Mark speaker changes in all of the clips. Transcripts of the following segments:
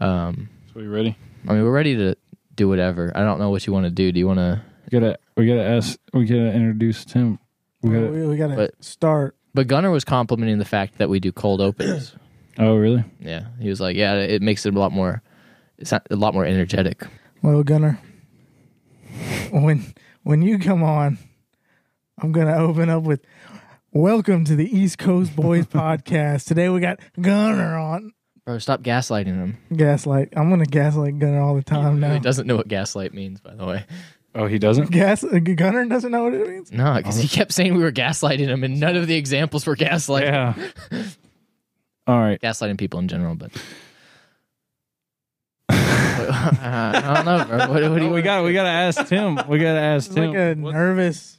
Speaker 1: Um,
Speaker 2: So you ready?
Speaker 1: I mean, we're ready to do whatever. I don't know what you want to do. Do you want to?
Speaker 2: We gotta we gotta ask we gotta introduce Tim. We
Speaker 3: We,
Speaker 2: gotta,
Speaker 3: we, gotta
Speaker 1: but-
Speaker 3: start.
Speaker 1: But Gunner was complimenting the fact that we do cold opens.
Speaker 2: oh really?
Speaker 1: yeah, he was like, yeah, it makes it a lot more. It's not, a lot more energetic.
Speaker 3: Well, Gunner, when when you come on, I'm gonna open up with "Welcome to the East Coast Boys Podcast." Today we got Gunner on
Speaker 1: Bro, stop gaslighting him.
Speaker 3: gaslight. I'm gonna gaslight Gunner all the time
Speaker 1: He
Speaker 3: now.
Speaker 1: doesn't know what gaslight means, by the way.
Speaker 2: Oh he doesn't?
Speaker 3: Gas uh, Gunner doesn't know what it means.
Speaker 1: No, because he kept saying we were gaslighting him, and none of the examples were gaslighting.
Speaker 2: yeah. All right.
Speaker 1: Gaslighting people in general, but. I don't know, bro. What, what do you
Speaker 2: we got we gotta ask Tim. We gotta ask
Speaker 3: It's
Speaker 2: Tim.
Speaker 3: like a
Speaker 4: what-
Speaker 3: nervous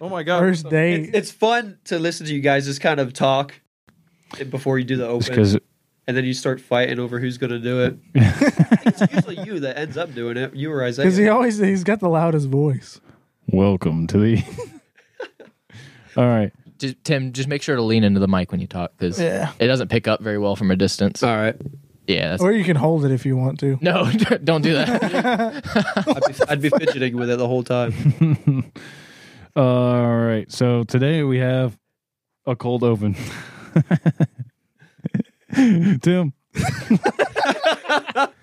Speaker 4: Oh my god!
Speaker 3: first date.
Speaker 4: It's, it's fun to listen to you guys just kind of talk before you do the
Speaker 2: Just
Speaker 4: open,
Speaker 2: 'cause-
Speaker 4: and then you start fighting over who's going to do it. it's usually you that ends up doing it. You or Isaiah.
Speaker 3: because he always he's got the loudest voice.
Speaker 2: welcome to the All right.
Speaker 1: just, Tim, just make sure to lean into the mic when you talk because
Speaker 3: Yeah.
Speaker 1: it doesn't pick up very well from a distance.
Speaker 4: All right,
Speaker 1: yeah. That's,
Speaker 3: Or you can hold it if you want to.
Speaker 1: no, don't do that.
Speaker 4: I'd be, I'd be fidgeting with it the whole time.
Speaker 2: All right. So today we have a cold open. Tim.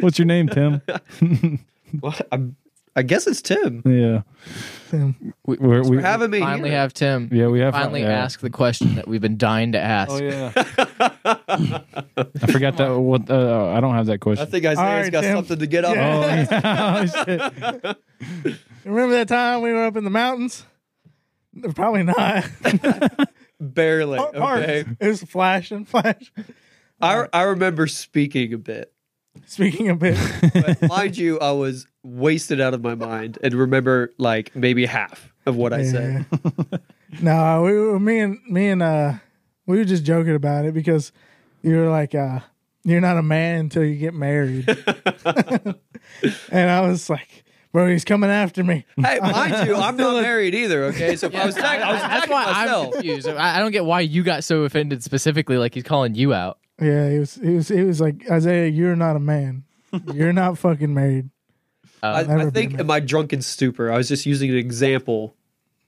Speaker 2: What's your name, Tim?
Speaker 4: Well, I'm, I guess it's Tim
Speaker 2: Yeah.
Speaker 3: Tim.
Speaker 2: We, we're, we
Speaker 4: for having me.
Speaker 1: Finally,
Speaker 4: here.
Speaker 1: have Tim.
Speaker 2: Yeah, we have
Speaker 1: Finally,
Speaker 2: yeah.
Speaker 1: ask the question that we've been dying to ask.
Speaker 2: Oh yeah. I forgot that what uh, I don't have that
Speaker 4: I
Speaker 2: question.
Speaker 4: think Isaiah's
Speaker 3: All right,
Speaker 4: got
Speaker 3: Tim.
Speaker 4: something to get up.
Speaker 3: Yeah.
Speaker 4: on.
Speaker 2: Oh, yeah. Oh, shit.
Speaker 3: Remember that time we were up in the mountains? Probably not.
Speaker 4: Barely.
Speaker 3: Part- parts.
Speaker 4: Okay.
Speaker 3: It was flash and flash.
Speaker 4: I I remember speaking a bit.
Speaker 3: Speaking of it,
Speaker 4: But mind you, I was wasted out of my mind and remember like maybe half of what I said.
Speaker 3: no, we were me and me and uh, we were just joking about it because you were like, uh, you're not a man until you get married, and I was like, bro, he's coming after me.
Speaker 4: Hey, mind you, I'm not married either. Okay, so if I was tagging, I was
Speaker 1: That's
Speaker 4: tagging
Speaker 1: why I'm
Speaker 4: myself.
Speaker 1: confused. I, I don't get why you got so offended specifically. Like he's calling you out.
Speaker 3: Yeah, he was, he was, he was like Isaiah, you're not a man. You're not fucking married.
Speaker 4: I,
Speaker 3: Never
Speaker 4: I
Speaker 3: been
Speaker 4: think
Speaker 3: married.
Speaker 4: in my drunken stupor, I was just using an example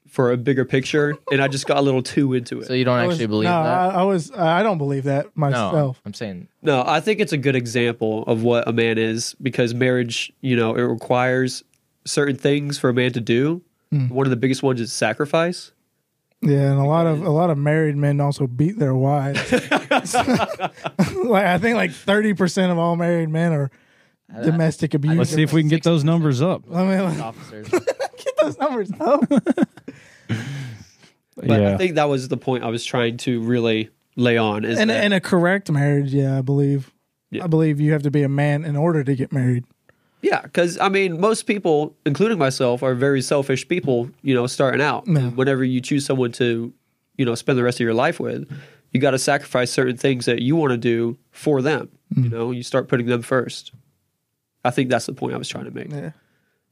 Speaker 4: for a bigger picture, and I just got a little too into it.
Speaker 1: So you don't
Speaker 3: I was-
Speaker 1: actually believe
Speaker 3: no,
Speaker 1: that?
Speaker 3: I, I was. I don't believe that
Speaker 1: no,
Speaker 3: myself.
Speaker 1: I'm saying
Speaker 4: no, I think it's a good example of what a man is because marriage, you know, it requires certain things for a man to do. One of the biggest ones is sacrifice.
Speaker 3: Yeah, and a lot of a lot of married men also beat their wives. like I think like thirty percent of all married men are domestic abusers.
Speaker 2: Let's see if we can get those numbers up.
Speaker 3: Let me let me
Speaker 1: officers.
Speaker 3: get those numbers up.
Speaker 4: But I
Speaker 2: yeah.
Speaker 4: think that was the point I was trying to really lay on. Is
Speaker 3: And
Speaker 4: that-
Speaker 3: and a correct marriage, yeah, I believe.
Speaker 4: Yeah.
Speaker 3: I believe you have to be a man in order to get married.
Speaker 4: Yeah, because I mean, most people, including myself, are very selfish people. You know, starting out.
Speaker 3: Yeah.
Speaker 4: Whenever you choose someone to, you know, spend the rest of your life with, you got to sacrifice certain things that you want to do for them.
Speaker 3: Mm.
Speaker 4: You know, you start putting them first. I think that's the point I was trying to make.
Speaker 3: Yeah.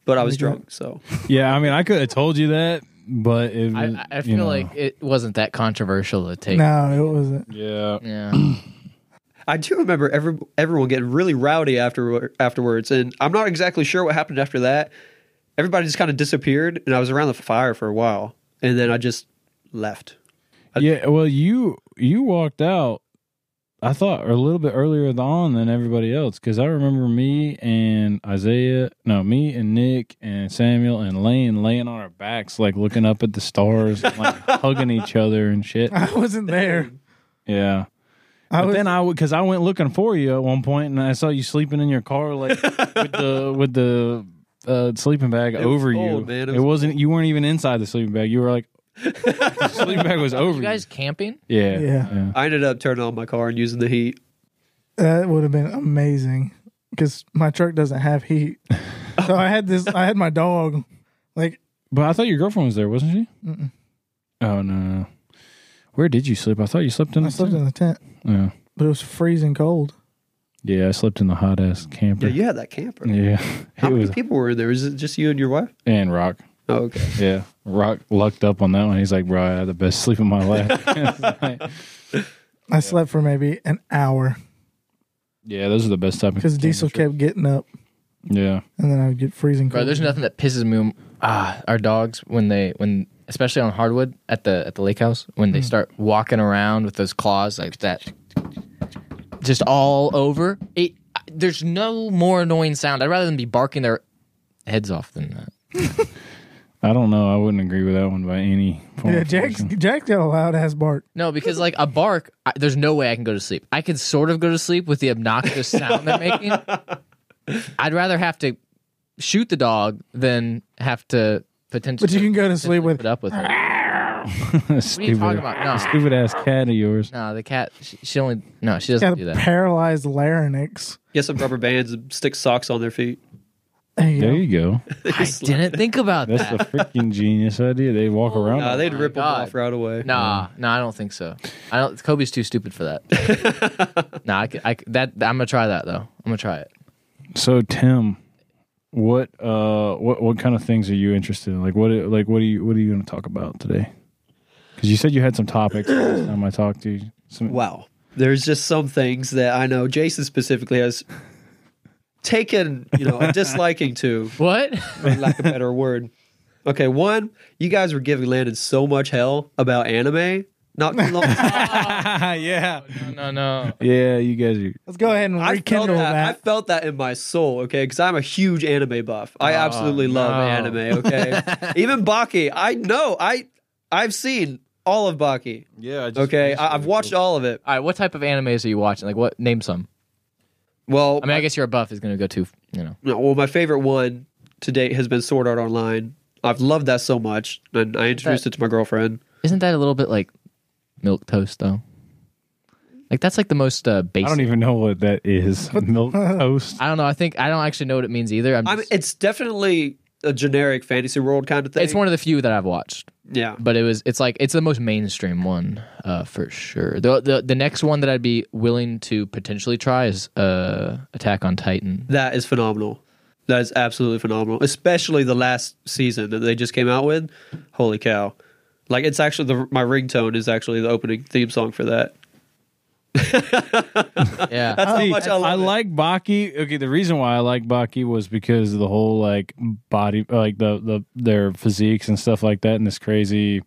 Speaker 4: But I was
Speaker 3: Pretty good.
Speaker 4: drunk, so
Speaker 2: yeah, I mean, I could have told you that, but it
Speaker 1: I,
Speaker 2: was,
Speaker 1: I- I
Speaker 2: you
Speaker 1: feel
Speaker 2: know.
Speaker 1: like it wasn't that controversial to take.
Speaker 3: No, it wasn't.
Speaker 2: yeah.
Speaker 1: Yeah.
Speaker 4: I do remember every, everyone getting really rowdy after afterwards, and I'm not exactly sure what happened after that. Everybody just kind of disappeared, and I was around the fire for a while, and then I just left.
Speaker 2: Yeah, well, you you walked out. I thought a little bit earlier on than everybody else because I remember me and Isaiah, no, me and Nick and Samuel and Lane laying on our backs, like looking up at the stars, and, like hugging each other and shit.
Speaker 3: I wasn't there.
Speaker 2: Yeah.
Speaker 3: I
Speaker 2: But
Speaker 3: was
Speaker 2: then I would, because I went looking for you at one point, and I saw you sleeping in your car, like with the with the uh, sleeping bag
Speaker 4: was
Speaker 2: over you.
Speaker 4: cold, man. It
Speaker 2: It,
Speaker 4: was
Speaker 2: was not You weren't even inside the sleeping bag. You were like, the sleeping bag was over
Speaker 1: You guys camping?
Speaker 2: you. Yeah,
Speaker 3: Yeah.
Speaker 4: I ended up turning on my car and using the heat.
Speaker 3: That would have been amazing because my truck doesn't have heat. so I had this. I had my dog. Like
Speaker 2: But I thought your girlfriend was there, wasn't she? Oh no, no, no. Where did you sleep? I thought you slept in.
Speaker 3: I
Speaker 2: the
Speaker 3: slept in the tent,
Speaker 2: Yeah,
Speaker 3: but it was freezing cold.
Speaker 2: yeah. I slept in the hot ass camper.
Speaker 4: Yeah, you had that camper.
Speaker 2: Yeah.
Speaker 4: How
Speaker 2: it
Speaker 4: many
Speaker 2: was
Speaker 4: people were in there? Is it just you and your wife?
Speaker 2: and Rock.
Speaker 4: Oh, okay.
Speaker 2: Yeah, Rock lucked up on that one. He's like, bro, I had the best sleep of my life.
Speaker 3: I slept for maybe an hour.
Speaker 2: Yeah, those are the best type of
Speaker 3: because Diesel
Speaker 2: temperature.
Speaker 3: kept getting up,
Speaker 2: Yeah,
Speaker 3: and then I would get freezing cold.
Speaker 1: Bro, there's nothing that pisses me. Ah, our dogs when they when especially on hardwood at the at the lake house when they start walking around with those claws like that, just all over. It there's no more annoying sound. I'd rather them be barking their heads off than that.
Speaker 2: I don't know. I wouldn't agree with that one by any. Form
Speaker 3: Yeah,
Speaker 2: of
Speaker 3: Jack's,
Speaker 2: fashion.
Speaker 3: Jack's got a loud ass bark.
Speaker 1: No, because like a bark, I, there's no way I can go to sleep. I could sort of go to sleep with the obnoxious sound they're making. I'd rather have to shoot the dog than have to potentially.
Speaker 3: But you can go to sleep with-
Speaker 1: put up with it.
Speaker 2: stupid,
Speaker 1: What are you talking about? No,
Speaker 2: Stupid ass cat of yours.
Speaker 1: No, the cat. She, she only. No, she
Speaker 3: Got
Speaker 1: doesn't
Speaker 3: a
Speaker 1: do that.
Speaker 3: paralyzed larynx.
Speaker 4: Get some rubber bands and stick socks on their feet.
Speaker 3: There you
Speaker 2: There
Speaker 3: go.
Speaker 2: you go.
Speaker 1: I didn't think about
Speaker 2: That's
Speaker 1: that.
Speaker 2: a freaking genius idea. They walk around.
Speaker 4: Nah, Uh, they'd
Speaker 1: my
Speaker 4: rip them
Speaker 1: Oh, God.
Speaker 4: off right away.
Speaker 1: Nah, no, I don't think so. I don't. Kobe's too stupid for that. no, I, c- I c- that I'm gonna try that though. I'm gonna try it.
Speaker 2: So Tim, what uh, what what kind of things are you interested in? Like what like what are you what are you going to talk about today? Because you said you had some topics. last time I talked to you. Some,
Speaker 4: Wow. There's just some things that I know Jason specifically has taken, you know, a disliking to,
Speaker 1: What?
Speaker 4: for lack of a better word. Okay, one, you guys were giving Landon so much hell about anime. Not too long.
Speaker 3: yeah.
Speaker 1: no, no.
Speaker 2: Yeah, you guys are.
Speaker 3: Let's go ahead and
Speaker 4: I felt
Speaker 3: rekindle
Speaker 4: that. I
Speaker 3: that.
Speaker 4: felt that in my soul, okay? Because I'm a huge anime buff. I absolutely love
Speaker 1: Oh, no.
Speaker 4: anime, okay? Even Baki, I know. I I've seen all of Baki.
Speaker 2: Yeah. I just
Speaker 4: Okay, I, I've watched all of it.
Speaker 1: All right. What type of animes are you watching? Like, what? Name some.
Speaker 4: Well,
Speaker 1: I mean, I guess your buff is gonna go too. You know.
Speaker 4: No, well, my favorite one to date has been Sword Art Online. I've loved that so much, and I introduced it to my girlfriend.
Speaker 1: Isn't that a little bit like milk toast though? Like that's like the most uh, basic.
Speaker 2: I don't e- even know what that is. Milk toast.
Speaker 1: I don't know. I think I don't actually know what it means either. I'm.
Speaker 4: I mean,
Speaker 1: just-
Speaker 4: it's definitely a generic fantasy world kind of thing.
Speaker 1: it's one of the few that I've watched.
Speaker 4: yeah.
Speaker 1: but it was it's like it's the most mainstream one uh, for sure. The, the the next one that I'd be willing to potentially try is uh, Attack on Titan.
Speaker 4: That is phenomenal. That is absolutely phenomenal, especially the last season that they just came out with. Holy cow! Like it's actually the my ringtone is actually the opening theme song for that.
Speaker 1: Yeah,
Speaker 4: That's how
Speaker 2: See,
Speaker 4: much I love it.
Speaker 2: like Baki. Okay, the reason why I like Baki was because of the whole like body, uh, like the the their physiques and stuff like that, and this crazy,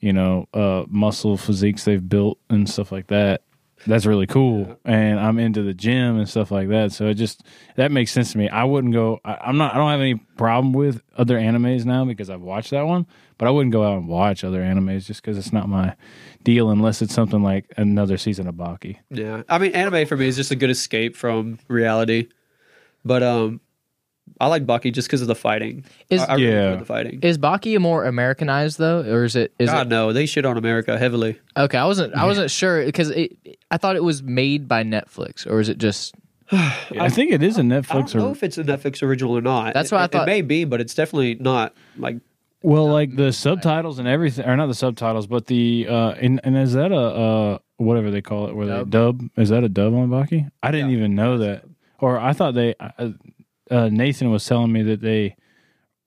Speaker 2: you know, uh, muscle physiques they've built and stuff like that. That's really cool, and I'm into the gym and stuff like that. So it just that makes sense to me. I wouldn't go. I, I'm not. I don't have any problem with other animes now because I've watched that one, but I wouldn't go out and watch other animes just because it's not my deal unless it's something like another season of Baki.
Speaker 4: Yeah. I mean, anime for me is just a good escape from reality. But um, I like Bucky just because of the fighting.
Speaker 1: Is-
Speaker 4: I, I really
Speaker 2: Yeah.
Speaker 4: enjoy the fighting.
Speaker 1: is Baki more Americanized though, or is it is
Speaker 4: God no, they shit on America heavily.
Speaker 1: it okay? I wasn't I wasn't sure because it, I thought it was made by Netflix, or is it just
Speaker 2: I think it is a
Speaker 4: I don't
Speaker 2: Netflix
Speaker 4: know
Speaker 2: or
Speaker 4: if it's a Netflix original or not.
Speaker 1: That's
Speaker 4: It-
Speaker 1: what I
Speaker 4: it,
Speaker 1: thought.
Speaker 4: It may be, but it's definitely not like
Speaker 2: well, like the subtitles and everything, or not the subtitles, but the uh, and and is that a uh, whatever they call it, where they
Speaker 1: Dub.
Speaker 2: dub? Is that a dub on Baki? I didn't even know that, or I thought they. Uh, uh, Nathan was telling me that they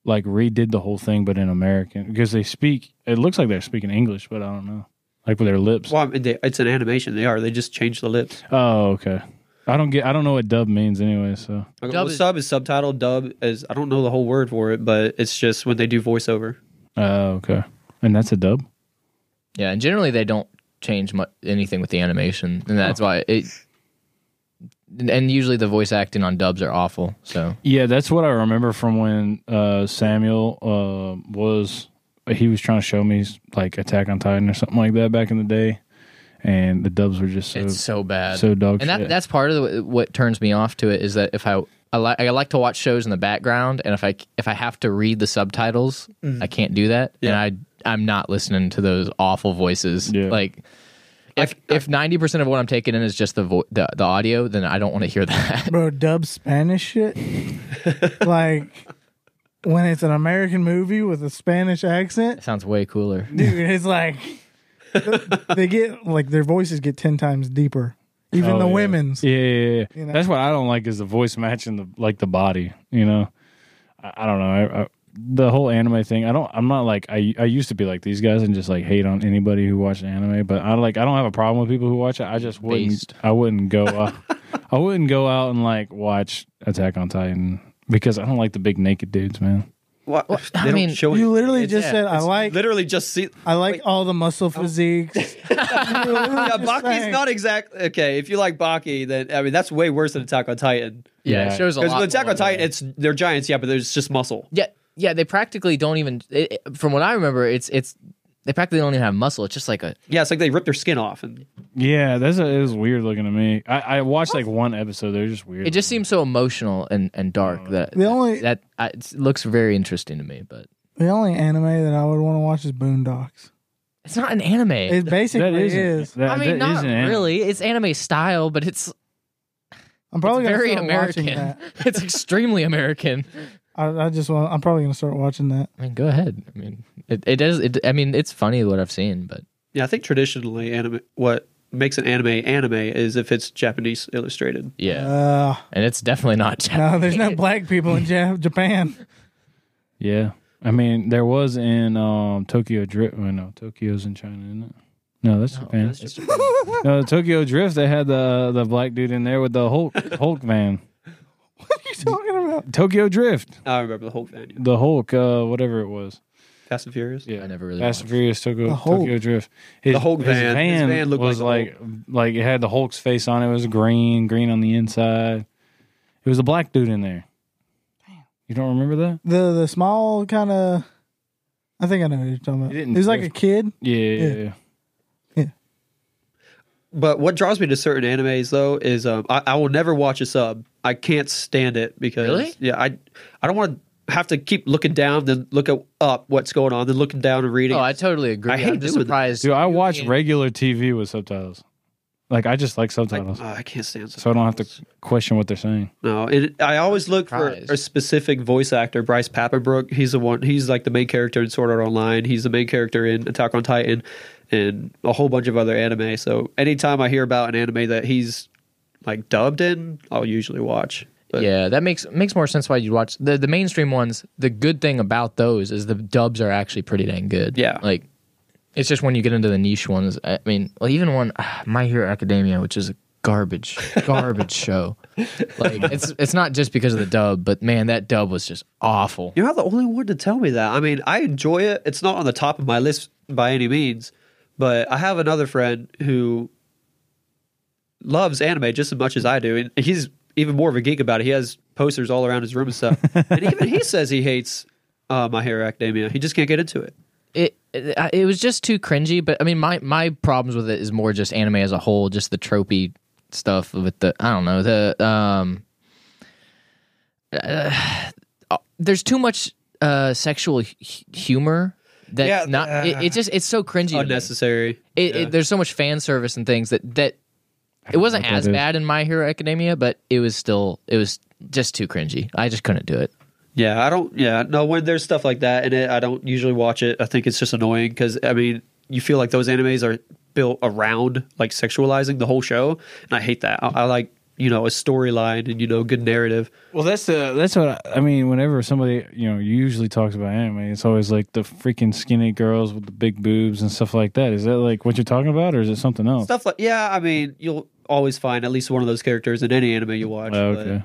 Speaker 2: like redid the whole thing, but in American because they speak. It looks like they're speaking English, but I don't know, like with their lips.
Speaker 4: well, I mean, they, it's an animation. They are. They just change the lips.
Speaker 2: Oh, okay. I don't get. I don't know what dub means anyway. So
Speaker 4: Like,
Speaker 1: Dub
Speaker 4: well,
Speaker 1: is-
Speaker 4: sub is subtitle. Dub is I don't know the whole word for it, but it's just when they do voiceover.
Speaker 2: oh, okay. And that's a dub.
Speaker 1: yeah? And generally they don't change mu anything with the animation, and that's why it. And usually the voice acting on dubs are awful. So
Speaker 2: Yeah, that's what I remember from when uh, Samuel uh, was. He was trying to show me like Attack on Titan or something like that back in the day, and the dubs were just so.
Speaker 1: it's so bad.
Speaker 2: Mm. so dog
Speaker 1: and
Speaker 2: shit.
Speaker 1: that that's part of the, what turns me off to it is that if I I, li- I like to watch shows in the background, and if I if I have to read the subtitles,
Speaker 4: Mm-hmm.
Speaker 1: I can't do that, and I I'm not listening to those awful voices.
Speaker 2: Yeah.
Speaker 1: Like if if ninety percent of what I'm taking in is just the vo- the, the audio, then I don't want to hear that.
Speaker 3: Bro, dub Spanish shit. like when it's an American movie with a Spanish accent,
Speaker 1: It sounds way cooler.
Speaker 3: dude, it's like they get like their voices get ten times deeper. Even
Speaker 2: Oh,
Speaker 3: the
Speaker 2: yeah.
Speaker 3: women's.
Speaker 2: Yeah, yeah, yeah.
Speaker 3: You know?
Speaker 2: that's what I don't like is the voice matching the like the body. You know, I, I don't know. I, I, the whole anime thing. I don't. I'm not like I. I used to be like these guys and just like hate on anybody who watched anime. But I like. I don't have a problem with people who watch it. I just wouldn't.
Speaker 1: Based.
Speaker 2: I wouldn't go. Uh, I wouldn't go out and like watch Attack on Titan because I don't like the big naked dudes, man.
Speaker 4: Well, they
Speaker 1: I
Speaker 4: don't
Speaker 1: mean,
Speaker 4: show
Speaker 3: You
Speaker 4: it.
Speaker 3: literally
Speaker 4: It's-
Speaker 3: just
Speaker 4: yeah,
Speaker 3: said I
Speaker 4: it's
Speaker 3: like
Speaker 4: literally just see.
Speaker 3: I like all the muscle physiques. yeah,
Speaker 4: Yeah, Baki's not exact. Okay, if you like Baki, then I mean that's way worse than Attack on Titan.
Speaker 1: Yeah,
Speaker 2: Yeah.
Speaker 1: it shows a
Speaker 4: Because
Speaker 1: lot.
Speaker 4: with Attack
Speaker 1: more
Speaker 4: on Titan,
Speaker 1: than-
Speaker 4: it's they're giants, yeah, but there's just muscle.
Speaker 1: yeah, yeah. They practically don't even. It, it- from what I remember, it's it's they practically don't even have muscle. It's just like a
Speaker 4: Yeah, it's like they rip their skin off, and
Speaker 2: Yeah, that's a, it was weird looking to me. I, I watched like one episode. They're just weird.
Speaker 1: It just seems so emotional and, and dark
Speaker 4: Oh.
Speaker 1: that
Speaker 3: The only-
Speaker 1: that I, it looks very interesting to me, but
Speaker 3: The only anime that I would want to watch is Boondocks.
Speaker 1: it's not an anime.
Speaker 3: It basically
Speaker 2: that isn't-
Speaker 3: is.
Speaker 2: That,
Speaker 1: I mean,
Speaker 2: that
Speaker 1: not
Speaker 2: isn't anime.
Speaker 1: really. It's anime style, but it's,
Speaker 3: I'm probably
Speaker 1: it's
Speaker 3: gonna
Speaker 1: very
Speaker 3: start watching
Speaker 1: American.
Speaker 3: that.
Speaker 1: It's extremely American.
Speaker 3: I, I just want. I'm probably gonna start watching that.
Speaker 1: I mean, go ahead. I mean, it, it does. It, I mean, it's funny what I've seen, but
Speaker 4: yeah, I think traditionally anime what makes an anime anime is if it's Japanese illustrated.
Speaker 1: yeah,
Speaker 3: Uh,
Speaker 1: and it's definitely not.
Speaker 3: no,
Speaker 1: Japanese.
Speaker 3: there's no black people in Ja- Japan.
Speaker 2: Yeah. I mean, there was in um, Tokyo Drift. Well, no, Tokyo's in China, isn't it? No, that's Japan.
Speaker 1: that's just-
Speaker 2: no, the Tokyo Drift. They had the the black dude in there with the Hulk Hulk van.
Speaker 3: What are you talking about?
Speaker 2: Tokyo Drift.
Speaker 4: I remember the whole thing.
Speaker 2: The Hulk, uh, whatever it was.
Speaker 4: Fast and Furious.
Speaker 2: Yeah,
Speaker 1: I never really
Speaker 2: Fast and Furious Tokyo,
Speaker 3: The Hulk.
Speaker 2: Tokyo Drift. His,
Speaker 4: The Hulk
Speaker 2: his
Speaker 4: van. His
Speaker 2: van
Speaker 4: van looked
Speaker 2: was
Speaker 4: like
Speaker 2: like like it had the Hulk's face on it. It was green, green on the inside. It was a black dude in there. You don't remember that?
Speaker 3: The the small kind of. I think I know what you're talking about.
Speaker 2: He didn't
Speaker 3: He's like a
Speaker 2: drift.
Speaker 3: kid.
Speaker 2: Yeah, yeah.
Speaker 3: Yeah.
Speaker 2: yeah.
Speaker 4: But what draws me to certain animes though is um, I, I will never watch a sub. I can't stand it because
Speaker 1: Really?
Speaker 4: yeah, I I don't want to have to keep looking down, then look up what's going on, then looking down and reading.
Speaker 1: Oh, I totally agree.
Speaker 4: I hate
Speaker 1: am just
Speaker 4: doing that.
Speaker 1: surprised.
Speaker 2: Dude, I watch
Speaker 1: mean-
Speaker 2: regular TV with subtitles. Like I just like
Speaker 4: Like,
Speaker 2: subtitles,
Speaker 4: oh, I can't stand.
Speaker 2: so I don't have to question what they're saying.
Speaker 4: No, it, I always look
Speaker 1: surprised.
Speaker 4: for a specific voice actor, Bryce Papenbrook. He's the one. He's like the main character in Sword Art Online. He's the main character in Attack on Titan, and a whole bunch of other anime. So anytime I hear about an anime that he's like dubbed in, I'll usually watch. But
Speaker 1: yeah, that makes makes more sense why you'd watch the the mainstream ones. The good thing about those is the dubs are actually pretty dang good.
Speaker 4: Yeah.
Speaker 1: like it's just when you get into the niche ones. I mean, well, even one ah, My Hero Academia, which is a garbage garbage show. Like it's it's not just because of the dub, but man, that dub was just awful.
Speaker 4: You're not the only one to tell me that. I mean, I enjoy it. It's not on the top of my list by any means, but I have another friend who loves anime just as much as I do, and he's even more of a geek about it. He has posters all around his room and stuff, and even he says he hates uh, My Hero Academia. He just can't get into it.
Speaker 1: It, it I- it was just too cringy. But I mean, my my problems with it is more just anime as a whole, just the tropey stuff with the I don't know the um uh, there's too much uh, sexual hu- humor that
Speaker 4: Yeah,
Speaker 1: not it, it just it's so cringy. to me.
Speaker 4: Unnecessary.
Speaker 1: It,
Speaker 4: Yeah.
Speaker 1: it, there's so much fan service and things that that it wasn't
Speaker 2: what that
Speaker 1: as
Speaker 2: is.
Speaker 1: bad in My Hero Academia, but it was still it was just too cringy. I just couldn't do it.
Speaker 4: Yeah, I don't. Yeah, no. When there's stuff like that in it, I don't usually watch it. I think it's just annoying because I mean, you feel like those animes are built around like sexualizing the whole show, and I hate that. I, I like you know a storyline and you know good narrative.
Speaker 2: Well, that's the that's what I, I mean. Whenever somebody you know usually talks about anime, it's always like the freaking skinny girls with the big boobs and stuff like that. Is that like what you're talking about, or is it something else?
Speaker 4: Stuff like yeah, I mean, you'll always find at least one of those characters in any anime you watch.
Speaker 2: Oh, okay.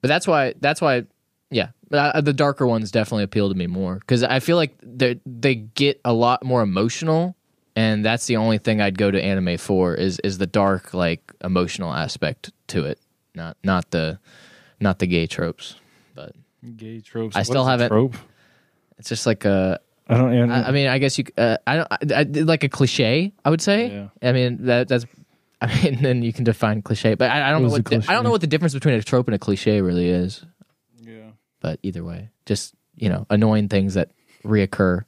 Speaker 1: But that's why that's why yeah, but I, the darker ones definitely appeal to me more because I feel like they they get a lot more emotional, and that's the only thing I'd go to anime for is is the dark like emotional aspect to it, not not the not the gay tropes. But
Speaker 2: Gay tropes.
Speaker 1: I
Speaker 2: What
Speaker 1: still
Speaker 2: is a
Speaker 1: haven't-
Speaker 2: Trope.
Speaker 1: it's just like a
Speaker 2: I don't. even-
Speaker 1: I, I mean I guess you c- uh, I don't I, I, like a cliche I would say.
Speaker 2: Yeah.
Speaker 1: I mean that that's. I mean, then you can define cliche, but I, I don't know
Speaker 2: What is a
Speaker 1: what the, I
Speaker 2: cliche?
Speaker 1: don't know what the difference between a trope and a cliche really is.
Speaker 2: yeah.
Speaker 1: but either way, just you know, annoying things that reoccur.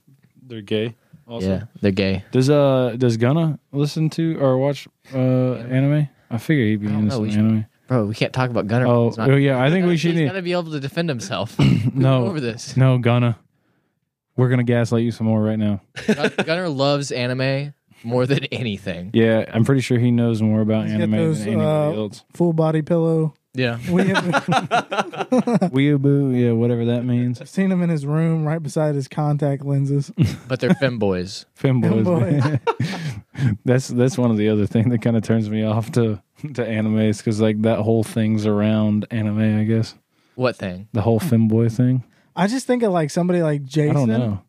Speaker 2: They're gay. Also.
Speaker 1: Yeah, they're gay.
Speaker 2: Does uh does Gunna listen to or watch uh anime? I figure he'd be
Speaker 1: I don't
Speaker 2: into
Speaker 1: know,
Speaker 2: some
Speaker 1: we should-
Speaker 2: anime.
Speaker 1: Bro, we can't talk about Gunner.
Speaker 2: Oh,
Speaker 1: He's
Speaker 2: oh yeah. I think we
Speaker 1: he's
Speaker 2: should. need- Oh.
Speaker 1: gotta be able to defend himself. Go over
Speaker 2: No,
Speaker 1: this.
Speaker 2: no, Gunna. We're gonna gaslight you some more right now.
Speaker 1: Gun- Gunner loves anime more than anything.
Speaker 2: Yeah, I'm pretty sure he knows more about
Speaker 3: He's got
Speaker 2: anime
Speaker 3: those,
Speaker 2: than anybody
Speaker 3: uh,
Speaker 2: else.
Speaker 3: Full body pillow.
Speaker 1: Yeah.
Speaker 3: We have
Speaker 2: Weeaboo, yeah, whatever that means.
Speaker 3: seen him in his room right beside his contact lenses. Oh,
Speaker 1: But they're femboys.
Speaker 2: Femboys.
Speaker 3: Femboys.
Speaker 2: that's that's one of the other thing that kind of turns me off to to anime is because like that whole thing's around anime. I guess
Speaker 1: What thing?
Speaker 2: the whole femboy thing.
Speaker 3: I just think of like somebody like
Speaker 2: I
Speaker 3: Jason,
Speaker 2: don't know.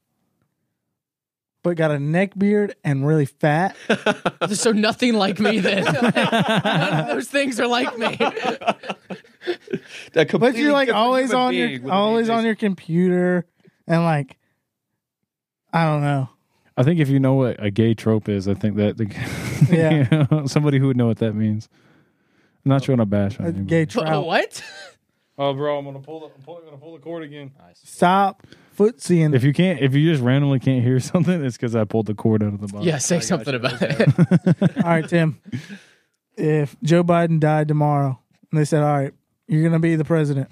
Speaker 3: but got a neck beard and really fat.
Speaker 1: So nothing like me then. None of those things are like me.
Speaker 5: That
Speaker 3: But
Speaker 5: completely
Speaker 3: you're like
Speaker 5: different
Speaker 3: always
Speaker 5: human
Speaker 3: on
Speaker 5: being
Speaker 3: your
Speaker 5: with a
Speaker 3: always
Speaker 5: name
Speaker 3: on your computer and like I don't know.
Speaker 2: I think if you know what a gay trope is, I think that the, somebody who would know what that means. I'm not trying to bash on
Speaker 3: A
Speaker 2: you, but-
Speaker 3: Oh. gay
Speaker 1: Oh,
Speaker 3: trout.
Speaker 1: what?
Speaker 2: Oh, bro, I'm gonna pull the I'm pulling, gonna pull the cord again.
Speaker 3: Stop footsying.
Speaker 2: If you can't, if you just randomly can't hear something, it's because I pulled the cord out of the box.
Speaker 1: Yeah, say
Speaker 5: I got
Speaker 1: something
Speaker 5: you.
Speaker 1: about
Speaker 5: Okay.
Speaker 1: it.
Speaker 3: all right, Tim. If Joe Biden died tomorrow and they said, All right, you're gonna be the president,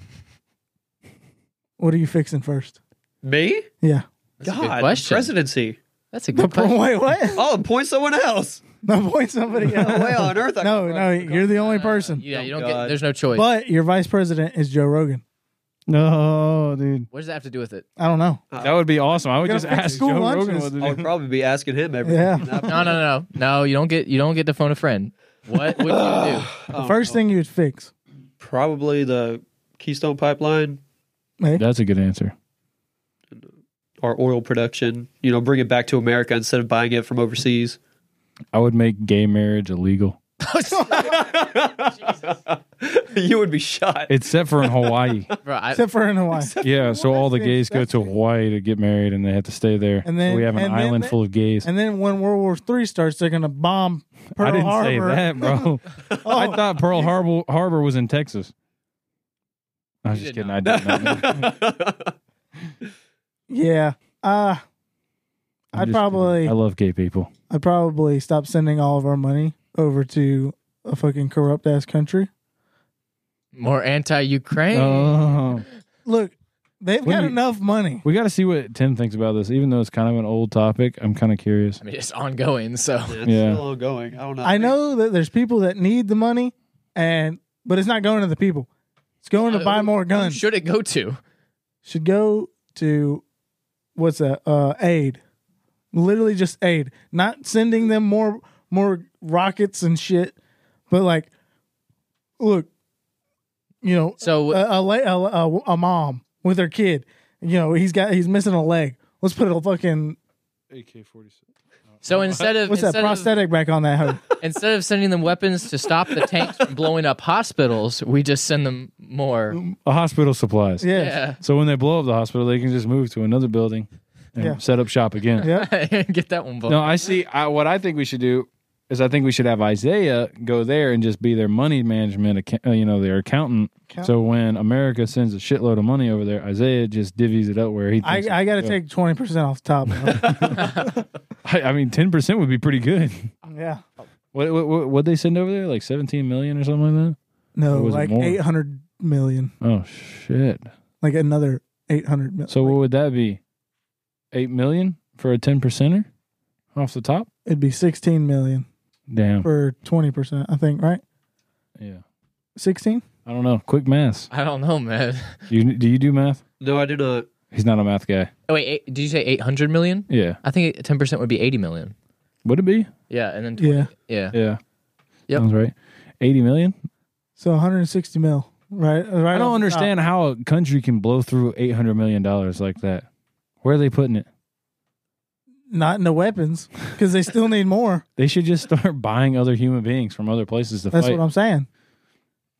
Speaker 3: what are you fixing first?
Speaker 5: Me?
Speaker 3: Yeah.
Speaker 1: a good
Speaker 5: God,
Speaker 1: question.
Speaker 5: presidency.
Speaker 1: That's a
Speaker 3: The
Speaker 1: good
Speaker 3: pro-
Speaker 1: point.
Speaker 3: wait, what?
Speaker 5: Oh, point someone else.
Speaker 3: No point somebody
Speaker 5: No way
Speaker 3: else.
Speaker 5: on earth. I
Speaker 3: No,
Speaker 5: could-
Speaker 3: no, you're the only person.
Speaker 1: uh, Yeah, you don't get.
Speaker 5: God.
Speaker 1: There's no choice.
Speaker 3: But your vice president is Joe Rogan.
Speaker 2: No, dude,
Speaker 1: what does that have to do with it?
Speaker 3: I don't know.
Speaker 2: that would be awesome. I would
Speaker 3: Gotta
Speaker 2: just
Speaker 3: fix
Speaker 2: ask Joe
Speaker 3: school
Speaker 2: Rogan
Speaker 3: lunches.
Speaker 2: what to
Speaker 5: I would
Speaker 2: do.
Speaker 5: probably be asking him everything.
Speaker 3: Yeah.
Speaker 5: Not-
Speaker 1: No, no, no, no. You don't get. You don't get to phone a friend. What would you do?
Speaker 3: The first thing you'd fix.
Speaker 5: Probably the Keystone Pipeline
Speaker 3: eh?
Speaker 2: That's a good answer.
Speaker 5: or oil production. You know, bring it back to America instead of buying it from overseas.
Speaker 2: I would make gay marriage illegal,
Speaker 5: you would be shot.
Speaker 2: except for in Hawaii.
Speaker 1: Bro, I,
Speaker 3: Except for in Hawaii.
Speaker 2: yeah, so all the
Speaker 3: That's
Speaker 2: gays go to
Speaker 3: disgusting.
Speaker 2: Hawaii to get married, and they have to stay there.
Speaker 3: And then-
Speaker 2: so we have an
Speaker 3: and then
Speaker 2: island
Speaker 3: they-
Speaker 2: full of gays.
Speaker 3: And then when World War Three starts, they're gonna bomb Pearl
Speaker 2: I didn't
Speaker 3: Harbor. Oh.
Speaker 2: say that, bro. I thought Pearl Harbor Harbor was in Texas. I was
Speaker 1: You
Speaker 2: just
Speaker 1: did
Speaker 2: kidding. I did not. know.
Speaker 3: Yeah. Uh
Speaker 2: I'm
Speaker 3: I'd
Speaker 2: just-
Speaker 3: probably-
Speaker 2: I love gay people.
Speaker 3: I'd probably stop sending all of our money over to a fucking corrupt ass country.
Speaker 1: more anti-Ukraine.
Speaker 2: Oh,
Speaker 3: Look, they've
Speaker 2: What do
Speaker 3: got
Speaker 2: you-
Speaker 3: enough money.
Speaker 2: we got to see what Tim thinks about this, even though it's kind of an old topic. I'm kind of curious.
Speaker 1: I mean, it's ongoing. So
Speaker 5: It's
Speaker 2: Yeah.
Speaker 5: still ongoing. I don't know.
Speaker 2: Uh,
Speaker 3: I know that there's people that need the money and but it's not going to the people. It's going to
Speaker 1: Uh,
Speaker 3: buy more
Speaker 1: who
Speaker 3: guns.
Speaker 1: should it go to?
Speaker 3: Should go to what's that? Uh aid. Literally just aid. Not sending them more more rockets and shit, but like look, you know,
Speaker 1: So
Speaker 3: a, a, la- a, a, a mom with her kid. You know, he's got he's missing a leg. Let's put a fucking
Speaker 2: AK-47.
Speaker 1: so instead of
Speaker 3: what's that
Speaker 1: instead of,
Speaker 3: prosthetic back on that hoe.
Speaker 1: instead of sending them weapons to stop the tanks from blowing up hospitals, we just send them more.
Speaker 2: Mm. hospital supplies.
Speaker 3: Yeah.
Speaker 1: Yeah.
Speaker 2: So when they blow up the hospital, they can just move to another building and
Speaker 3: Yeah.
Speaker 2: set up shop again.
Speaker 3: Yep.
Speaker 1: Get that one blown.
Speaker 2: No, I see. I, what I think we should do is I think we should have Isaiah go there and just be their money management, account, you know, their accountant.
Speaker 3: Account-
Speaker 2: So when America sends a shitload of money over there, Isaiah just divvies it up where he.
Speaker 3: I,
Speaker 2: Thinks
Speaker 3: I got to
Speaker 2: Yeah.
Speaker 3: take 20% off the top. bro.
Speaker 2: I, I mean, ten percent would be pretty good.
Speaker 3: yeah.
Speaker 2: What what what would they send over there? Like seventeen million or something like
Speaker 3: No,
Speaker 2: Or was it
Speaker 3: like
Speaker 2: more?
Speaker 3: 800 million.
Speaker 2: that. Oh shit!
Speaker 3: Like another 800 million.
Speaker 2: So
Speaker 3: Like,
Speaker 2: what would that be? Eight million for a ten percenter off the top.
Speaker 3: it'd be 16 million
Speaker 2: Damn.
Speaker 3: for 20%, I think, right?
Speaker 2: Yeah.
Speaker 3: 16?
Speaker 2: I don't know. Quick math.
Speaker 1: I don't know, man.
Speaker 2: You do you do math?
Speaker 5: no, I do not.
Speaker 2: He's not a math guy.
Speaker 1: Oh wait, eight, did you say eight hundred million?
Speaker 2: Yeah.
Speaker 1: I think ten percent would be eighty million.
Speaker 2: Would it be?
Speaker 1: Yeah, and then 20,
Speaker 3: Yeah.
Speaker 1: yeah.
Speaker 2: Yeah.
Speaker 1: Yep.
Speaker 2: Sounds right. Eighty million.
Speaker 3: So 160 mil, right? right
Speaker 2: I
Speaker 3: off
Speaker 2: don't
Speaker 3: the
Speaker 2: understand how a country can blow through eight hundred million dollars like that. Where are they putting it?
Speaker 3: top. Not in the weapons because they still need more.
Speaker 2: They should just start buying other human beings from other places to
Speaker 3: That's
Speaker 2: fight.
Speaker 3: what I'm saying.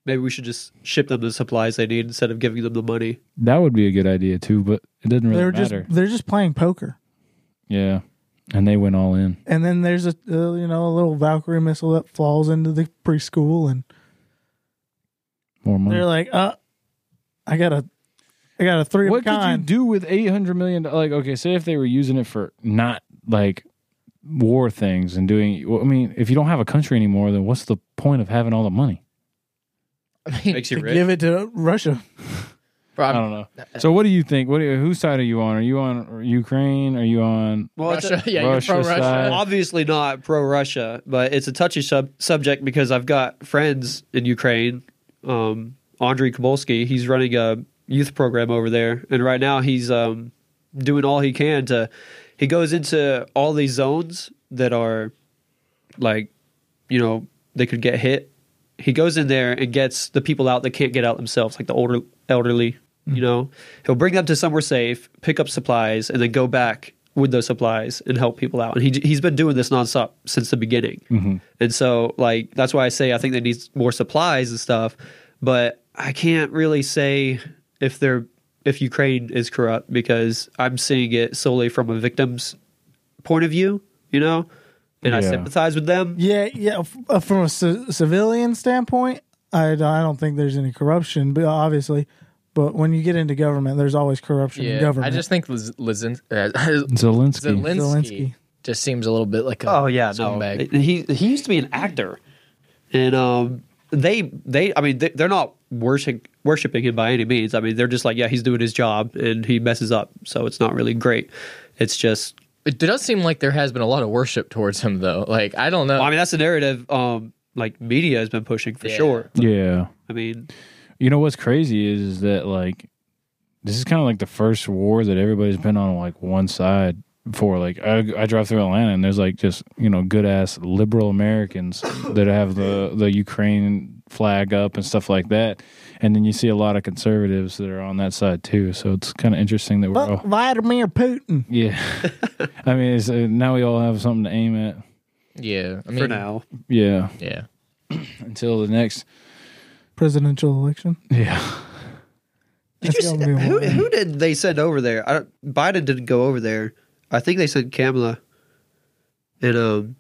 Speaker 5: Maybe we should just ship them the supplies they need instead of giving them the money.
Speaker 2: that would be a good idea too, but it doesn't really
Speaker 3: they're
Speaker 2: matter.
Speaker 3: just they're just playing poker.
Speaker 2: Yeah. And they went all in.
Speaker 3: and then there's a uh, you know a little Valkyrie missile that falls into the preschool, and
Speaker 2: More money.
Speaker 3: they're like, "Uh, I got a, I got a three
Speaker 2: what
Speaker 3: of a kind."
Speaker 2: could you do with eight hundred million? do- Like, okay, say if they were using it for not like war things and doing. well, I mean, if you don't have a country anymore, then what's the point of having all the money?
Speaker 1: I mean,
Speaker 5: Makes you
Speaker 3: to
Speaker 5: rich.
Speaker 3: give it to Russia?
Speaker 1: bro,
Speaker 2: I
Speaker 1: I'm-
Speaker 2: don't know. So, what do you think? What? Do you, whose side are you on? Are you on Ukraine? Are you on?
Speaker 5: well, it's a-
Speaker 1: Russia, yeah, you're
Speaker 2: Russia
Speaker 1: from Russia.
Speaker 2: side.
Speaker 5: obviously not pro Russia, but it's a touchy sub- subject because I've got friends in Ukraine, um,
Speaker 4: Andre Kobolski. He's running a youth program over there, and right now he's um, doing all he can to. He goes into all these zones that are like, you know, they could get hit. He goes in there and gets the people out that can't get out themselves, like the older elderly. You know, he'll bring them to somewhere safe, pick up supplies, and then go back with those supplies and help people out. And he he's been doing this nonstop since the beginning. And so, like, that's why I say I think they need more supplies and stuff. But I can't really say if they're if Ukraine is corrupt because I'm seeing it solely from a victim's point of view. You know, and I
Speaker 2: Yeah.
Speaker 4: sympathize with them.
Speaker 3: Yeah, yeah. f- uh, From a ci- civilian standpoint, I, d- I don't think there's any corruption, but uh, obviously, but when you get into government, there's always corruption in
Speaker 1: Yeah, I
Speaker 3: government.
Speaker 1: just think Liz, Lizin, uh,
Speaker 2: Zelensky.
Speaker 1: Zelensky,
Speaker 3: Zelensky.
Speaker 1: just seems a little bit like a
Speaker 4: Oh yeah, no.
Speaker 1: scumbag.
Speaker 4: He he used to be an actor, and um, they they I mean they, they're not worship, worshiping him by any means. I mean they're just like yeah he's doing his job and he messes up, so it's not really great. It's just
Speaker 1: It does seem like there has been a lot of worship towards him though. Like I don't know.
Speaker 4: I mean that's the narrative um like media has been pushing for
Speaker 1: Yeah.
Speaker 4: sure.
Speaker 2: Yeah.
Speaker 4: I mean
Speaker 2: You know what's crazy is, is that like this is kind of like the first war that everybody's been on like one side for. Like I, I drive through Atlanta and there's like just you know good ass liberal Americans that have the the Ukraine flag up and stuff like that, and then you see a lot of conservatives that are on that side too. So it's kind of interesting that we're
Speaker 3: Fuck
Speaker 2: all,
Speaker 3: Vladimir Putin.
Speaker 2: yeah. I mean, it's, uh, now we all have something to aim at.
Speaker 1: yeah, I mean,
Speaker 4: for now
Speaker 2: Yeah,
Speaker 1: Yeah,
Speaker 2: until the next.
Speaker 3: Presidential election.
Speaker 2: Yeah,
Speaker 4: did you
Speaker 3: That's
Speaker 4: see
Speaker 3: gonna be
Speaker 4: who
Speaker 3: one.
Speaker 4: who did they send over there? I, don't- Biden didn't go over there. I think they sent Kamala, and um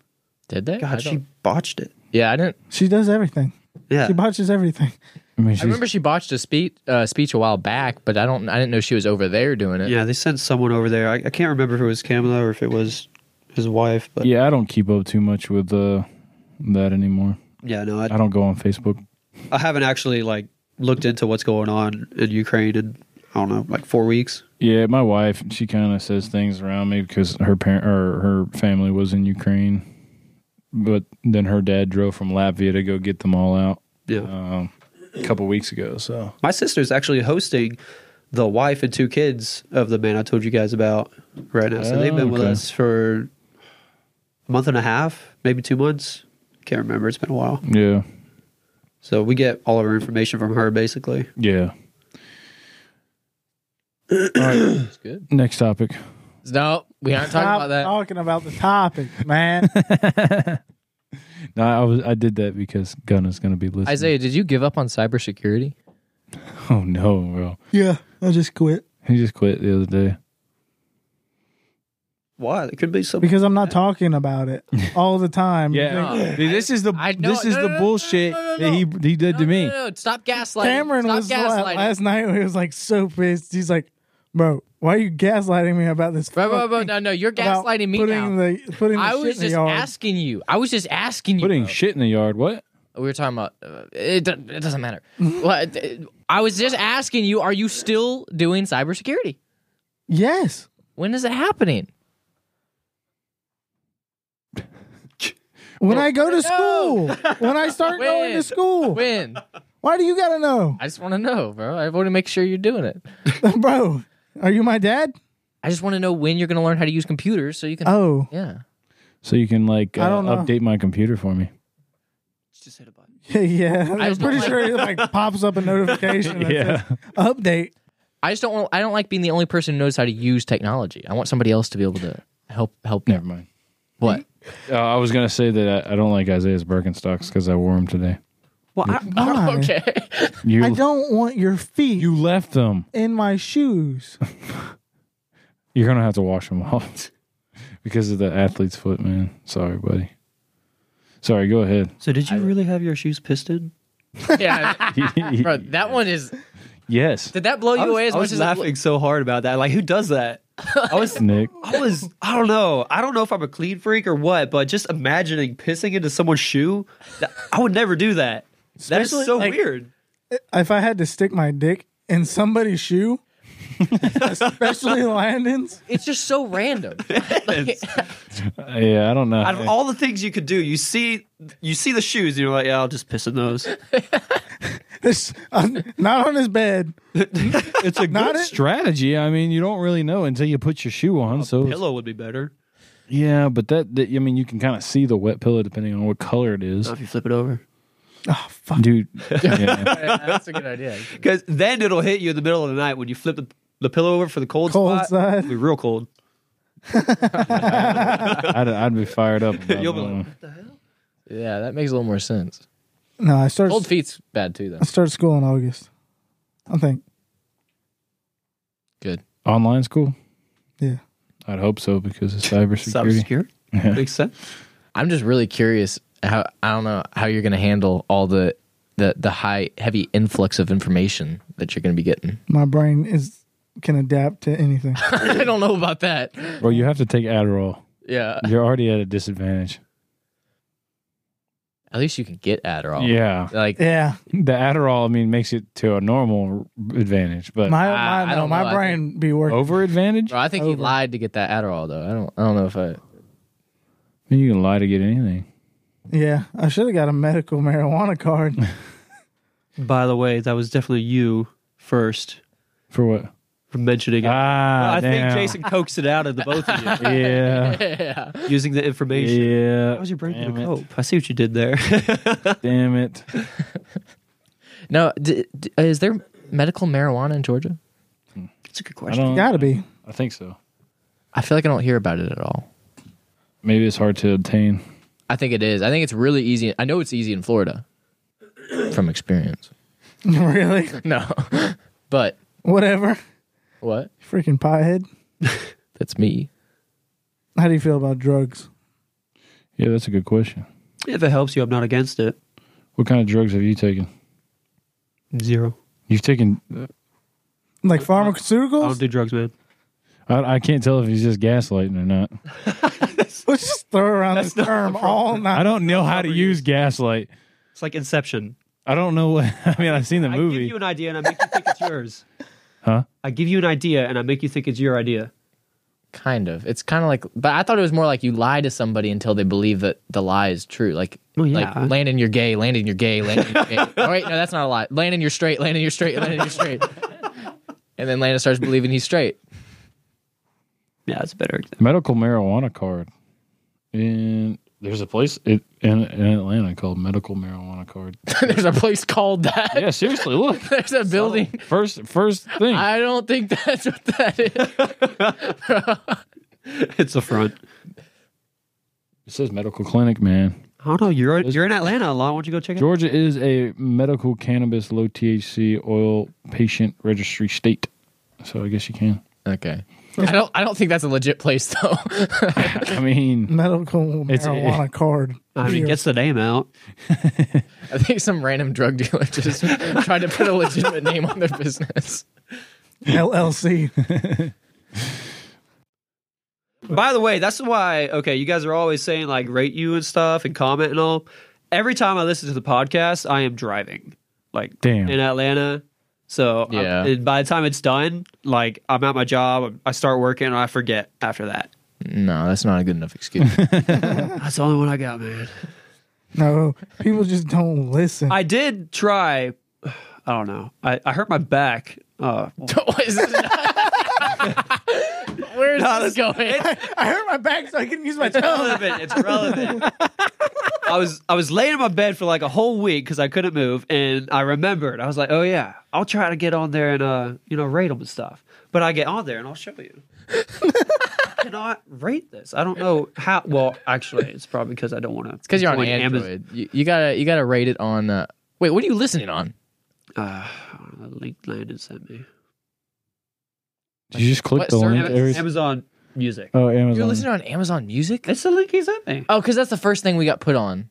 Speaker 1: did they? I
Speaker 4: God she
Speaker 1: don't-
Speaker 4: botched it.
Speaker 1: yeah, I didn't.
Speaker 3: She does everything.
Speaker 4: Yeah,
Speaker 3: She botches everything.
Speaker 2: I mean, she's,
Speaker 1: I remember she botched a speech uh, speech a while back, but I don't. I didn't know she was over there doing it.
Speaker 4: Yeah, they sent someone over there. I, I can't remember if it was Kamala or if it was his wife, but yeah,
Speaker 2: yeah, I don't keep up too much with uh, that anymore.
Speaker 4: no,
Speaker 2: I
Speaker 4: I,
Speaker 2: don't go on Facebook.
Speaker 4: I haven't actually like looked into what's going on in Ukraine in I don't know, like four weeks.
Speaker 2: Yeah, my wife, she kind of says things around me because her parent or her family was in Ukraine, but then her dad drove from Latvia to go get them all out
Speaker 4: Yeah,
Speaker 2: um, a couple weeks ago. So
Speaker 4: my sister's actually hosting the wife and two kids of the man I told you guys about right now. So they've been with
Speaker 2: Okay.
Speaker 4: us for a month and a half, maybe two months. Can't remember. It's been a while.
Speaker 2: yeah,
Speaker 4: So we get all of our information from her, basically.
Speaker 2: yeah.
Speaker 1: It's good.
Speaker 2: Next topic.
Speaker 1: No, we aren't talking
Speaker 3: Stop
Speaker 1: about that.
Speaker 3: Talking about the topic, man.
Speaker 2: No, I was I did that because Gunna's going to be listening.
Speaker 1: Isaiah, did you give up on cybersecurity?
Speaker 2: Oh no, bro,
Speaker 3: yeah, I just quit
Speaker 2: he just quit the other day.
Speaker 4: Why? There could be some.
Speaker 3: because I'm not talking about it all the time.
Speaker 1: No,
Speaker 2: Dude, this is the
Speaker 1: I- no,
Speaker 2: this is
Speaker 1: no, no,
Speaker 2: the
Speaker 1: no, no,
Speaker 2: bullshit
Speaker 1: no, no, no.
Speaker 2: that he he did
Speaker 1: No,
Speaker 2: to
Speaker 1: no,
Speaker 2: me.
Speaker 1: No, no, Stop gaslighting.
Speaker 3: Cameron
Speaker 1: Stop
Speaker 3: was la-
Speaker 1: gaslighting.
Speaker 3: last night. He was like so pissed. He's like, "Bro, why are you gaslighting me about this?"
Speaker 1: Bro, bro, bro,
Speaker 3: fucking-
Speaker 1: no, no, you're
Speaker 3: about
Speaker 1: gaslighting me
Speaker 3: putting
Speaker 1: now.
Speaker 3: The, putting the
Speaker 1: I
Speaker 3: shit
Speaker 1: was
Speaker 3: in the
Speaker 1: just
Speaker 3: yard.
Speaker 1: asking you. I was just asking you.
Speaker 2: Putting
Speaker 1: bro.
Speaker 2: shit in the yard. What?
Speaker 1: we were talking about uh, it, do- it doesn't matter. Well, I- I was just asking you, are you still doing cybersecurity?
Speaker 3: Yes,
Speaker 1: When is it happening?
Speaker 3: when I go to school,
Speaker 1: No.
Speaker 3: when I start
Speaker 1: When?
Speaker 3: going to school.
Speaker 1: When?
Speaker 3: Why do you gotta know,
Speaker 1: I just want to know, bro. I want to make sure you're doing it.
Speaker 3: bro? Are you my dad?
Speaker 1: I just want to know when you're going to learn how to use computers so you can.
Speaker 3: Oh,
Speaker 1: Yeah.
Speaker 2: So you can like uh,
Speaker 3: I don't know.
Speaker 2: update my computer for me.
Speaker 4: Just hit a button.
Speaker 3: yeah.
Speaker 1: I
Speaker 3: I'm
Speaker 1: just don't
Speaker 3: pretty
Speaker 1: like-
Speaker 3: sure it like pops up a notification. that says, update.
Speaker 1: I just don't want. I don't like being the only person who knows how to use technology. I want somebody else to be able to help. Help.
Speaker 2: Never mind.
Speaker 1: What?
Speaker 2: Uh, I was gonna say that I, I don't like Isaiah's Birkenstocks because I wore them today.
Speaker 4: Well, I,
Speaker 3: Why?
Speaker 1: Okay.
Speaker 2: You
Speaker 3: I don't want your feet
Speaker 2: you left them.
Speaker 3: in my shoes.
Speaker 2: You're gonna have to wash them off because of the athlete's foot, man. Sorry, buddy. Sorry. Go ahead.
Speaker 4: so did you really have your shoes piston?
Speaker 1: yeah, bro. That one is.
Speaker 2: yes,
Speaker 1: Did that blow you
Speaker 4: I was,
Speaker 1: away as
Speaker 4: I
Speaker 1: much
Speaker 4: was
Speaker 1: as it blo-
Speaker 4: laughing so hard about that. Like, who does that? I was,
Speaker 2: Nick.
Speaker 4: I was, I don't know. I don't know if I'm a clean freak or what, but just imagining pissing into someone's shoe, that, I would never do that. That is
Speaker 3: Especially,
Speaker 4: so
Speaker 3: like-
Speaker 4: weird.
Speaker 3: if I had to stick my dick in somebody's shoe, especially Landon's,
Speaker 1: It's just so random.
Speaker 2: Yeah, I don't know.
Speaker 4: Out of all the things you could do, you see, you see the shoes, and you're like, yeah, I'll just piss in those.
Speaker 3: It's uh, not on his bed.
Speaker 2: It's a
Speaker 3: Not
Speaker 2: good
Speaker 3: it-
Speaker 2: strategy. I mean, you don't really know until you put your shoe on. so it's-
Speaker 4: Pillow would be better.
Speaker 2: yeah, but that, that I mean, you can kind of see the wet pillow depending on what color it is,
Speaker 4: Not if you flip it over.
Speaker 3: Oh fuck!
Speaker 2: dude. yeah.
Speaker 1: that's a good idea.
Speaker 4: Because then it'll hit you in the middle of the night when you flip the, the pillow over for the cold,
Speaker 3: Cold
Speaker 4: spot.
Speaker 3: side.
Speaker 4: It'll be real cold.
Speaker 2: I'd, I'd be fired up. About
Speaker 4: You'll be
Speaker 2: that
Speaker 4: like,
Speaker 2: one.
Speaker 1: Yeah, that makes a little more sense.
Speaker 3: No, I start.
Speaker 1: Old feet's bad too, though.
Speaker 3: I start school in August. I think.
Speaker 1: Good.
Speaker 2: Online school?
Speaker 3: Yeah.
Speaker 2: I'd hope so because of cybersecurity.
Speaker 4: Cybersecure.
Speaker 2: Yeah.
Speaker 4: Makes sense.
Speaker 1: I'm just really curious how I don't know how you're going to handle all the the the high heavy influx of information that you're going to be getting.
Speaker 3: My brain is can adapt to anything.
Speaker 1: I don't know about that.
Speaker 2: Bro, you have to take Adderall.
Speaker 1: Yeah.
Speaker 2: You're already at a disadvantage.
Speaker 1: At least you can get Adderall.
Speaker 2: Yeah.
Speaker 1: Like
Speaker 3: yeah.
Speaker 2: The Adderall, I mean, makes it to a normal advantage, but
Speaker 3: My
Speaker 1: I-
Speaker 3: my,
Speaker 1: I
Speaker 3: no,
Speaker 1: don't know.
Speaker 3: my
Speaker 1: I Oh.
Speaker 3: brain be working.
Speaker 2: over advantage?
Speaker 1: bro, I think he lied to get that Adderall though. I don't I don't know if I
Speaker 2: I mean, you can lie to get anything.
Speaker 3: Yeah, I should have got a medical marijuana card.
Speaker 4: By the way, that was definitely you first
Speaker 2: For what?
Speaker 4: for mentioning it.
Speaker 2: Ah,
Speaker 4: I
Speaker 2: damn.
Speaker 4: think Jason coaxed it out of the both of you
Speaker 2: Yeah.
Speaker 4: using the information.
Speaker 2: yeah.
Speaker 4: How's your brain going
Speaker 2: damn
Speaker 4: to
Speaker 2: it.
Speaker 4: cope? I see what you did there.
Speaker 2: Damn it.
Speaker 1: No, d- d- is there medical marijuana in Georgia?
Speaker 4: It's a good
Speaker 2: I
Speaker 4: question.
Speaker 2: don't.
Speaker 3: Got to be.
Speaker 2: I think so.
Speaker 1: I feel like I don't hear about it at all.
Speaker 2: Maybe it's hard to obtain.
Speaker 1: I think it is. I think it's really easy. I know it's easy in Florida from experience.
Speaker 3: really?
Speaker 1: No. but
Speaker 3: Whatever.
Speaker 1: what?
Speaker 3: Freaking pothead.
Speaker 1: That's me.
Speaker 3: How do you feel about drugs?
Speaker 2: Yeah, that's a good question.
Speaker 4: If it helps you, I'm not against it.
Speaker 2: What kind of drugs have you taken?
Speaker 4: Zero.
Speaker 2: You've taken. uh,
Speaker 1: Uh,
Speaker 3: Like
Speaker 4: I
Speaker 3: pharmaceuticals?
Speaker 4: don't do drugs, man.
Speaker 2: I, I can't tell if he's just gaslighting or not.
Speaker 3: Let's just throw around this term all
Speaker 2: I
Speaker 3: night.
Speaker 2: don't know how to use gaslight.
Speaker 4: It's like Inception.
Speaker 2: I don't know what. I mean, I've seen the
Speaker 4: I give
Speaker 2: movie.
Speaker 4: you an idea and I make you think it's yours.
Speaker 2: Huh?
Speaker 4: I give you an idea and I make you think it's your idea.
Speaker 1: Kind of. It's kind of like, but I thought it was more like you lie to somebody until they believe that the lie is true. Like,
Speaker 4: Well, yeah.
Speaker 1: like Landon, you're gay. Landon, you're gay. Landon, you're gay. oh, wait, no, that's not a lie. Landon, you're straight. Landon, you're straight. Landon, you're straight. and then Landon starts believing he's straight.
Speaker 4: Yeah, it's better.
Speaker 2: Medical marijuana card. And there's a place it, in in Atlanta called Medical Marijuana Card.
Speaker 1: There's a place called that.
Speaker 2: yeah, seriously, look.
Speaker 1: There's a building.
Speaker 2: First first thing.
Speaker 1: I don't think that's what that is.
Speaker 4: It's a front.
Speaker 2: it says medical clinic, man.
Speaker 4: I don't know. You're you're in Atlanta a lot. Why don't you go check it? out?
Speaker 2: Georgia is a medical cannabis low THC oil patient registry state. So I guess you can.
Speaker 1: Okay. I don't. I don't think that's a legit place though.
Speaker 2: I mean,
Speaker 3: Medical
Speaker 2: It's-
Speaker 3: marijuana card.
Speaker 4: I mean,
Speaker 3: Here.
Speaker 4: gets the name out.
Speaker 1: I think some random drug dealer just tried to put a legitimate name on their business.
Speaker 3: LLC.
Speaker 4: By the way, that's why. Okay, you guys are always saying like rate you and stuff and comment and all. Every time I listen to the podcast, I am driving, like
Speaker 2: Damn.
Speaker 4: in Atlanta. So I'm-
Speaker 1: Yeah.
Speaker 4: and by the time it's done, like I'm at my job, I start working, and I forget after that.
Speaker 1: No, that's not a good enough excuse.
Speaker 4: That's the only one I got, man.
Speaker 3: No, people just don't listen.
Speaker 4: I did try. I don't know. I, I hurt my back. Uh,
Speaker 1: What is this? Where's this going?
Speaker 3: I hurt my back, so I couldn't use my
Speaker 4: It's
Speaker 3: tongue.
Speaker 4: relevant. It's relevant. I was I was laying in my bed for like a whole week because I couldn't move, and I remembered. I was like, "Oh yeah, I'll try to get on there and uh, you know, rate them and stuff." But I get on there and I'll show you. I cannot rate this. I don't know how. Well, actually, it's probably because I don't want to. It's
Speaker 1: Because you're on Android, you, you gotta you gotta rate it on. Uh, wait, what are you listening on?
Speaker 4: Uh, the link Landon sent me.
Speaker 2: did you just click
Speaker 1: What
Speaker 2: the link?
Speaker 1: service?
Speaker 2: Every-
Speaker 4: Amazon Music.
Speaker 2: oh, Amazon.
Speaker 1: You're listening on Amazon Music.
Speaker 4: It's the link he sent me.
Speaker 1: Oh, because that's the first thing we got put on.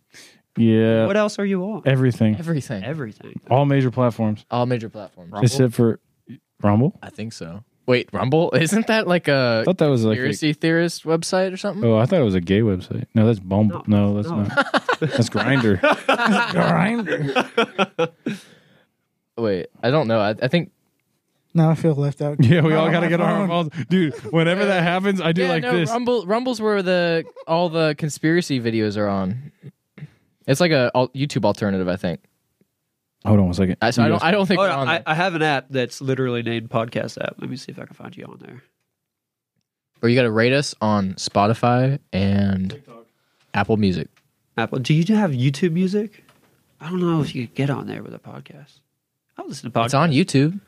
Speaker 2: yeah.
Speaker 4: What else are you on?
Speaker 2: Everything.
Speaker 1: Everything,
Speaker 4: Everything.
Speaker 2: All major platforms
Speaker 1: all major platforms.
Speaker 2: except for Rumble.
Speaker 1: I think so. Wait, Rumble isn't that like
Speaker 2: I
Speaker 1: a
Speaker 2: thought that was like a,
Speaker 1: conspiracy theorist website or something?
Speaker 2: Oh, I thought it was a gay website. No, that's Bumble. No, that's
Speaker 4: no.
Speaker 2: not. That's Grinder.
Speaker 3: Grinder.
Speaker 2: Oh.
Speaker 1: Wait, I don't know. I, I think
Speaker 3: Now I feel left out.
Speaker 2: Yeah, we
Speaker 3: Not
Speaker 2: all
Speaker 3: on
Speaker 2: got to
Speaker 3: my
Speaker 2: get on our
Speaker 3: phone.
Speaker 2: phones. Dude, whenever that happens, I do
Speaker 1: yeah,
Speaker 2: like
Speaker 1: no,
Speaker 2: this.
Speaker 1: Rumble Rumbles where the all the conspiracy videos are on. It's like a al- YouTube alternative, I think.
Speaker 2: Hold on one second.
Speaker 1: I, so I don't. I don't think
Speaker 4: Oh,
Speaker 1: we're on
Speaker 4: I,
Speaker 1: there.
Speaker 4: I have an app that's literally named Podcast App. Let me see if I can find you on there.
Speaker 1: Or you got to rate us on Spotify and Apple Music.
Speaker 4: Apple. Do you have YouTube Music? I don't know if you could get on there with a podcast. I will listen to podcasts.
Speaker 1: It's on YouTube.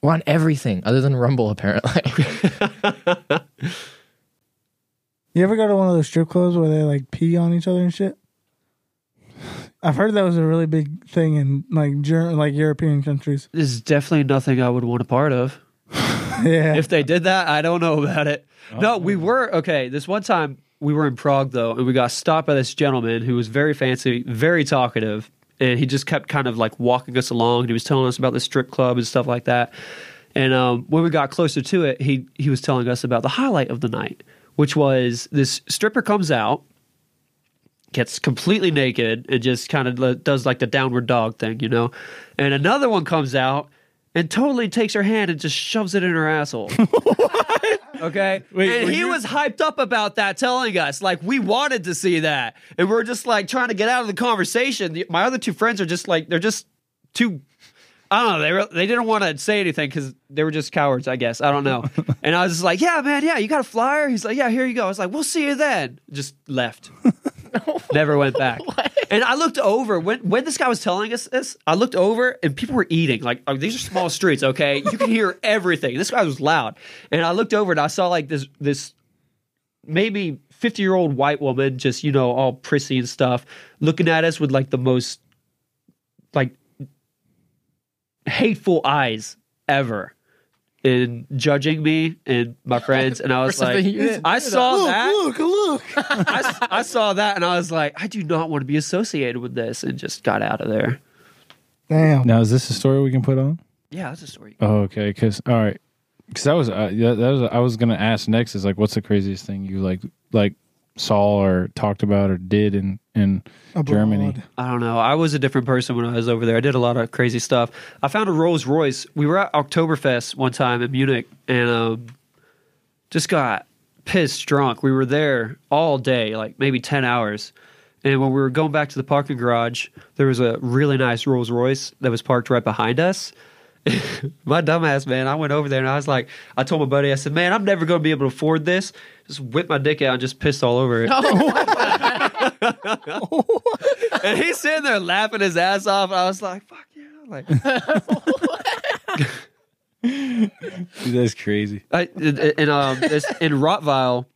Speaker 1: We're on everything other than Rumble, apparently.
Speaker 3: You ever go to one of those strip clubs where they like pee on each other and shit? I've heard that was a really big thing in like Ger- like European countries.
Speaker 4: This is definitely nothing I would want a part of.
Speaker 3: Yeah,
Speaker 4: If they did that, I don't know about it. No, we were okay. This one time we were in Prague though, and we got stopped by this gentleman who was very fancy, very talkative, and he just kept kind of like walking us along. And he was telling us about the strip club and stuff like that. And um, when we got closer to it, he he was telling us about the highlight of the night, which was this stripper comes out. Gets completely naked and just kind of does like the downward dog thing, you know. And another one comes out and totally takes her hand and just shoves it in her asshole. Okay.
Speaker 2: Wait,
Speaker 4: and
Speaker 2: were
Speaker 4: he
Speaker 2: you-
Speaker 4: was hyped up about that, telling us, like, we wanted to see that. And we're just like trying to get out of the conversation. The- My other two friends are just like, they're just too. I don't know. They were, they didn't want to say anything because they were just cowards, I guess. I don't know. and I was just like, "Yeah, man, yeah, you got a flyer." He's like, "Yeah, here you go." I was like, "We'll see you then." Just left. Never went back. And I looked over when when this guy was telling us this. I looked over and people were eating. Like oh, these are small streets, okay? You can hear everything. This guy was loud, and I looked over and I saw like this this maybe 50 year old white woman just you know all prissy and stuff looking at us with like the most like hateful eyes ever and judging me and my friends and i was like
Speaker 1: something you didn't
Speaker 4: i saw
Speaker 3: look,
Speaker 4: that
Speaker 3: look, look.
Speaker 4: I, s- I saw that and i was like i do not want to be associated with this and just got out of there
Speaker 3: Damn.
Speaker 2: Now is this a story we can put on?
Speaker 4: yeah that's a story
Speaker 2: Oh, okay. Because all right. Because that was uh, yeah, that was I was gonna ask next is like what's the craziest thing you like like saw or talked about or did in in
Speaker 3: Abroad.
Speaker 2: Germany?
Speaker 4: I don't know. I was a different person when I was over there. I did a lot of crazy stuff. I found a Rolls Royce. We were at Oktoberfest one time in Munich and um, just got pissed drunk. We were there all day, like maybe 10 hours. And when we were going back to the parking garage, there was a really nice Rolls Royce that was parked right behind us. my dumbass man, I went over there and I was like, I told my buddy, I said, man, I'm never going to be able to afford this. Just whipped my dick out and just pissed all over it. and he's sitting there laughing his ass off. I was like, fuck yeah. Like,
Speaker 2: Dude, that's crazy.
Speaker 4: I, and, and, um, this, in Rottweil,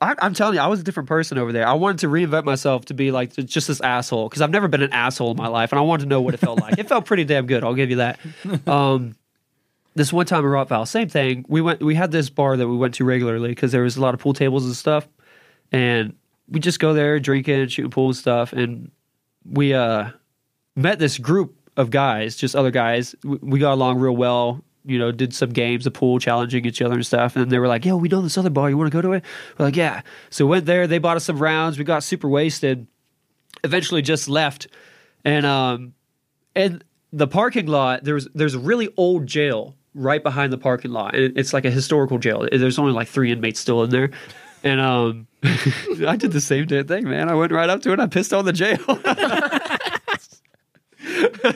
Speaker 4: I, I'm telling you, I was a different person over there. I wanted to reinvent myself to be like just this asshole because I've never been an asshole in my life, and I wanted to know what it felt like. it felt pretty damn good, I'll give you that. Um, this one time in Rottweil, same thing. We went, we had this bar that we went to regularly because there was a lot of pool tables and stuff, and we just go there drinking, shooting pool and stuff, and we uh met this group of guys, just other guys. We, we got along real well. You know, did some games of pool, challenging each other and stuff. And they were like, "Yo, we know this other bar. You want to go to it?" We're like, "Yeah." So went there. They bought us some rounds. We got super wasted. Eventually, just left. And um, and the parking lot there's there's a really old jail right behind the parking lot and it's like a historical jail there's only like three inmates still in there and um i did the same damn thing man i went right up to it and i pissed on the jail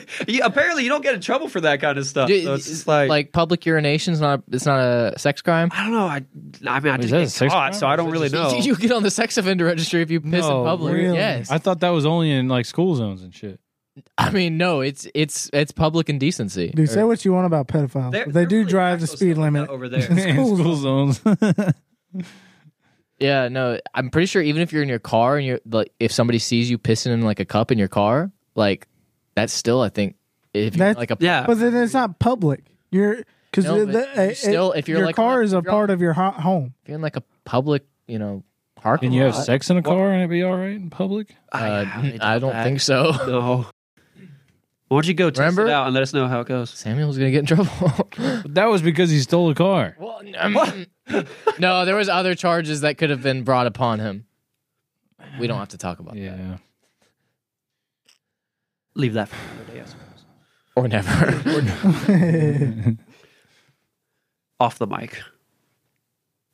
Speaker 4: You- apparently you don't get in trouble for that kind of stuff
Speaker 1: Dude,
Speaker 4: so it's just
Speaker 1: like,
Speaker 4: like,
Speaker 1: public urination's not. It's not a sex crime.
Speaker 4: i don't know i i mean i
Speaker 2: that a
Speaker 4: just get
Speaker 2: sex crime
Speaker 4: caught so
Speaker 2: or
Speaker 4: i
Speaker 2: is
Speaker 4: don't
Speaker 2: it
Speaker 4: really
Speaker 2: just-
Speaker 4: know
Speaker 1: You get on the sex offender registry if you piss
Speaker 2: No,
Speaker 1: in public.
Speaker 3: really?
Speaker 1: Yes.
Speaker 2: I thought that was only in like schools zones and shit.
Speaker 1: I mean, no. It's it's it's public indecency.
Speaker 3: Dude, say what you want about pedophiles.
Speaker 4: They're-
Speaker 3: but
Speaker 4: they're
Speaker 3: they do
Speaker 4: really
Speaker 3: drive the
Speaker 4: tactile
Speaker 3: speed
Speaker 4: stuff like that
Speaker 3: limit.
Speaker 4: over there
Speaker 2: In
Speaker 3: School
Speaker 2: school zones.
Speaker 1: Yeah, no, I'm pretty sure even if you're in your car and you're like, if somebody sees you pissing in like a cup in your car, like that's still, I think, if you're
Speaker 3: That's-
Speaker 1: like a
Speaker 4: yeah
Speaker 3: But then it's not public. You're because
Speaker 1: No, but you still- if you're
Speaker 3: your
Speaker 1: like on
Speaker 3: car
Speaker 1: a-
Speaker 3: is a
Speaker 1: if you're on-
Speaker 3: part of your ho- home.
Speaker 1: if you're in like a public, you know, parking
Speaker 2: Can you have
Speaker 1: lot,
Speaker 2: sex in a car and it be all right in public?
Speaker 1: uh,
Speaker 4: I, they
Speaker 1: I don't
Speaker 4: that.
Speaker 1: think so.
Speaker 4: no why don't you go test
Speaker 1: Remember?
Speaker 4: it out and let us know how it goes
Speaker 1: Samuel's gonna get in trouble.
Speaker 2: That was because he stole a car.
Speaker 1: well, um, no, there was other charges that could have been brought upon him. We don't have to talk about that
Speaker 2: Yeah.
Speaker 4: leave that for another day, I suppose.
Speaker 1: or never.
Speaker 4: Off the mic.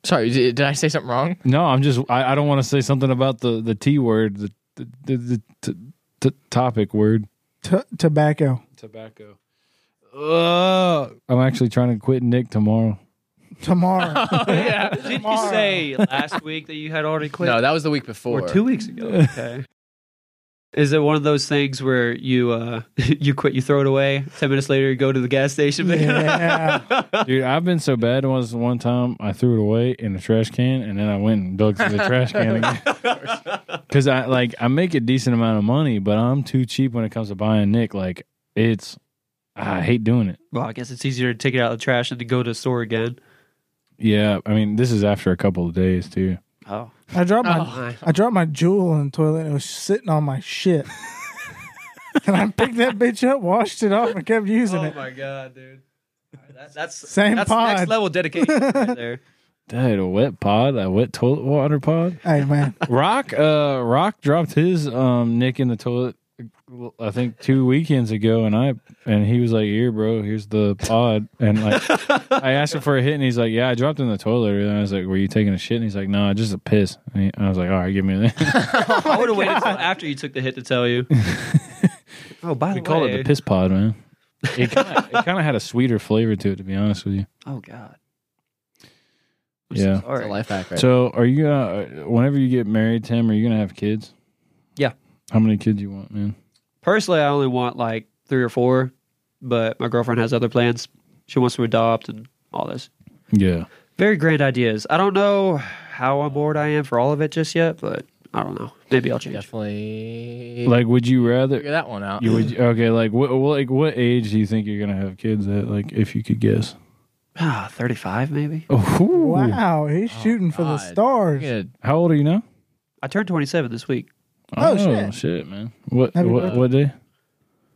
Speaker 1: Sorry, did, did I say something wrong?
Speaker 2: No, I'm just. I, I don't want to say something about the the T word, the the the, the, t- t- topic word.
Speaker 3: T- tobacco.
Speaker 2: Tobacco. Ugh. I'm actually trying to quit Nick tomorrow.
Speaker 3: Tomorrow.
Speaker 4: Oh, yeah. Did you say last week that you had already quit?
Speaker 1: No, that was the week before.
Speaker 4: or two weeks ago. Okay. Is it one of those things where you uh, you quit, you throw it away, ten minutes later you go to the gas station? pick it up?
Speaker 3: yeah.
Speaker 2: Dude, I've been so bad once one time I threw it away in a trash can and then I went and dug through the trash can again. Cause I like I make a decent amount of money, but I'm too cheap when it comes to buying Nick. Like it's I hate doing it.
Speaker 4: Well, I guess it's easier to take it out of the trash than to go to the store again.
Speaker 2: Yeah. I mean, this is after a couple of days too.
Speaker 4: Oh,
Speaker 3: I dropped my
Speaker 1: Oh.
Speaker 3: I dropped my jewel in the toilet and it was sitting on my shit. and I picked that bitch up, washed it off, and kept using it.
Speaker 4: my god, dude. That, that's
Speaker 3: Same
Speaker 4: that's
Speaker 3: pod.
Speaker 4: next level dedication right there.
Speaker 2: Dude, a wet pod, a wet toilet water pod.
Speaker 3: Hey man,
Speaker 2: Rock, uh, Rock dropped his um Nick in the toilet. I think two weekends ago, and I and he was like, "Here, bro, here's the pod." And like, I asked him for a hit, and he's like, "Yeah, I dropped it in the toilet." And I was like, "Were you taking a shit?" And he's like, "No, just a piss." And he, I was like, "All right, give me that."
Speaker 4: I would have waited until after you took the hit to tell you. oh, by
Speaker 2: we
Speaker 4: the
Speaker 2: call
Speaker 4: way,
Speaker 2: it the piss pod, man. It kind of it kind of had a sweeter flavor to it, to be honest with you.
Speaker 4: oh god. I'm so
Speaker 2: Yeah.
Speaker 1: It's a
Speaker 4: sorry.
Speaker 1: life hack, right?
Speaker 2: So, are you gonna? Whenever you get married, Tim, are you gonna have kids?
Speaker 4: Yeah.
Speaker 2: How many kids you want, man?
Speaker 4: Personally, I only want like three or four, but my girlfriend has other plans. She wants to adopt and all this.
Speaker 2: Yeah.
Speaker 4: Very grand ideas. I don't know how on board I am for all of it just yet, but I don't know. Maybe I'll change.
Speaker 1: Definitely
Speaker 2: Like, would you rather?
Speaker 1: figure that one out.
Speaker 2: You would okay? Like what? what- Like what age do you think you're gonna have kids at? Like if you could guess.
Speaker 4: Ah, 35 maybe?
Speaker 2: Oh,
Speaker 3: wow, he's shooting for the
Speaker 1: God.
Speaker 3: stars.
Speaker 1: Yeah.
Speaker 2: How old are you now?
Speaker 4: I turned 27 this week,
Speaker 3: Oh, shit.
Speaker 2: man! What?
Speaker 3: Happy
Speaker 2: What?
Speaker 3: birthday.
Speaker 2: What day?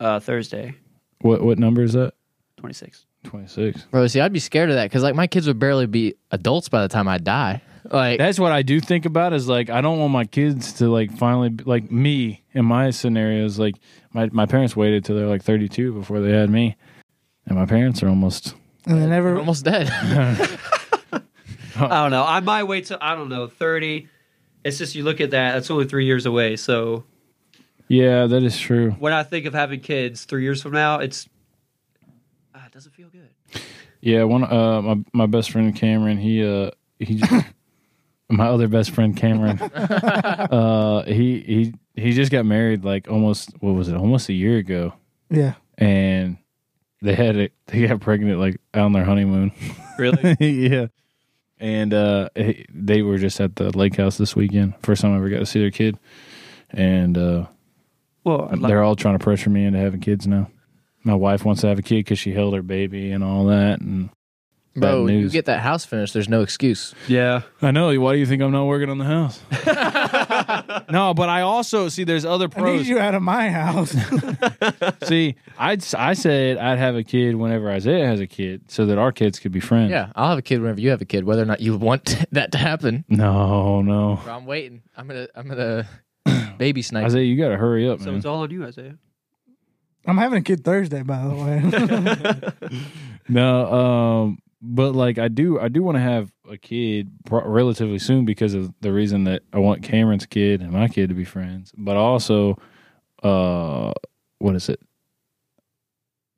Speaker 4: uh, Thursday,
Speaker 2: What? What number is that?
Speaker 4: 26.
Speaker 2: Twenty six.
Speaker 1: Bro, see, I'd be scared of that because like my kids would barely be adults by the time I die. Like
Speaker 2: That's what I do think about. Is like I don't want my kids to like finally be- like me in my scenarios. Like my my parents waited till they're like thirty two before they had me, and my parents are almost.
Speaker 3: And they
Speaker 1: we're
Speaker 3: never
Speaker 1: almost dead.
Speaker 4: I don't know. I might wait till, I don't know, 30. It's just you look at that, that's only three years away. So
Speaker 2: Yeah, that is true.
Speaker 4: when I think of having kids three years from now, it's, ah, it doesn't feel good.
Speaker 2: Yeah, one uh my my best friend Cameron, he uh he j- my other best friend Cameron. uh he he he just got married like almost what was it? Almost a year ago
Speaker 3: Yeah.
Speaker 2: and they had it they got pregnant like on their honeymoon.
Speaker 4: Really?
Speaker 2: yeah. And uh he- they were just at the lake house this weekend. First time I ever got to see their kid. And uh
Speaker 4: well, I'd like,
Speaker 2: they're all trying to pressure me into having kids now. My wife wants to have a kid cuz she held her baby and all that and
Speaker 1: Bro,
Speaker 2: Bad
Speaker 1: you
Speaker 2: news.
Speaker 1: get that house finished, there's no excuse.
Speaker 4: yeah.
Speaker 2: I know. Why do you think I'm not working on the house? no, but I also see there's other
Speaker 3: I need
Speaker 2: pros.
Speaker 3: you out of my house.
Speaker 2: see, I'd, I said I'd have a kid whenever Isaiah has a kid so that our kids could be friends.
Speaker 1: Yeah, I'll have a kid whenever you have a kid, whether or not you want that to happen.
Speaker 2: No, no.
Speaker 1: Bro, I'm waiting. I'm gonna I'm gonna baby snipe.
Speaker 2: Isaiah, you got to hurry up,
Speaker 4: So
Speaker 2: man.
Speaker 4: it's all on you, Isaiah.
Speaker 3: I'm having a kid Thursday, by the way.
Speaker 2: no, um, but like I do, I do want to have a kid pro- relatively soon because of the reason that I want Cameron's kid and my kid to be friends, but also, uh, what is it?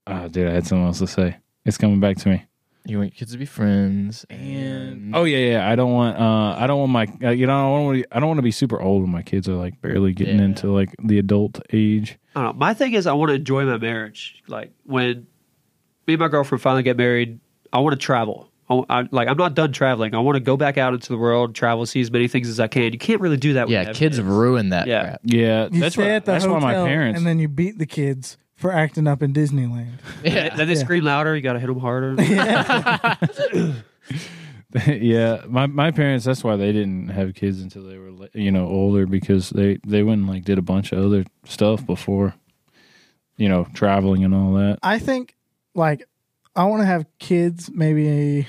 Speaker 2: Ah, dude, I had something else to say. It's coming back to me.
Speaker 1: You want your kids to be friends and
Speaker 2: oh yeah, yeah. I don't want. Uh, I don't want my. Uh, you know, I don't want. I don't want to be super old when my kids are like barely getting
Speaker 1: Yeah.
Speaker 2: into like the adult age.
Speaker 4: I don't know. My thing is, I want to enjoy my marriage. Like when me and my girlfriend finally get married, I want to travel. I, wa- I- like I'm not done traveling. I want to go back out into the world, travel, see as many things as I can. You can't really do that.
Speaker 1: Yeah,
Speaker 4: with
Speaker 1: kids ruin that
Speaker 4: Yeah.
Speaker 1: crap.
Speaker 2: Yeah,
Speaker 3: You
Speaker 2: that's
Speaker 3: stay
Speaker 2: why.
Speaker 3: at the
Speaker 2: That's why
Speaker 3: hotel
Speaker 2: my parents.
Speaker 3: and then you beat the kids for acting up in Disneyland.
Speaker 4: Yeah. Then,
Speaker 1: Yeah.
Speaker 4: they
Speaker 3: Yeah.
Speaker 4: scream louder. You got to hit them harder.
Speaker 2: yeah, my my parents. That's why they didn't have kids until they were li- you know older because they they went and like did a bunch of other stuff before, you know, traveling and all that.
Speaker 3: I think like I want to have kids maybe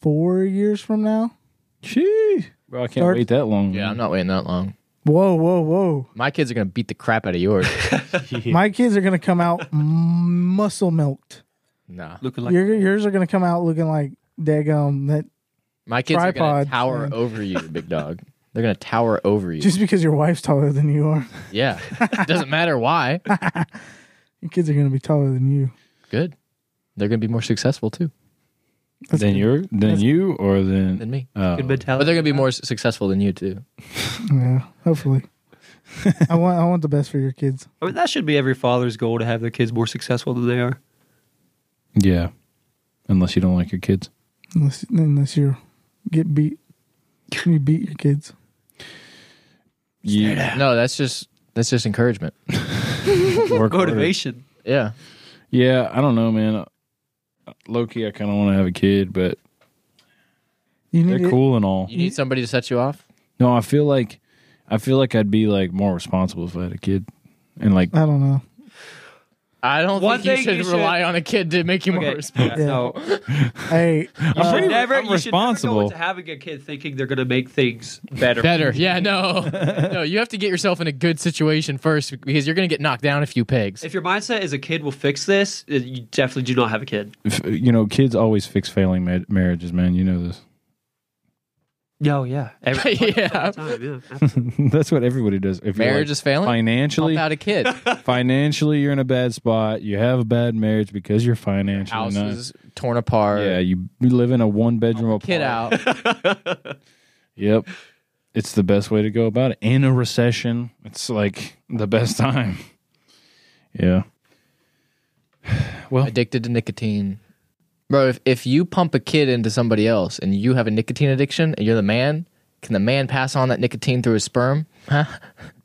Speaker 3: four years from now.
Speaker 2: Gee, bro, I can't
Speaker 3: Start-
Speaker 2: wait that long.
Speaker 1: Yeah, I'm
Speaker 2: man.
Speaker 1: not waiting that long.
Speaker 3: Whoa, whoa, whoa.
Speaker 1: My kids are gonna beat the crap out of yours.
Speaker 3: My kids are gonna come out m- muscle milked.
Speaker 1: nah.
Speaker 4: Looking like
Speaker 3: Your, yours are gonna come out looking like daggum that
Speaker 1: My kids are gonna
Speaker 3: Tripods,
Speaker 1: tower
Speaker 3: man.
Speaker 1: over you, big dog. They're gonna tower over you.
Speaker 3: Just because your wife's taller than you are,
Speaker 1: yeah, doesn't matter why.
Speaker 3: your kids are going to be taller than you.
Speaker 1: Good. They're gonna be more successful too
Speaker 3: That's
Speaker 2: Then
Speaker 3: good.
Speaker 2: you're then
Speaker 3: That's-
Speaker 2: you or then
Speaker 1: than me,
Speaker 2: oh.
Speaker 4: Good
Speaker 1: but
Speaker 4: mentality.
Speaker 1: they're gonna be more s- successful than you too.
Speaker 3: Yeah, hopefully. I want I want the best for your kids.
Speaker 4: I mean, that should be every father's goal to have their kids more successful than they are.
Speaker 2: yeah. Unless you don't like your kids.
Speaker 3: Unless unless you get beat, you beat your kids.
Speaker 2: Yeah.
Speaker 1: No, that's just that's just encouragement.
Speaker 2: Work harder.
Speaker 4: Motivation.
Speaker 1: Yeah,
Speaker 2: Yeah, I don't know, man. Low key, I kind of want to have a kid, but
Speaker 3: You need
Speaker 2: they're
Speaker 3: to-
Speaker 2: cool and all.
Speaker 1: you need somebody to set you off.
Speaker 2: No, I feel like I feel like I'd be like more responsible if I had a kid, and like
Speaker 3: I don't know.
Speaker 1: I don't
Speaker 4: One
Speaker 1: think you
Speaker 4: thing
Speaker 1: should
Speaker 4: you should-
Speaker 1: rely on a kid to make you more
Speaker 4: Okay,
Speaker 1: responsible.
Speaker 4: yeah,
Speaker 3: Yeah.
Speaker 4: no.
Speaker 3: Hey, uh,
Speaker 4: You should
Speaker 2: pretty-
Speaker 4: never,
Speaker 2: I'm
Speaker 4: you should never go
Speaker 2: responsible.
Speaker 4: into having a kid thinking they're going to make things better.
Speaker 1: Better, yeah, no, no. You have to get yourself in a good situation first because you're gonna get knocked down a few pegs.
Speaker 4: If your mindset is a kid will fix this, uh, you definitely do not have a kid.
Speaker 2: f- you know, kids always fix failing ma- marriages, man. You know this.
Speaker 4: No, yeah. Every,
Speaker 1: yeah,
Speaker 4: Time, yeah.
Speaker 2: That's what everybody does. If you're,
Speaker 1: marriage
Speaker 2: like,
Speaker 1: is failing.
Speaker 2: financially,
Speaker 1: Without a kid,
Speaker 2: financially, you're in a bad spot. You have a bad marriage because you're financially
Speaker 1: house
Speaker 2: not-
Speaker 1: is torn apart.
Speaker 2: Yeah, you you live in a one bedroom apartment.
Speaker 1: Kid out.
Speaker 2: Yep. It's the best way to go about it. In a recession, it's like the best time. Yeah. Well,
Speaker 1: addicted to nicotine. Bro, if, if you pump a kid into somebody else and you have a nicotine addiction and you're the man, can the man pass on that nicotine through his sperm? Huh?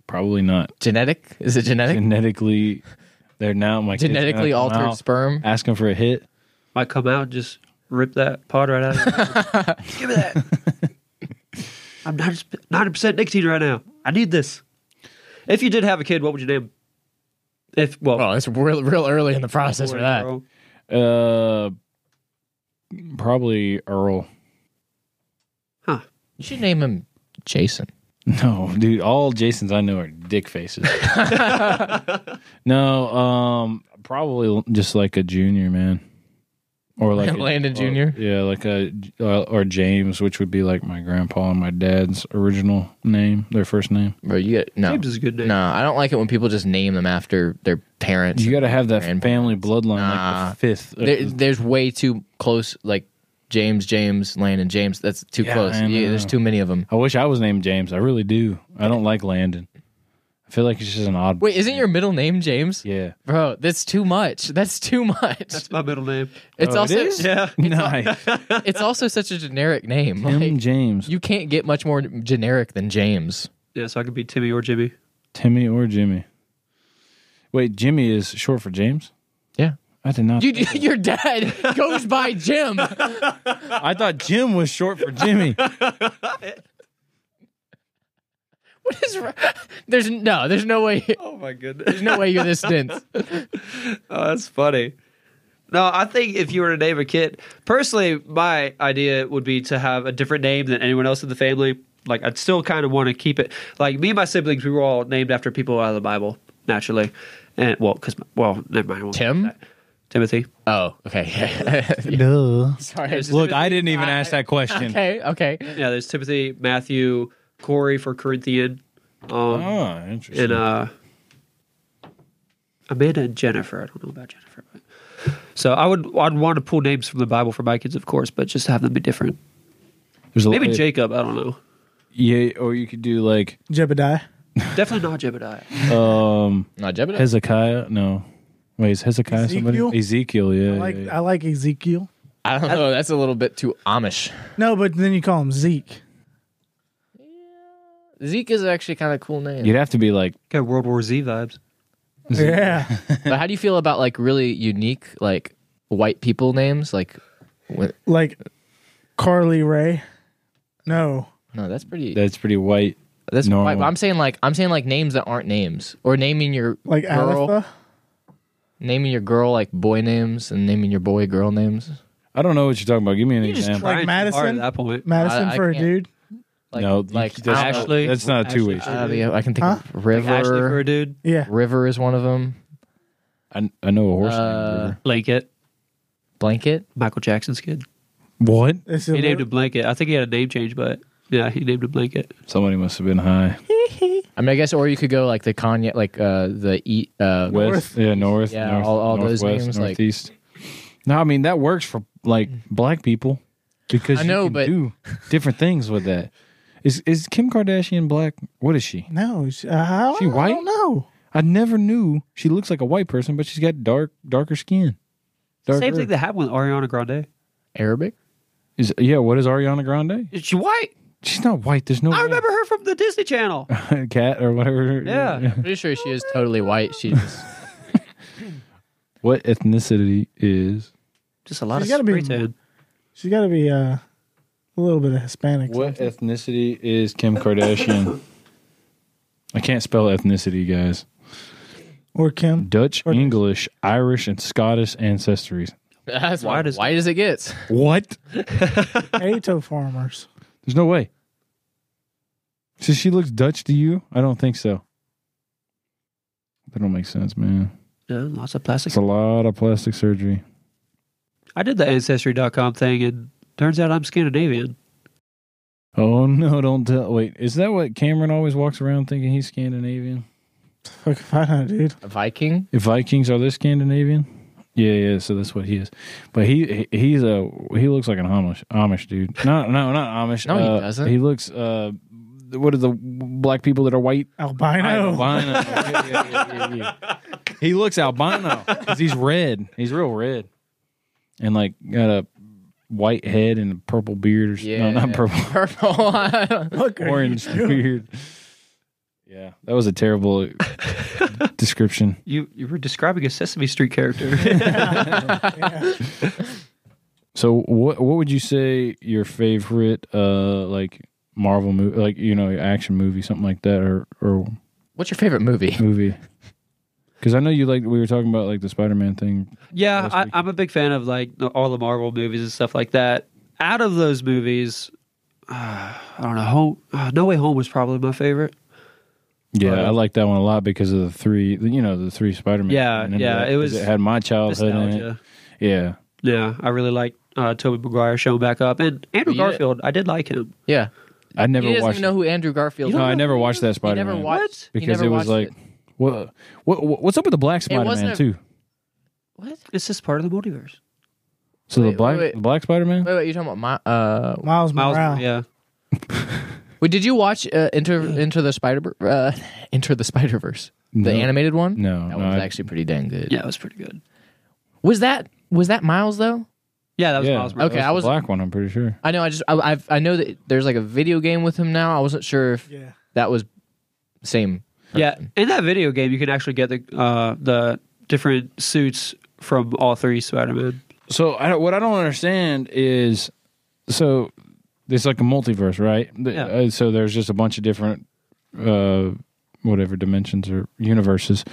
Speaker 2: probably not.
Speaker 1: Genetic? Is it genetic?
Speaker 2: Genetically, they're now my kid's gonna
Speaker 1: Genetically
Speaker 2: come
Speaker 1: altered
Speaker 2: out,
Speaker 1: sperm?
Speaker 2: Ask him for a hit.
Speaker 4: Might come out and just rip that pod right out. of you. Give me that. I'm 90 percent nicotine right now. I need this. If you did have a kid, what would you name? him? If well,
Speaker 1: Oh, it's real, real early in the process for that.
Speaker 2: Uh,
Speaker 4: Earl.
Speaker 2: probably Earl.
Speaker 1: You should name him Jason.
Speaker 2: No, dude, all Jasons I know are dick faces. no, um, probably just like a junior man, or like a-
Speaker 1: Landon
Speaker 2: or-
Speaker 1: Junior?
Speaker 2: Yeah, like a uh, or James, which would be like my grandpa and my dad's original name, their first name.
Speaker 1: Bro, you get no.
Speaker 4: James is a good name.
Speaker 1: No, I don't like it when people just name them after their parents.
Speaker 2: You got to have that
Speaker 1: Grandpa.
Speaker 2: family bloodline,
Speaker 1: Nah.
Speaker 2: like the fifth. uh,
Speaker 1: There, there's way too close, like James, James, Landon, James. That's too
Speaker 2: Yeah,
Speaker 1: close.
Speaker 2: I
Speaker 1: Yeah, there's
Speaker 2: know.
Speaker 1: too many of them.
Speaker 2: I wish I was named James. I really do. I don't like Landon. I feel like it's just an odd.
Speaker 1: Wait, isn't your middle name James?
Speaker 2: Yeah.
Speaker 1: Bro, that's too much. That's too much.
Speaker 4: That's my middle name.
Speaker 1: it's
Speaker 2: Oh, it
Speaker 1: also
Speaker 2: is?
Speaker 4: Yeah.
Speaker 2: Nice.
Speaker 1: it's also such a generic name.
Speaker 2: Tim
Speaker 1: Like,
Speaker 2: James.
Speaker 1: you can't get much more generic than James.
Speaker 4: Yeah, so I could be Timmy or Jimmy.
Speaker 2: Timmy or Jimmy. Wait, Jimmy is short for James?
Speaker 1: Yeah.
Speaker 2: I did not.
Speaker 1: You, your dad goes by Jim.
Speaker 2: I thought Jim was short for Jimmy.
Speaker 1: What is? wr- There's no. There's no way.
Speaker 4: Oh my goodness.
Speaker 1: There's no way you're this dense.
Speaker 4: Oh, that's funny. No, I think if you were to name a kid, personally, my idea would be to have a different name than anyone else in the family. Like, I'd still kind of want to keep it. Like, me and my siblings, we were all named after people out of the Bible, naturally. And, well, because, well, never mind. I won't
Speaker 1: Tim?
Speaker 4: say that. Timothy.
Speaker 1: Oh, okay.
Speaker 2: Duh.
Speaker 1: Sorry. I was just-
Speaker 2: Look, I didn't even ask that question.
Speaker 1: okay. Okay.
Speaker 4: Yeah, there's Timothy, Matthew, Corey for Corinthian, um,
Speaker 2: Oh, interesting.
Speaker 4: and uh, Amanda and Jennifer. I don't know about Jennifer. But. So I would I'd want to pull names from the Bible for my kids, of course, but just have them be different.
Speaker 2: There's a-
Speaker 4: Maybe Jacob. I don't know.
Speaker 2: Yeah, or you could do like
Speaker 3: Jebediah.
Speaker 4: Definitely not Jebediah.
Speaker 2: um
Speaker 1: Not Jebediah.
Speaker 2: Hezekiah. No. Wait, is Hezekiah somebody?
Speaker 3: Ezekiel?
Speaker 2: Ezekiel, yeah.
Speaker 3: I like
Speaker 2: yeah, yeah.
Speaker 3: I like Ezekiel.
Speaker 1: I don't know. That's a little bit too Amish.
Speaker 3: No, but then you call him Zeke.
Speaker 1: Zeke is actually kind of cool name.
Speaker 2: You'd have to be like
Speaker 4: Got World War Z vibes.
Speaker 3: Yeah,
Speaker 1: But how do you feel about like really unique like white people names? Like, what?
Speaker 3: like Carly Ray. No,
Speaker 1: No, that's pretty.
Speaker 2: that's pretty white.
Speaker 1: that's
Speaker 2: normal.
Speaker 1: white. But I'm saying like I'm saying like names that aren't names or naming your
Speaker 3: like
Speaker 1: girl,
Speaker 3: Aletha.
Speaker 1: naming your girl like boy names and naming your boy girl names.
Speaker 2: I don't know what you're talking about. Give me an
Speaker 3: You just
Speaker 2: example.
Speaker 3: Like
Speaker 4: Brian's too hard
Speaker 3: Madison?
Speaker 4: At that point,
Speaker 3: Madison
Speaker 1: I- I
Speaker 3: for a
Speaker 1: can't-
Speaker 3: dude.
Speaker 1: Like,
Speaker 2: no, you-
Speaker 1: like
Speaker 2: that's not-
Speaker 1: Ashley.
Speaker 4: Ashley.
Speaker 2: that's not a two-way
Speaker 4: Ashley.
Speaker 1: Uh, yeah, I can think of River.
Speaker 4: Ashley for a dude.
Speaker 3: Yeah,
Speaker 1: River is one of them.
Speaker 2: I, I know a horse
Speaker 1: Uh,
Speaker 2: named River.
Speaker 4: Blanket.
Speaker 1: Blanket.
Speaker 4: Michael Jackson's kid.
Speaker 2: What?
Speaker 3: it's
Speaker 4: He named
Speaker 3: a,
Speaker 4: him Blanket. I think he had a name change, but Yeah, he named a blanket.
Speaker 2: Somebody must have been high.
Speaker 1: I mean, I guess, or you could go like the Kanye, like uh, the E. Uh,
Speaker 2: West, yeah, north,
Speaker 1: Yeah,
Speaker 2: north,
Speaker 1: all- all those
Speaker 2: northwest,
Speaker 1: names, like- Mm.
Speaker 2: northeast. no, I mean that works for like black people because
Speaker 1: I
Speaker 2: you
Speaker 1: know,
Speaker 2: can
Speaker 1: but-
Speaker 2: do different things with that. Is is Kim Kardashian black? What is she?
Speaker 3: No, she, I,
Speaker 2: She white?
Speaker 3: I don't know.
Speaker 2: I never knew she looks like a white person, but she's got dark, darker skin. Darker.
Speaker 4: Same thing that happened with Ariana Grande.
Speaker 1: Arabic.
Speaker 2: Is- yeah. What is Ariana Grande?
Speaker 4: Is she white?
Speaker 2: She's not white. There's no.
Speaker 4: I
Speaker 2: way.
Speaker 4: remember her from the Disney Channel.
Speaker 2: cat or whatever.
Speaker 4: Yeah.
Speaker 1: Pretty sure she is totally white. She just
Speaker 2: What ethnicity is?
Speaker 4: Just a lot
Speaker 3: She's
Speaker 4: of
Speaker 3: gotta be-
Speaker 4: spray tan.
Speaker 3: She's got to be uh, a little bit of Hispanic.
Speaker 2: What ethnicity is Kim Kardashian? I can't spell ethnicity, guys.
Speaker 3: Or Kim.
Speaker 2: Dutch,
Speaker 3: Or-
Speaker 2: English, Irish, and Scottish ancestries.
Speaker 1: that's
Speaker 4: Why
Speaker 1: why
Speaker 4: does-
Speaker 1: does why does it get?
Speaker 2: What?
Speaker 3: Ato farmers.
Speaker 2: There's no way. So she looks Dutch to you? I don't think so. That don't make sense, man.
Speaker 4: Yeah, lots of plastic.
Speaker 2: It's a lot of plastic surgery.
Speaker 4: I did the Ancestry.com thing, and turns out I'm Scandinavian.
Speaker 2: Oh no, don't tell wait, is that what Cameron always walks around thinking he's Scandinavian?
Speaker 3: Fuck if I know, dude.
Speaker 1: A Viking?
Speaker 2: If Vikings are they Scandinavian? Yeah, yeah, so that's what he is. But he he- he's a he looks like an Amish Amish dude. No, no, not Amish.
Speaker 1: No, he
Speaker 2: Uh,
Speaker 1: doesn't.
Speaker 2: He looks uh what are the black people that are white
Speaker 3: Albino.
Speaker 2: Albino. Yeah, yeah, yeah, yeah, yeah. He looks albino because he's red. He's real red, and like got a white head and a purple beard. Or yeah,
Speaker 1: Yeah,
Speaker 2: no, not purple,
Speaker 1: Purple.
Speaker 3: Look, are you
Speaker 2: orange
Speaker 3: doing?
Speaker 2: beard. Yeah, that was a terrible uh, description.
Speaker 4: You you were describing a Sesame Street character.
Speaker 2: So, what what would you say your favorite uh like Marvel movie, like you know, action movie, something like that, or or
Speaker 1: What's your favorite movie?
Speaker 2: movie? Because I know you like we were talking about like the Spider Man thing.
Speaker 4: yeah,
Speaker 2: Last
Speaker 4: I,
Speaker 2: week.
Speaker 4: I'm a big fan of like the- all the Marvel movies and stuff like that. Out of those movies, uh, I don't know. Home, uh, no Way Home was probably my favorite.
Speaker 2: Yeah,
Speaker 4: Right.
Speaker 2: I like that one a lot because of the three, you know, the three Spider Man.
Speaker 4: Yeah, yeah, it was
Speaker 2: it had my childhood in Oh, it.
Speaker 4: Nostalgia.
Speaker 2: Yeah,
Speaker 4: Yeah, I really liked uh, Tobey Maguire showing back up, and Andrew
Speaker 1: Yeah.
Speaker 4: Garfield. I did like him.
Speaker 1: Yeah.
Speaker 2: I never
Speaker 1: he doesn't
Speaker 2: watched.
Speaker 1: even know who Andrew Garfield
Speaker 2: no,
Speaker 1: is.
Speaker 2: I never watched that
Speaker 1: He
Speaker 2: Spider
Speaker 1: never
Speaker 2: Man
Speaker 1: watched he
Speaker 2: because
Speaker 1: never
Speaker 2: it was
Speaker 1: watched
Speaker 2: like, what, what, what's up with the black Spider
Speaker 1: wasn't
Speaker 2: Man
Speaker 1: a-
Speaker 2: too?
Speaker 1: What?
Speaker 4: It's just part of the multiverse.
Speaker 2: So
Speaker 1: Wait,
Speaker 2: the black,
Speaker 1: wait, wait.
Speaker 2: the black Spider Man.
Speaker 1: Wait, wait, you're talking about my uh
Speaker 3: Miles,
Speaker 4: Miles,
Speaker 3: Morales.
Speaker 4: yeah,
Speaker 1: Wait, did you watch uh, Enter Enter the Spider uh Enter the Spider-Verse? The
Speaker 2: No.
Speaker 1: animated one?
Speaker 2: No,
Speaker 1: That
Speaker 2: no,
Speaker 1: one was
Speaker 2: I-
Speaker 1: actually pretty dang good.
Speaker 4: yeah, it was pretty good.
Speaker 1: Was that was that Miles though?
Speaker 4: Yeah, that was
Speaker 2: Yeah.
Speaker 4: Miles Morales.
Speaker 1: Okay, I
Speaker 2: The
Speaker 1: was-
Speaker 2: black one. I'm pretty sure.
Speaker 1: I know I just I I've, I know that there's like a video game with him now. I wasn't sure if
Speaker 3: Yeah.
Speaker 1: that was same.
Speaker 4: Yeah, in that video game, you can actually get the uh, the different suits from all three Spider Man.
Speaker 2: So I don't, what I don't understand is, so it's like a multiverse, right? The-
Speaker 4: Yeah.
Speaker 2: uh, so there's just a bunch of different, uh, whatever dimensions or universes,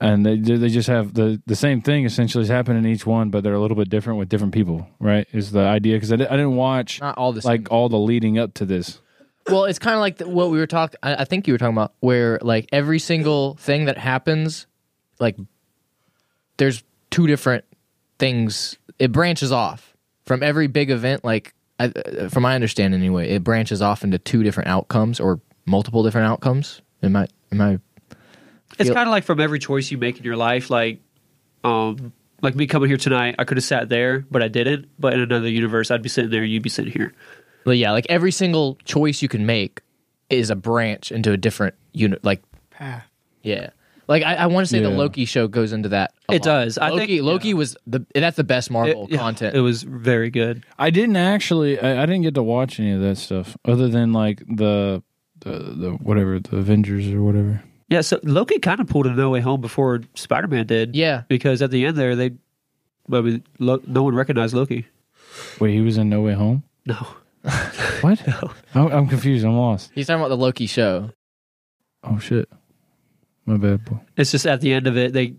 Speaker 2: and they they just have the the same thing essentially is happening in each one, but they're a little bit different with different people, right? Is the idea? Because I, di- I didn't watch
Speaker 1: Not all the same.
Speaker 2: like all the leading up to this.
Speaker 1: Well, it's kind of like the, what we were talking. I I think you were talking about where like every single thing that happens, like there's two different things. It branches off from every big event. Like I, uh, from my understanding, anyway, it branches off into two different outcomes or multiple different outcomes. Am I? Am I?
Speaker 4: It's
Speaker 1: Feel-
Speaker 4: kind of like from every choice you make in your life, like um, like me coming here tonight, I could have sat there, but I didn't. But in another universe, I'd be sitting there, you'd be sitting here.
Speaker 1: Well, yeah, like every single choice you can make is a branch into a different unit. Like
Speaker 3: Path.
Speaker 1: Yeah. Like I, I want to say the
Speaker 2: Yeah.
Speaker 1: Loki show goes into that. a
Speaker 4: It
Speaker 1: lot.
Speaker 4: does. I
Speaker 1: Loki
Speaker 4: think-
Speaker 1: Loki
Speaker 4: yeah.
Speaker 1: was the that's the best Marvel
Speaker 4: It- yeah,
Speaker 1: content.
Speaker 4: It was very good.
Speaker 2: I didn't actually. I, I didn't get to watch any of that stuff other than like the the, the whatever the Avengers or whatever.
Speaker 4: Yeah, so Loki kind of pulled a No Way Home before Spider Man did.
Speaker 1: Yeah.
Speaker 4: because at the end there, they, I mean, Lo- no one recognized Loki.
Speaker 2: Wait, he was in No Way Home.
Speaker 4: No,
Speaker 2: What? I'm, I'm confused. I'm lost.
Speaker 1: He's talking about the Loki show.
Speaker 2: Oh shit. My bad, boy.
Speaker 4: It's just at the end of it, they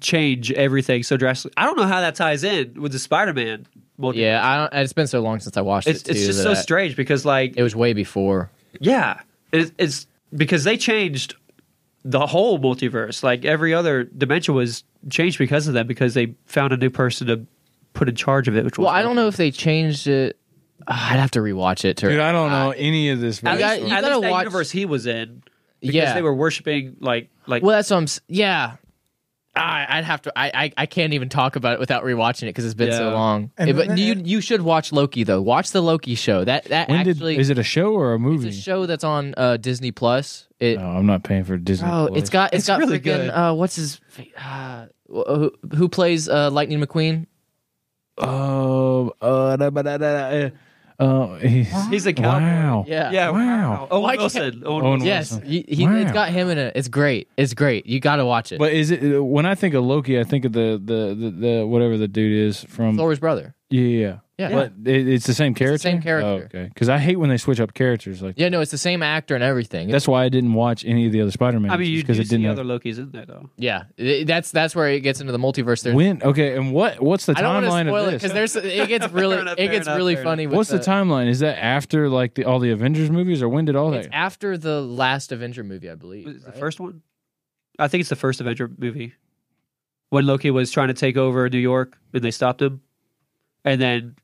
Speaker 4: change everything so drastically. I don't know how that ties in with the Spider Man.
Speaker 1: Yeah, I don't. It's been so long since I watched
Speaker 4: it's
Speaker 1: it. Too,
Speaker 4: it's just
Speaker 1: that
Speaker 4: so
Speaker 1: I-
Speaker 4: strange because like
Speaker 1: It was way before.
Speaker 4: yeah, it, it's because they changed the whole multiverse. Like every other dimension was changed because of that because they found a new person to put in charge of it. Which was
Speaker 1: Well, I don't know if they changed it. Ah, I'd have to rewatch it. To,
Speaker 2: Dude, I don't know
Speaker 1: Uh,
Speaker 2: any of this.
Speaker 1: I
Speaker 2: Very
Speaker 1: got-
Speaker 2: story.
Speaker 1: you
Speaker 4: At
Speaker 1: gotta
Speaker 4: least that
Speaker 1: watch-
Speaker 4: universe he was in, because
Speaker 1: yeah,
Speaker 4: they were worshiping like like
Speaker 1: well, that's what I'm. s- Yeah, I, I'd have to. I, I I can't even talk about it without rewatching it because it's been so
Speaker 4: Yeah.
Speaker 1: long.
Speaker 3: And
Speaker 1: Eh, but
Speaker 3: then-
Speaker 1: you you should watch Loki though. Watch the Loki show. That that
Speaker 2: when
Speaker 1: actually
Speaker 2: did is it a show or a
Speaker 1: it's
Speaker 2: movie?
Speaker 1: a show that's on uh, Disney Plus. It
Speaker 2: No, I'm not paying for Disney.
Speaker 1: oh,
Speaker 2: Plus.
Speaker 1: it's got it's
Speaker 4: It's
Speaker 1: got
Speaker 4: really
Speaker 1: freaking
Speaker 4: good.
Speaker 1: uh, what's his fa- uh, who, who plays uh, Lightning McQueen?
Speaker 2: Oh, uh, da, ba, da, da, da, uh, he's,
Speaker 4: he's a cowboy.
Speaker 2: wow.
Speaker 1: Yeah.
Speaker 4: Yeah.
Speaker 2: Wow.
Speaker 4: Owen
Speaker 1: Why can't-
Speaker 4: Wilson. Owen
Speaker 2: Owen
Speaker 4: Wilson.
Speaker 1: Yes,
Speaker 2: Wilson.
Speaker 1: he, he, it's
Speaker 2: Wow.
Speaker 1: got him in it. It's great. It's great. You got to watch it.
Speaker 2: But is it when I think of Loki, I think of the the the, the whatever the dude is from
Speaker 1: Thor's brother.
Speaker 2: yeah, yeah.
Speaker 1: Yeah.
Speaker 2: But it, it's the same character.
Speaker 1: the same character.
Speaker 2: Oh, okay, because I hate when they switch up characters like.
Speaker 1: Yeah, no, it's the same actor and everything.
Speaker 2: That's why I didn't watch any of the other Spider Man.
Speaker 4: I mean, you do
Speaker 2: because
Speaker 4: see
Speaker 2: it didn't.
Speaker 4: other Loki's in there though.
Speaker 1: yeah, it- that's that's where it gets into the multiverse. There's,
Speaker 2: when okay, and what what's the
Speaker 1: I don't want
Speaker 2: timeline
Speaker 1: to spoil
Speaker 2: of
Speaker 1: it
Speaker 2: this?
Speaker 1: because there's it gets really
Speaker 4: Fair enough,
Speaker 1: it
Speaker 4: fair
Speaker 1: gets
Speaker 4: enough,
Speaker 1: really
Speaker 4: fair
Speaker 1: funny. with
Speaker 2: What's the, timeline? Is that after like the all the Avengers movies, or when did all
Speaker 1: It's
Speaker 2: that?
Speaker 1: after the last Avenger movie, I believe.
Speaker 4: Was it the
Speaker 1: right?
Speaker 4: first one? I think it's the first Avenger movie. When Loki was trying to take over New York and they stopped him. And then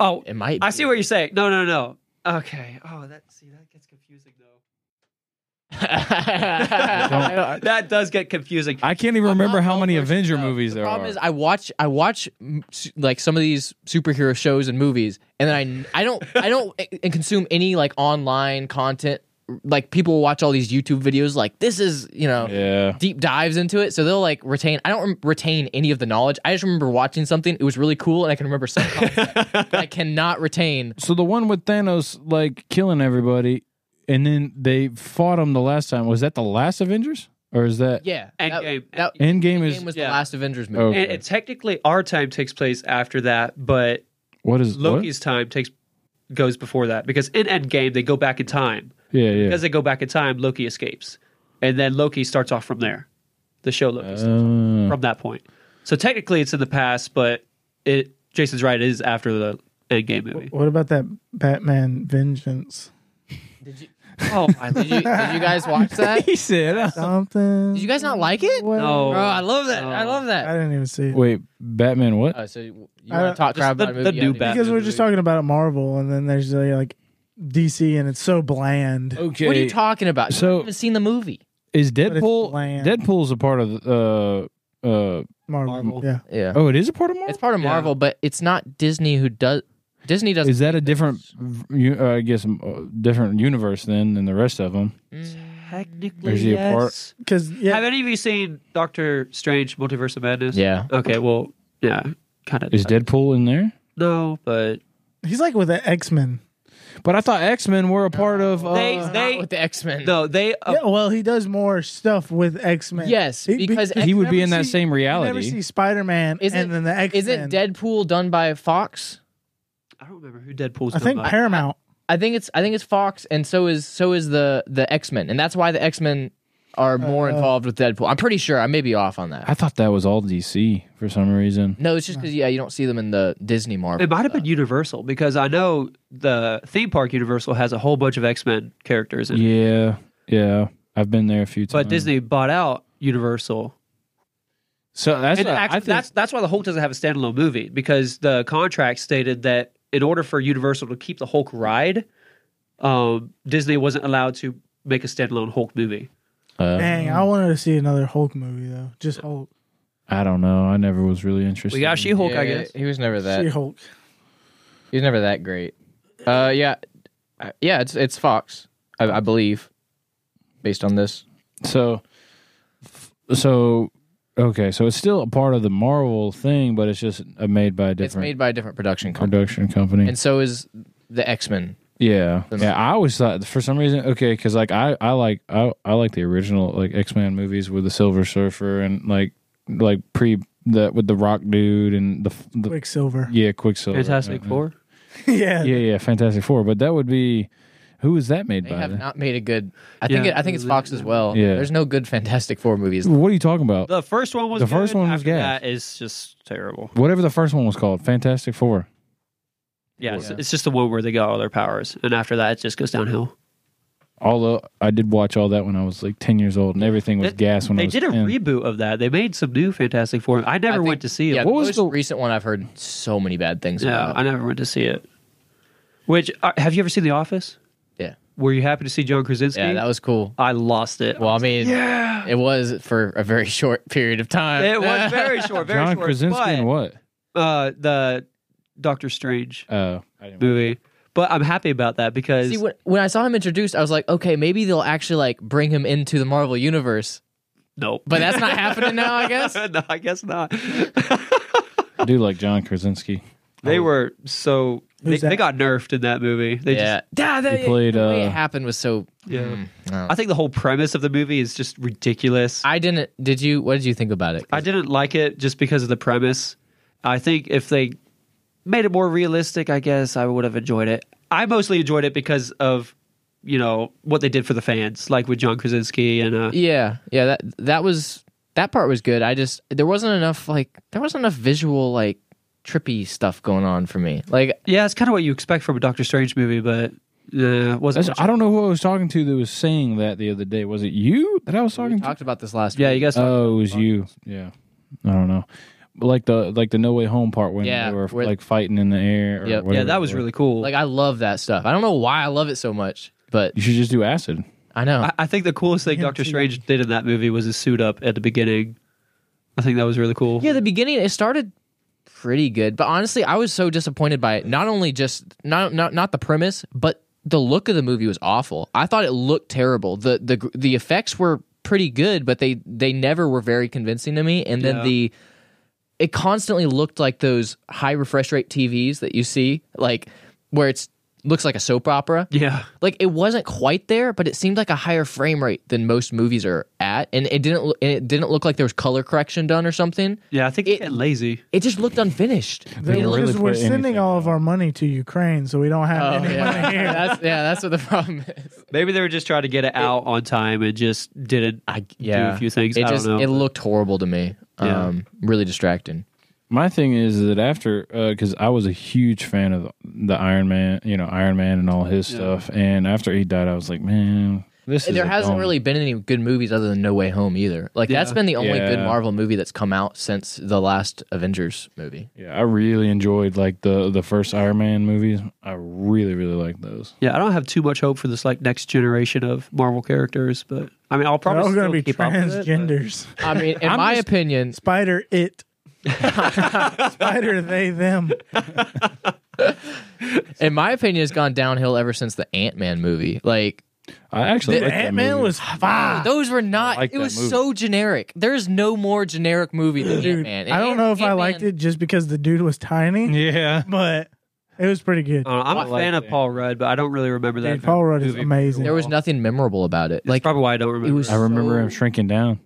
Speaker 4: Oh,
Speaker 1: It might.
Speaker 4: I
Speaker 1: be.
Speaker 4: see what you're saying. No, no, no. Okay. Oh, that see that gets confusing though.
Speaker 1: I don't-
Speaker 4: That does get confusing.
Speaker 2: I can't even remember
Speaker 1: I'm
Speaker 2: how
Speaker 1: all
Speaker 2: many
Speaker 1: for
Speaker 2: Avenger
Speaker 1: stuff.
Speaker 2: movies
Speaker 1: the
Speaker 2: there
Speaker 1: problem
Speaker 2: are.
Speaker 1: is I watch I watch mm, s- like some of these superhero shows and movies, and then I I don't I don't a- and consume any like online content. Like people watch all these YouTube videos. Like this is you know
Speaker 2: yeah,
Speaker 1: deep dives into it, so they'll like retain. I don't rem- retain any of the knowledge. I just remember watching something. It was really cool, and I can remember some. content, but I cannot retain.
Speaker 2: So the one with Thanos like killing everybody, and then they fought him the last time. Was that the last Avengers, or is that
Speaker 1: Yeah,
Speaker 4: Endgame.
Speaker 1: That, that,
Speaker 2: Endgame?
Speaker 1: Endgame
Speaker 2: is
Speaker 1: was the
Speaker 4: yeah.
Speaker 1: last Avengers movie.
Speaker 2: Okay.
Speaker 4: and, and technically our time takes place after that, but
Speaker 2: what is what?
Speaker 4: Loki's time takes goes before that because in Endgame they go back in time.
Speaker 2: Yeah, yeah.
Speaker 4: As they go back in time, Loki escapes, and then Loki starts off from there. The show Loki starts off
Speaker 2: Uh,
Speaker 4: from that point. So technically, it's in the past, but it Jason's right. It is after the Endgame movie.
Speaker 3: What about that Batman Vengeance?
Speaker 4: Oh, I
Speaker 1: Did you, did you guys watch that?
Speaker 2: he said, uh,
Speaker 3: Something.
Speaker 1: Did you guys not like it?
Speaker 3: Well,
Speaker 4: no.
Speaker 1: Oh, I love that. I love
Speaker 3: I
Speaker 1: that.
Speaker 3: didn't even see it.
Speaker 2: "Wait, Batman? What?
Speaker 1: Uh, so you
Speaker 3: I-
Speaker 1: want to talk crap
Speaker 4: the-
Speaker 1: about a
Speaker 4: the
Speaker 1: movie?
Speaker 4: new
Speaker 1: you haven't
Speaker 4: Batman.
Speaker 1: even-
Speaker 3: Because we were just talking about Marvel, and then there's uh, like DC, and it's so bland.
Speaker 2: okay,
Speaker 1: What are you talking about? So, you
Speaker 2: So-
Speaker 1: haven't even seen the movie.
Speaker 2: is
Speaker 3: it's
Speaker 2: Deadpool?
Speaker 3: bland.
Speaker 2: Deadpool's a part of the, uh uh
Speaker 3: Marvel.
Speaker 4: Marvel.
Speaker 3: Yeah.
Speaker 1: Yeah,
Speaker 2: oh, it is a part of Marvel.
Speaker 1: it's part of
Speaker 4: Yeah.
Speaker 1: Marvel, but it's not Disney who does. Disney doesn't.
Speaker 2: is that a different, v- uh, I guess, um, uh, different universe then than the rest of them?
Speaker 4: technically
Speaker 2: Is he a part-
Speaker 4: yes.
Speaker 3: Because, yeah.
Speaker 4: Have any of you seen Doctor Strange: Multiverse of Madness?
Speaker 1: yeah,
Speaker 4: Okay. Well, yeah, kind of.
Speaker 2: Is Deadpool in there?
Speaker 4: No, but
Speaker 3: He's like with the X Men.
Speaker 2: But I thought X Men were a part of. Uh,
Speaker 4: They-
Speaker 1: Oh, Not with the X Men.
Speaker 4: no, they. Uh,
Speaker 2: Oh.
Speaker 3: yeah, well, he does more stuff with X Men.
Speaker 1: Yes, because
Speaker 2: he would be
Speaker 3: never
Speaker 2: in that
Speaker 3: see-
Speaker 2: same
Speaker 3: you never
Speaker 2: reality.
Speaker 3: see Spider Man
Speaker 1: Isn't-
Speaker 3: and then the X Men.
Speaker 1: isn't Deadpool done by Fox?
Speaker 4: I don't remember who Deadpool's.
Speaker 3: I
Speaker 4: done
Speaker 3: think
Speaker 4: by.
Speaker 3: Paramount.
Speaker 1: I think it's I think it's Fox, and so is so is the the X Men, and that's why the X Men are more involved with Deadpool. I'm pretty sure. I may be off on that.
Speaker 2: I thought that was all DC for some reason.
Speaker 1: no, it's just because yeah, you don't see them in the Disney Marvel.
Speaker 4: It might have been Universal because I know the theme park Universal has a whole bunch of X Men characters, in it.
Speaker 2: Yeah, yeah. I've been there a few times.
Speaker 4: but Disney bought out Universal.
Speaker 2: So that's
Speaker 4: And
Speaker 2: what I
Speaker 4: actually,
Speaker 2: think-
Speaker 4: that's that's why the Hulk doesn't have a standalone movie because the contract stated that in order for Universal to keep the Hulk ride, um, Disney wasn't allowed to make a standalone Hulk movie.
Speaker 2: uh,
Speaker 3: Dang, I wanted to see another Hulk movie though. Just Hulk,
Speaker 2: I don't know. I never was really interested.
Speaker 4: We got
Speaker 2: in-
Speaker 4: She Hulk,
Speaker 1: Yeah,
Speaker 4: I guess.
Speaker 1: he was never that.
Speaker 3: see Hulk.
Speaker 1: He's never that great. Uh, yeah, Uh, yeah. It's it's Fox, I, I believe, based on this.
Speaker 2: So, so okay. So it's still a part of the Marvel thing, but it's just uh, made by a
Speaker 1: It's
Speaker 2: different
Speaker 1: made by a different production company,
Speaker 2: production company.
Speaker 1: and so is the X Men.
Speaker 2: Yeah,
Speaker 1: Then-
Speaker 2: yeah. I always thought for some reason, okay, because like I, I like I, I like the original like X Men movies with the Silver Surfer and like like pre the with the Rock dude and the, the
Speaker 3: Quicksilver.
Speaker 2: yeah Quicksilver.
Speaker 4: Fantastic
Speaker 2: Yeah.
Speaker 4: Four.
Speaker 3: yeah.
Speaker 2: Yeah, yeah, Fantastic Four. But that would be who is that made
Speaker 1: They
Speaker 2: by?
Speaker 1: have
Speaker 2: then?
Speaker 1: not made a good. I think
Speaker 4: Yeah.
Speaker 1: it, I think it's Fox as well.
Speaker 2: Yeah.
Speaker 1: There's no good Fantastic Four movies.
Speaker 2: what are you talking about?
Speaker 4: The first one was
Speaker 2: The first
Speaker 4: good.
Speaker 2: one was
Speaker 4: After
Speaker 2: gas.
Speaker 4: That is just terrible.
Speaker 2: Whatever the first one was called, Fantastic Four.
Speaker 4: Yeah, It's,
Speaker 1: Yeah.
Speaker 4: it's just the one where they got all their powers, and after that, it just goes downhill.
Speaker 2: Although I did watch all that when I was like ten years old, and everything was
Speaker 4: They-
Speaker 2: gas when I
Speaker 4: They
Speaker 2: was
Speaker 4: did a
Speaker 2: 10.
Speaker 4: reboot of that. They made some new Fantastic Four. I never
Speaker 1: I think-
Speaker 4: went to see it.
Speaker 1: Yeah,
Speaker 2: What
Speaker 1: the
Speaker 2: was
Speaker 1: most
Speaker 2: the-
Speaker 1: recent one? I've heard so many bad things
Speaker 4: Yeah,
Speaker 1: about.
Speaker 4: I never went to see it. Which uh, have you ever seen The Office?
Speaker 1: Yeah.
Speaker 4: Were you happy to see John Krasinski?
Speaker 1: Yeah, that was cool.
Speaker 4: I lost it.
Speaker 1: Well, I mean, it was for a very short period of time.
Speaker 4: it was very short. Very
Speaker 2: John
Speaker 4: short,
Speaker 2: Krasinski
Speaker 4: but,
Speaker 2: and what?
Speaker 4: Uh, the Doctor Strange
Speaker 2: Oh,
Speaker 4: movie. But I'm happy about that because
Speaker 1: See, when, when I saw him introduced, I was like, okay, maybe they'll actually like bring him into the Marvel universe.
Speaker 4: nope.
Speaker 1: But that's not happening now, I guess.
Speaker 4: no, I guess not.
Speaker 2: I do like John Krasinski.
Speaker 4: They were so they,
Speaker 3: Who's that?
Speaker 4: they got nerfed in that movie. They
Speaker 1: yeah,
Speaker 4: just
Speaker 1: yeah that,
Speaker 2: He played,
Speaker 1: the way
Speaker 2: uh,
Speaker 1: it happened was so.
Speaker 4: yeah.
Speaker 3: Mm.
Speaker 1: no.
Speaker 4: I think the whole premise of the movie is just ridiculous. I,
Speaker 1: I didn't. Did you? What did you think about it?
Speaker 4: didn't like it just because of the premise. I think if they made it more realistic, I guess I would have enjoyed it. I mostly enjoyed it because of you know what they did for the fans, like with John Krasinski and uh,
Speaker 1: Yeah, yeah. That that was that part was good. I just there wasn't enough like there wasn't enough visual like trippy stuff going on for me. Like
Speaker 4: yeah, it's kind of what you expect from a Doctor Strange movie, but uh, wasn't.
Speaker 2: That's, I don't know who I was talking to that was saying that the other day. Was it you that I was talking
Speaker 1: we
Speaker 2: to?
Speaker 1: talked about this last.
Speaker 4: yeah,
Speaker 1: week.
Speaker 4: you guys.
Speaker 3: Uh,
Speaker 2: Oh, it was you. Yeah. I don't know. But like the like the No Way Home part when
Speaker 1: Yeah,
Speaker 2: they were
Speaker 1: where-
Speaker 2: like fighting in the air. Or
Speaker 1: Yep. Yeah,
Speaker 2: whatever
Speaker 4: yeah, that
Speaker 2: it
Speaker 4: was really cool.
Speaker 1: Like I love that stuff. I don't know why I love it so much, but
Speaker 2: You should just do acid.
Speaker 1: I know.
Speaker 4: I, I think the coolest thing Doctor Strange did in that movie was his suit up at the beginning. I think that was really cool.
Speaker 1: yeah, the beginning it started pretty good, but honestly, I was so disappointed by it. Not only just not not not the premise, but the look of the movie was awful. I thought it looked terrible. the the gr- The effects were pretty good, but they they never were very convincing to me. And then
Speaker 4: Yeah.
Speaker 1: the it constantly looked like those high refresh rate TVs that you see, like where it's looks like a soap opera.
Speaker 4: Yeah.
Speaker 1: like it wasn't quite there, but it seemed like a higher frame rate than most movies are at, and it didn't lo- and it didn't look like there was color correction done or something.
Speaker 4: Yeah, I think
Speaker 1: It-
Speaker 4: it, lazy.
Speaker 1: It just looked unfinished.
Speaker 2: They
Speaker 1: It
Speaker 2: were
Speaker 1: looked-
Speaker 2: really
Speaker 3: Because we're
Speaker 2: put
Speaker 3: sending
Speaker 2: anything
Speaker 3: all of our money to Ukraine, so we don't have
Speaker 1: oh,
Speaker 3: any
Speaker 1: yeah.
Speaker 3: money here.
Speaker 1: that's yeah, that's what the problem is.
Speaker 4: Maybe they were just trying to get it out on time and just didn't
Speaker 1: I
Speaker 4: yeah. do a few things.
Speaker 1: It
Speaker 4: I
Speaker 1: just
Speaker 4: don't
Speaker 1: it
Speaker 4: know.
Speaker 1: looked horrible to me.
Speaker 4: Yeah.
Speaker 1: Um, really distracting.
Speaker 2: My thing is that after, because I was a huge fan of the, the Iron Man, you know, Iron Man and all his stuff. And after he died, I was like, man, this is
Speaker 1: There
Speaker 2: a
Speaker 1: hasn't
Speaker 2: dumb-
Speaker 1: really been any good movies other than No Way Home either. Like that's been the only good
Speaker 2: Yeah.
Speaker 1: Marvel movie that's come out since the last Avengers movie.
Speaker 2: Yeah, I really enjoyed like the the first Iron Man movies. I really really like those.
Speaker 4: yeah, I don't have too much hope for this like next generation of Marvel characters, but I mean, I'll
Speaker 3: They're
Speaker 4: probably
Speaker 3: all
Speaker 4: still
Speaker 3: going to be
Speaker 4: keep up with it, but-
Speaker 3: transgenders.
Speaker 1: I mean, in my opinion,
Speaker 3: Spider it. Spider they them.
Speaker 1: in my opinion, it's gone downhill ever since the Ant Man movie. Like
Speaker 2: I actually like that
Speaker 3: Ant Man
Speaker 2: movie.
Speaker 3: was fine.
Speaker 1: Those were not.
Speaker 2: I like
Speaker 1: it
Speaker 2: that
Speaker 1: was
Speaker 2: movie.
Speaker 1: so generic. There is no more generic movie than Ant
Speaker 3: Dude,
Speaker 1: Man.
Speaker 3: I don't know if I liked it just because the dude was tiny,
Speaker 2: yeah.
Speaker 3: but it was pretty good.
Speaker 4: I don't know, I'm a fan of Paul Rudd, but I don't really remember Oh, that.
Speaker 3: Dude, Paul Rudd is
Speaker 4: movie.
Speaker 3: amazing.
Speaker 1: There was nothing memorable about it.
Speaker 4: That's
Speaker 1: Like,
Speaker 4: probably why I don't remember.
Speaker 1: was-
Speaker 2: I remember him
Speaker 1: So-
Speaker 2: shrinking down.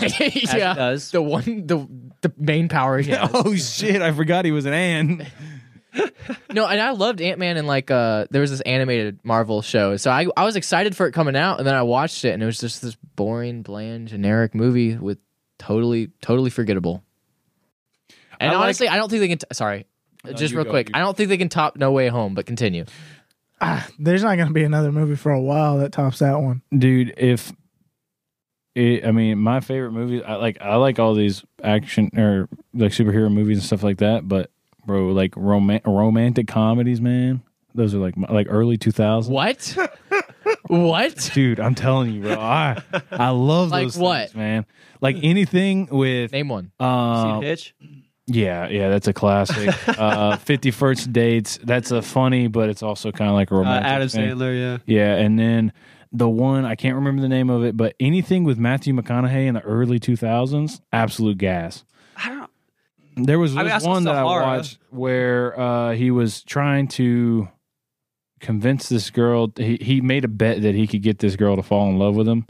Speaker 4: As it
Speaker 1: yeah,
Speaker 4: does.
Speaker 1: the one, the the main power. Yeah.
Speaker 2: Oh, shit! I forgot he was an ant.
Speaker 1: No, and I loved Ant Man and like uh, there was this animated Marvel show. So I I was excited for it coming out, and then I watched it, and it was just this boring, bland, generic movie with totally, totally forgettable. And
Speaker 2: I like-
Speaker 1: honestly, I don't think they can. T- sorry. Just
Speaker 2: you
Speaker 1: real
Speaker 2: go,
Speaker 1: quick,
Speaker 2: you
Speaker 1: I don't think they can top No Way Home, but continue.
Speaker 3: Ah, there's not going to be another movie for a while that tops that one.
Speaker 2: dude if it, i mean my favorite movies i like i like all these action or like superhero movies and stuff like that but bro like roman- romantic comedies man those are like my, like early 2000s
Speaker 1: What? what?
Speaker 2: dude i'm telling you bro i, I love
Speaker 1: Like
Speaker 2: those
Speaker 1: what?
Speaker 2: things, man like anything with
Speaker 1: Name one.
Speaker 2: uh,
Speaker 4: Seen Hitch?
Speaker 2: yeah yeah that's a classic uh 51st dates that's a funny but it's also kind of like a
Speaker 4: Uh,
Speaker 2: romantic
Speaker 4: Adam
Speaker 2: thing.
Speaker 4: Sandler, yeah.
Speaker 2: Yeah, and then the one I can't remember the name of it, but anything with Matthew McConaughey in the early 2000s, absolute gas.
Speaker 4: I don't.
Speaker 2: There was
Speaker 4: I mean, I
Speaker 2: this
Speaker 4: saw
Speaker 2: one that
Speaker 4: Sahara.
Speaker 2: I watched where uh, he was trying to convince this girl. He he made a bet that he could get this girl to fall in love with him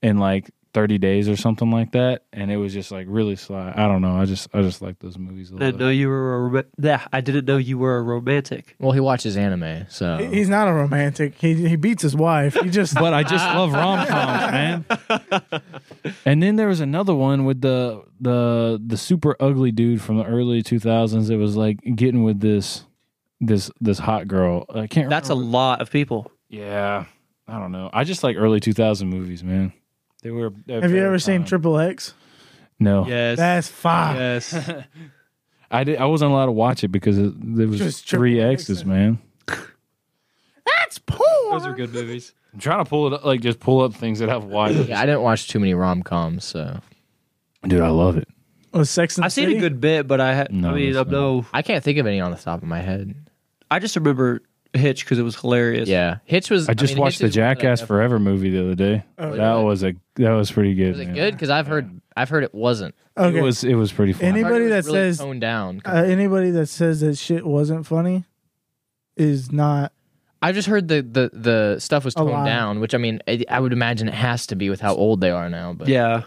Speaker 2: in like 30 days or something like that, and it was just like really sly. I don't know. I just I just like those movies a
Speaker 4: I didn't
Speaker 2: little.
Speaker 4: know you were a rom- yeah, I didn't know you were a romantic.
Speaker 1: Well, he watches anime, so
Speaker 3: He- He's not a romantic. He he beats his wife. He just
Speaker 2: but I just love rom coms, man. and then there was another one with the the the super ugly dude from the early two thousands that was like getting with this this this hot girl. I can't.
Speaker 4: That's a
Speaker 2: remember.
Speaker 4: lot of people.
Speaker 2: yeah. I don't know. I just like early two thousand movies, man. They were.
Speaker 3: Have you ever seen Triple X?
Speaker 2: No,
Speaker 4: Yes.
Speaker 3: That's fine.
Speaker 4: yes.
Speaker 2: I did. I wasn't allowed to watch it because it, there was
Speaker 3: Just triple
Speaker 2: three X's, man.
Speaker 4: Those are good movies.
Speaker 2: I'm trying to pull it up, like just pull up things that I've watched.
Speaker 1: Yeah, I didn't watch too many rom coms, so
Speaker 2: Dude, I love it.
Speaker 3: Was Sex and
Speaker 4: I've seen a good bit, but I ha-
Speaker 2: No,
Speaker 4: I mean
Speaker 2: that's
Speaker 4: I'm no.
Speaker 1: I can't think of any on the top of my head.
Speaker 4: I just remember Hitch because it was hilarious.
Speaker 1: Yeah, Hitch was.
Speaker 2: I just
Speaker 1: mean,
Speaker 2: watched the
Speaker 1: Hitch is one that I
Speaker 2: Jackass
Speaker 1: def-
Speaker 2: Forever movie the other day.
Speaker 3: Oh,
Speaker 2: that
Speaker 1: yeah.
Speaker 2: was a that was pretty good.
Speaker 1: Was it
Speaker 2: man.
Speaker 1: good? Because I've heard I've heard it wasn't.
Speaker 3: Okay.
Speaker 2: It was it was pretty fun.
Speaker 1: I
Speaker 3: Any- uh,
Speaker 1: heard
Speaker 3: Anybody
Speaker 1: it
Speaker 3: that
Speaker 1: was really
Speaker 3: says-
Speaker 1: toned down.
Speaker 3: uh, anybody that says that shit wasn't funny is not.
Speaker 1: I just heard the the the stuff was
Speaker 3: A
Speaker 1: toned
Speaker 3: lot.
Speaker 1: down, which I mean, I, I would imagine it has to be with how old they are now. But
Speaker 4: yeah.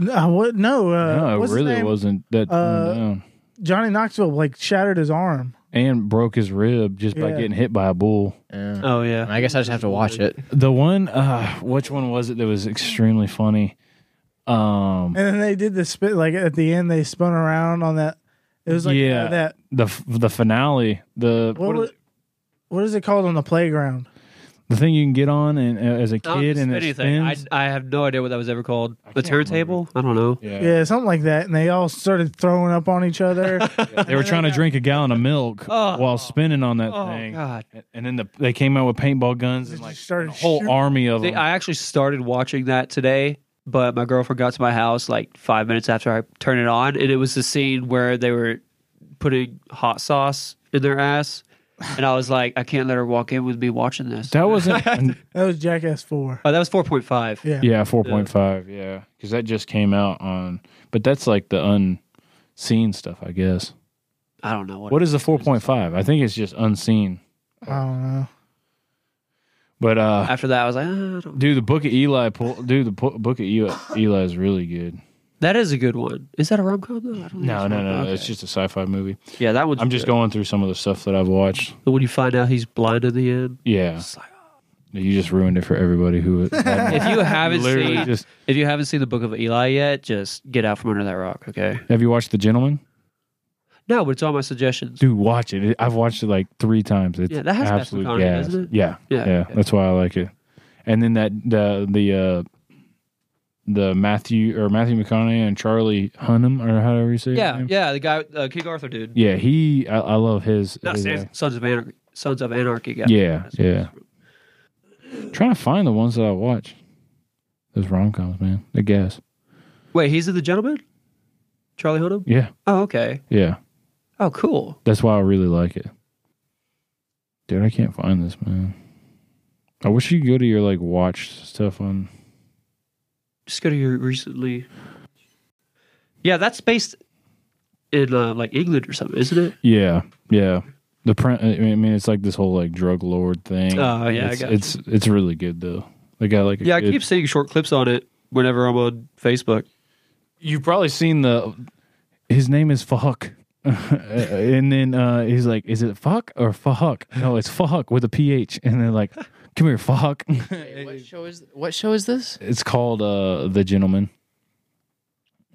Speaker 3: Uh, what? No. Uh,
Speaker 2: no, it
Speaker 3: what's his
Speaker 2: really
Speaker 3: name?
Speaker 2: wasn't that
Speaker 3: Uh,
Speaker 2: toned down.
Speaker 3: Johnny Knoxville like shattered his arm.
Speaker 2: and broke his rib just by
Speaker 3: Yeah.
Speaker 2: getting hit by a bull.
Speaker 1: yeah.
Speaker 4: Oh yeah.
Speaker 1: I guess I just have to watch it.
Speaker 2: The one, uh, which one was it that was extremely funny? Um,
Speaker 3: And then they did the spit like at the end they spun around on that. It was like
Speaker 2: Yeah.
Speaker 3: uh, that.
Speaker 2: the f- the finale, the
Speaker 3: What, was- what is it called on the playground?
Speaker 2: the thing you can get on and uh, as a
Speaker 4: Not
Speaker 2: kid
Speaker 4: just
Speaker 2: and it
Speaker 4: anything. I,
Speaker 2: spins.
Speaker 4: I have no idea what that was ever called. The
Speaker 2: can't remember.
Speaker 4: turntable? I don't know.
Speaker 2: yeah.
Speaker 3: Yeah. something like that. And they all started throwing up on each other.
Speaker 2: they were trying to drink a gallon of milk
Speaker 4: Oh.
Speaker 2: while spinning on that
Speaker 4: Oh
Speaker 2: thing,
Speaker 4: god.
Speaker 2: and then the, they came out with paintball guns
Speaker 3: They
Speaker 2: and like
Speaker 3: just started
Speaker 2: a whole
Speaker 3: shooting.
Speaker 2: army of
Speaker 4: They-
Speaker 2: them.
Speaker 4: I actually started watching that today, but my girlfriend got to my house like five minutes after I turned it on, and it was the scene where they were putting hot sauce in their ass, and I was like, I can't let her walk in with me watching this.
Speaker 2: that wasn't,
Speaker 3: that was Jackass Four.
Speaker 4: oh, that was four point five.
Speaker 3: Yeah.
Speaker 2: yeah, four point five, yeah, because that just came out on, but that's like the unseen stuff, I guess.
Speaker 4: I don't know what.
Speaker 2: What is the 4.5? I think it's just unseen.
Speaker 3: I don't know.
Speaker 2: But uh
Speaker 4: After that, I was like, "Ah, I don't-
Speaker 2: dude, the book of Eli pull, dude, the po- book of Eli, Eli is really good.
Speaker 4: that is a good one. Is that a rom com though? I don't think
Speaker 2: No,
Speaker 4: it's a
Speaker 2: no, no,
Speaker 4: rom-com.
Speaker 2: no. It's
Speaker 4: Okay.
Speaker 2: just a sci-fi movie.
Speaker 4: yeah. That one's
Speaker 2: I'm just
Speaker 4: good.
Speaker 2: going through some of the stuff that I've watched.
Speaker 4: When you find out he's blind in the end,
Speaker 2: Yeah.
Speaker 4: it's like,
Speaker 2: You just ruined it for everybody who
Speaker 4: if you haven't
Speaker 2: literally
Speaker 4: seen,
Speaker 2: just
Speaker 4: if you haven't seen the Book of Eli yet, just get out from under that rock. Okay.
Speaker 2: Have you watched The Gentleman?
Speaker 4: No, but it's all my suggestions.
Speaker 2: Dude, watch it. It- I've watched it like 3 times. It's
Speaker 4: Yeah, that has Matthew
Speaker 2: absolute
Speaker 4: McConaughey,
Speaker 2: gas.
Speaker 4: doesn't it?
Speaker 2: Yeah.
Speaker 4: Yeah,
Speaker 2: Yeah. That's why I like it. And then that the the uh the Matthew or Matthew McConaughey and Charlie Hunnam or however you say his
Speaker 4: Yeah,
Speaker 2: name.
Speaker 4: yeah, the guy, uh, King Arthur dude.
Speaker 2: Yeah, he. I, I love his.
Speaker 4: Not
Speaker 2: his,
Speaker 4: Sons,
Speaker 2: uh,
Speaker 4: Sons of Anarchy. Sons of Anarchy guy.
Speaker 2: yeah, yeah. Trying to find the ones that I watch. Those rom coms, man. The gas.
Speaker 4: Wait, he's in the gentleman. Charlie Hunnam.
Speaker 2: Yeah,
Speaker 4: Oh, okay.
Speaker 2: yeah.
Speaker 4: Oh, cool.
Speaker 2: That's why I really like it. Dude, I can't find this, man. I wish you could go to your like watch stuff on.
Speaker 4: Just go to your recently. Yeah, that's based in uh, like England or something, isn't it?
Speaker 2: Yeah, yeah. The print. I mean, I mean, it's like this whole like drug lord thing.
Speaker 4: Oh, yeah, I
Speaker 2: it's
Speaker 4: got
Speaker 2: it's, it's really good though. They got like a
Speaker 4: Yeah, I
Speaker 2: good-
Speaker 4: keep seeing short clips on it whenever I'm on Facebook.
Speaker 2: you've probably seen the his name is fuck and then uh he's like is it fuck or fuck no it's fuck with a ph and they're like come here fuck
Speaker 1: what show is what show is this?
Speaker 2: it's called uh the gentleman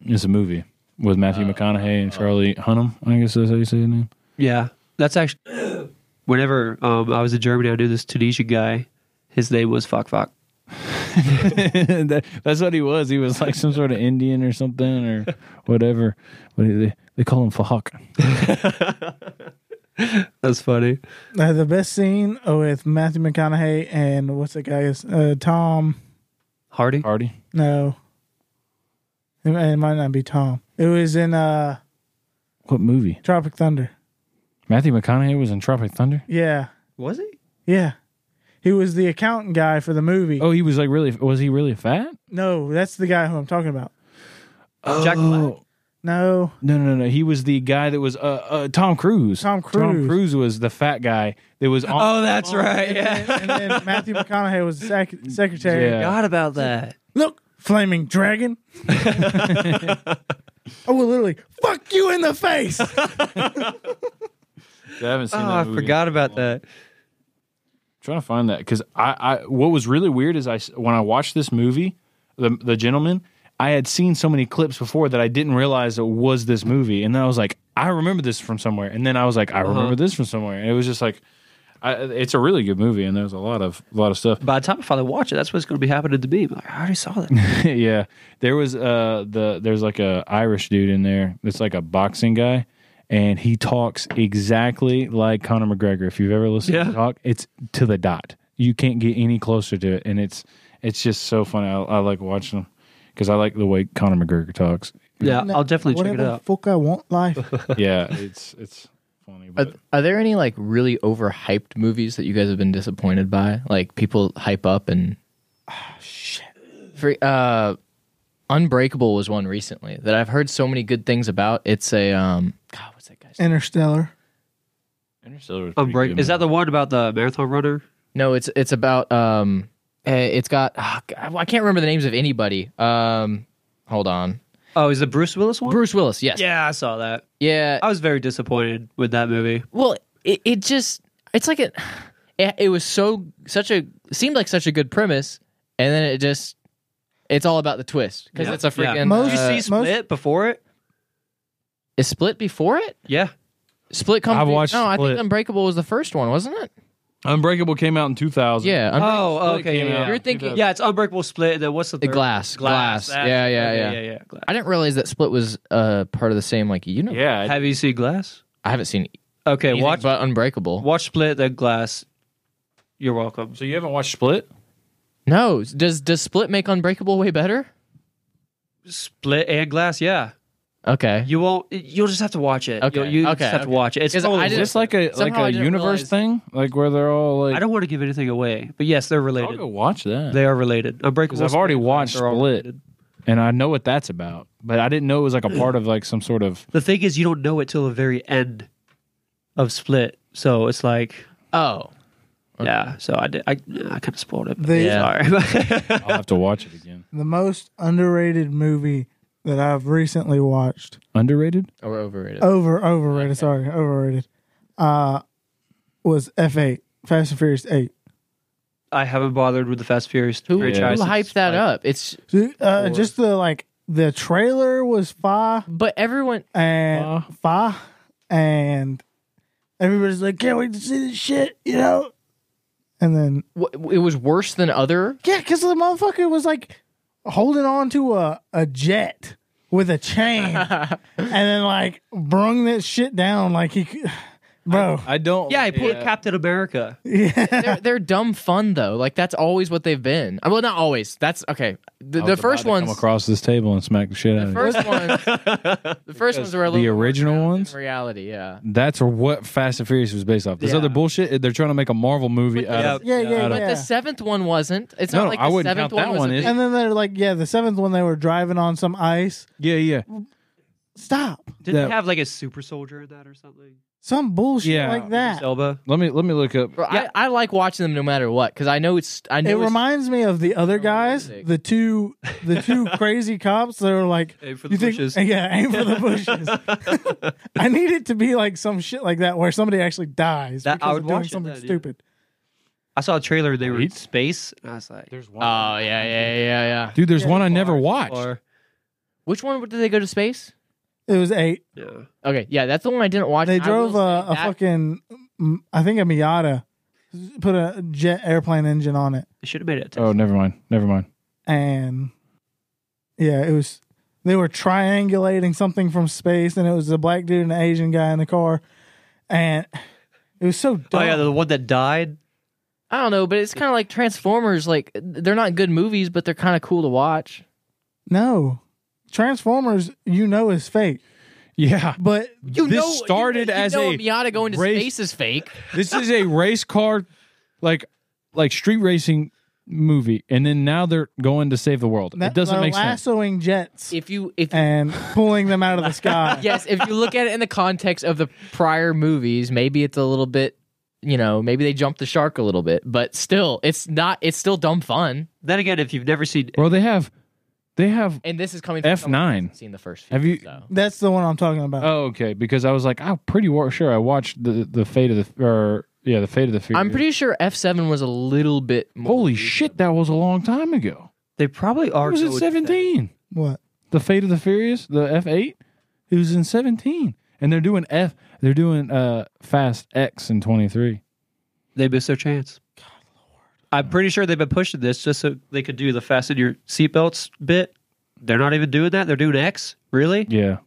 Speaker 2: it's a movie with
Speaker 4: Uh,
Speaker 2: matthew mcconaughey and charlie hunnam i guess that's how you say his name
Speaker 4: Yeah, that's actually. Whenever um, I was in Germany, I knew this Tunisian guy. His name was Fuck Fuck.
Speaker 2: That- that's what he was he was like some sort of indian or something or whatever but they, they call him fuck
Speaker 4: That's funny.
Speaker 3: Uh, the best scene with Matthew McConaughey and what's that guy's uh, Tom?
Speaker 4: Hardy.
Speaker 2: hardy
Speaker 3: No, it, mi- it might not be Tom. It was in uh,
Speaker 2: what movie
Speaker 3: Tropic Thunder.
Speaker 2: matthew mcconaughey was in tropic thunder
Speaker 3: Yeah,
Speaker 4: Was he?
Speaker 3: yeah. He was the accountant guy for the movie.
Speaker 2: oh he was like really was he really fat
Speaker 3: No, that's the guy who I'm talking about.
Speaker 4: Jack Black.
Speaker 3: No,
Speaker 2: No, no, no. He was the guy that was uh, uh Tom Cruise.
Speaker 3: Tom Cruise.
Speaker 2: Tom Cruise was the fat guy that was on.
Speaker 4: Oh, that's right. Yeah.
Speaker 3: and then Matthew McConaughey was the sec- secretary.
Speaker 2: Yeah.
Speaker 4: Forgot about that.
Speaker 3: Look, flaming dragon. I will literally fuck you in the face.
Speaker 2: I haven't seen
Speaker 4: Oh,
Speaker 2: that
Speaker 4: I
Speaker 2: movie.
Speaker 4: forgot about that.
Speaker 2: trying to find that because I, I, what was really weird is I s- when I watched this movie, the the gentleman, I had seen so many clips before that I didn't realize it was this movie, and then I was like, I remember this from somewhere, and then I was like, I remember this from somewhere, and it was just like, I, it's a really good movie, and there's a lot of a lot of stuff.
Speaker 4: By the time I finally watch it, that's what's going to be happening to me. I'm like, I already saw that.
Speaker 2: yeah, there was uh the there's like a Irish dude in there. It's like a boxing guy, and he talks exactly like Conor McGregor. If you've ever listened to
Speaker 4: Yeah.
Speaker 2: him talk, it's to the dot. you can't get any closer to it, and it's it's just so funny. I, I like watching them because I like the way Conor McGregor talks.
Speaker 4: Yeah, I'll definitely check
Speaker 3: Whatever
Speaker 4: it out.
Speaker 3: the fuck I want life.
Speaker 2: yeah, it's it's funny.
Speaker 1: Are,
Speaker 2: But
Speaker 1: are there any like really overhyped movies that you guys have been disappointed by? Like people hype up and Ah, shit. For, uh, Unbreakable was one recently that I've heard so many good things about. It's a um, God, what's that guy's? name?
Speaker 3: Interstellar.
Speaker 2: Interstellar was pretty
Speaker 4: Unbreak-
Speaker 2: good,
Speaker 4: is that
Speaker 2: man.
Speaker 4: the one about the marathon runner?
Speaker 1: No, it's it's about um, eh, it's got ah, God, I can't remember the names of anybody. Um, hold on,
Speaker 4: Oh, is it Bruce Willis one?
Speaker 1: Bruce Willis. Yes,
Speaker 4: Yeah, I saw that.
Speaker 1: yeah.
Speaker 4: I was very disappointed with that movie.
Speaker 1: Well, it, it just it's like it, it it was so such a seemed like such a good premise, and then it just it's all about the twist because
Speaker 4: Yeah.
Speaker 1: it's a
Speaker 4: Yeah.
Speaker 1: freaking
Speaker 3: Most-
Speaker 1: uh,
Speaker 4: See
Speaker 3: most-
Speaker 4: Split before it?
Speaker 1: is Split before it.
Speaker 4: Yeah.
Speaker 1: Split comes.
Speaker 2: I've watched
Speaker 1: No, I
Speaker 2: Split.
Speaker 1: think Unbreakable was the first one, wasn't it?
Speaker 2: Unbreakable came out in two thousand.
Speaker 1: Yeah. Unbreakable.
Speaker 4: Oh,
Speaker 2: Split
Speaker 4: okay.
Speaker 2: came
Speaker 4: Yeah,
Speaker 2: out
Speaker 4: yeah.
Speaker 1: You're
Speaker 2: in
Speaker 1: thinking-
Speaker 2: 2000.
Speaker 4: Yeah, it's Unbreakable Split. And then what's the
Speaker 1: The
Speaker 4: third?
Speaker 1: Glass, Glass.
Speaker 4: that's-
Speaker 1: Yeah, yeah,
Speaker 4: okay,
Speaker 1: yeah.
Speaker 4: yeah, yeah. Glass.
Speaker 1: I didn't realize that Split was uh, part of the same like you know.
Speaker 2: yeah. I-
Speaker 4: Have you seen Glass?
Speaker 1: I haven't seen
Speaker 4: Okay,
Speaker 1: anything
Speaker 4: watch
Speaker 1: but Unbreakable.
Speaker 4: watch Split then Glass. You're welcome.
Speaker 2: so you haven't watched Split?
Speaker 1: No, does does Split make Unbreakable way better?
Speaker 4: Split and Glass, yeah.
Speaker 1: Okay.
Speaker 4: You won't. You'll just have to watch it.
Speaker 1: Okay,
Speaker 4: You'll, you just
Speaker 1: okay,
Speaker 4: have to
Speaker 1: okay.
Speaker 4: watch it. It's
Speaker 1: 'Cause I
Speaker 4: totally
Speaker 1: didn't-
Speaker 2: Is this like a
Speaker 1: Somehow I
Speaker 2: like a
Speaker 1: didn't
Speaker 2: universe
Speaker 1: realize-
Speaker 2: thing? Like where they're all like
Speaker 4: I don't want to give anything away, but yes, they're
Speaker 2: I'll
Speaker 4: related.
Speaker 2: go watch that.
Speaker 4: They are related. Unbreakable.
Speaker 2: 'Cause I've already
Speaker 4: Split and
Speaker 2: watched
Speaker 4: Glass are all
Speaker 2: Split.
Speaker 4: related.
Speaker 2: and I know what that's about, but I didn't know it was like a part of like some sort of
Speaker 4: The thing is, you don't know it till the very end of Split. So it's like,
Speaker 1: Oh,
Speaker 4: yeah. So I did. I, I kind of spoiled it. but
Speaker 3: The-
Speaker 4: Sorry.
Speaker 2: I'll have to watch it again.
Speaker 3: The most underrated movie that I've recently watched.
Speaker 2: Underrated?
Speaker 1: or overrated.
Speaker 3: Over overrated. Sorry, overrated. Uh, was F eight Fast and Furious eight.
Speaker 4: I haven't bothered with the Fast Furious
Speaker 1: Who,
Speaker 4: franchise.
Speaker 1: who
Speaker 4: since,
Speaker 1: hyped that
Speaker 4: like,
Speaker 1: up? It's
Speaker 3: Dude, Uh,
Speaker 4: Or-
Speaker 3: just the like the trailer was fire
Speaker 1: but everyone
Speaker 3: and fire and everybody's like, can't wait to see this shit, you know. And then
Speaker 1: w- it was worse than other.
Speaker 3: yeah, because the motherfucker was like holding on to a a jet with a chain, and then like brung that shit down like he, could- bro.
Speaker 2: I don't.
Speaker 4: Yeah, I put Captain America.
Speaker 3: yeah.
Speaker 1: They're, they're dumb fun though. Like that's always what they've been. Uh, Well, not always. That's okay. The, the first
Speaker 2: come
Speaker 1: ones,
Speaker 2: across this table and smack the shit out
Speaker 1: the
Speaker 2: of you.
Speaker 1: first ones, the first ones were a
Speaker 2: the
Speaker 1: little more
Speaker 2: original
Speaker 1: grounded
Speaker 2: ones?
Speaker 1: In reality, yeah.
Speaker 2: That's what Fast and Furious was based off. This
Speaker 4: Yeah.
Speaker 2: other bullshit. uh, They're trying to make a Marvel movie out
Speaker 3: Yeah,
Speaker 2: yeah.
Speaker 3: yeah, yeah.
Speaker 1: But the seventh one wasn't. It's
Speaker 2: No,
Speaker 1: not like
Speaker 2: I
Speaker 1: the
Speaker 2: wouldn't
Speaker 1: seventh
Speaker 2: count that
Speaker 1: one.
Speaker 2: one
Speaker 1: was a
Speaker 2: as-
Speaker 1: big-
Speaker 3: and then they're like, yeah, the seventh one they were driving on some ice.
Speaker 2: of. Yeah, yeah.
Speaker 3: Stop,
Speaker 4: Didn't
Speaker 2: Yeah.
Speaker 4: they have like a super soldier in that or something?
Speaker 3: some bullshit
Speaker 2: Yeah.
Speaker 3: like that.
Speaker 4: Elba.
Speaker 2: Let me let me look up.
Speaker 1: Bro,
Speaker 4: Yeah.
Speaker 1: I, I like watching them no matter what because I know it's. I know
Speaker 3: It
Speaker 1: it's-
Speaker 3: reminds me of the other guys,
Speaker 1: Romantic.
Speaker 3: the two, the two crazy cops that are like,
Speaker 4: Aim for the bushes.
Speaker 3: yeah, aim for the bushes. I need it to be like some shit like that where somebody actually dies
Speaker 4: That-
Speaker 3: because
Speaker 4: I would
Speaker 3: of doing
Speaker 4: watch it
Speaker 3: something
Speaker 4: then, yeah.
Speaker 3: stupid.
Speaker 4: I saw a trailer. and They were in
Speaker 2: Eight?
Speaker 4: space, and I was like,
Speaker 2: There's one.
Speaker 1: Oh yeah, yeah, yeah, yeah.
Speaker 2: Dude, there's
Speaker 3: Yeah.
Speaker 2: one I never watched.
Speaker 4: Or,
Speaker 1: Which one did they go to space?
Speaker 3: It was eight.
Speaker 4: yeah.
Speaker 1: Okay, yeah, that's the one I didn't watch. I
Speaker 3: They
Speaker 1: will
Speaker 3: drove
Speaker 1: say
Speaker 3: a, a
Speaker 1: that-
Speaker 3: fucking, mm, I think a Miata, put a jet airplane engine on it,
Speaker 4: They should have made it. a
Speaker 2: Oh,
Speaker 4: Tesla.
Speaker 2: never mind. Never mind.
Speaker 3: and yeah, it was. They were triangulating something from space, and it was a black dude and an Asian guy in the car, and it was so dumb.
Speaker 4: Oh yeah, the one that died.
Speaker 1: I don't know, but it's kind of like Transformers. Like they're not good movies, but they're kind of cool to watch.
Speaker 3: no, Transformers, you know, is fake,
Speaker 2: Yeah.
Speaker 3: but
Speaker 1: You
Speaker 2: This
Speaker 1: know,
Speaker 2: started
Speaker 1: you, you
Speaker 2: as
Speaker 1: know
Speaker 2: a
Speaker 1: Miata going to
Speaker 2: race-
Speaker 1: space is fake.
Speaker 2: this is a race car like like street racing movie and then now they're going to save the world
Speaker 3: that,
Speaker 2: it doesn't
Speaker 3: they're
Speaker 2: make sense
Speaker 3: lassoing jets
Speaker 1: If you if
Speaker 3: and pulling them out of the sky.
Speaker 1: yes, if you look at it in the context of the prior movies, maybe it's a little bit, you know, maybe they jumped the shark a little bit, but still, it's not. It's still dumb fun.
Speaker 4: Then again, if you've never seen,
Speaker 2: bro they have they have
Speaker 1: And this is coming from
Speaker 2: F9.
Speaker 1: someone who hasn't Seen the first. Few,
Speaker 2: Have you-
Speaker 1: so.
Speaker 3: That's the one I'm talking about.
Speaker 2: oh okay because i was like i'm pretty wa- sure i watched the the fate of the or yeah the fate of the Furious.
Speaker 1: I'm pretty sure F seven was a little bit. More
Speaker 2: holy shit that was a long time ago
Speaker 4: they probably
Speaker 2: i
Speaker 4: are.
Speaker 2: was in
Speaker 4: going to that.
Speaker 2: 17
Speaker 3: what?
Speaker 2: the fate of the furious the f8 it was in 17 and they're doing f they're doing uh fast x in 23
Speaker 4: They missed their chance. I'm pretty sure they've been pushing this just so they could do the fasten your seatbelts bit. They're not even doing that. They're doing X. Really?
Speaker 2: Yeah.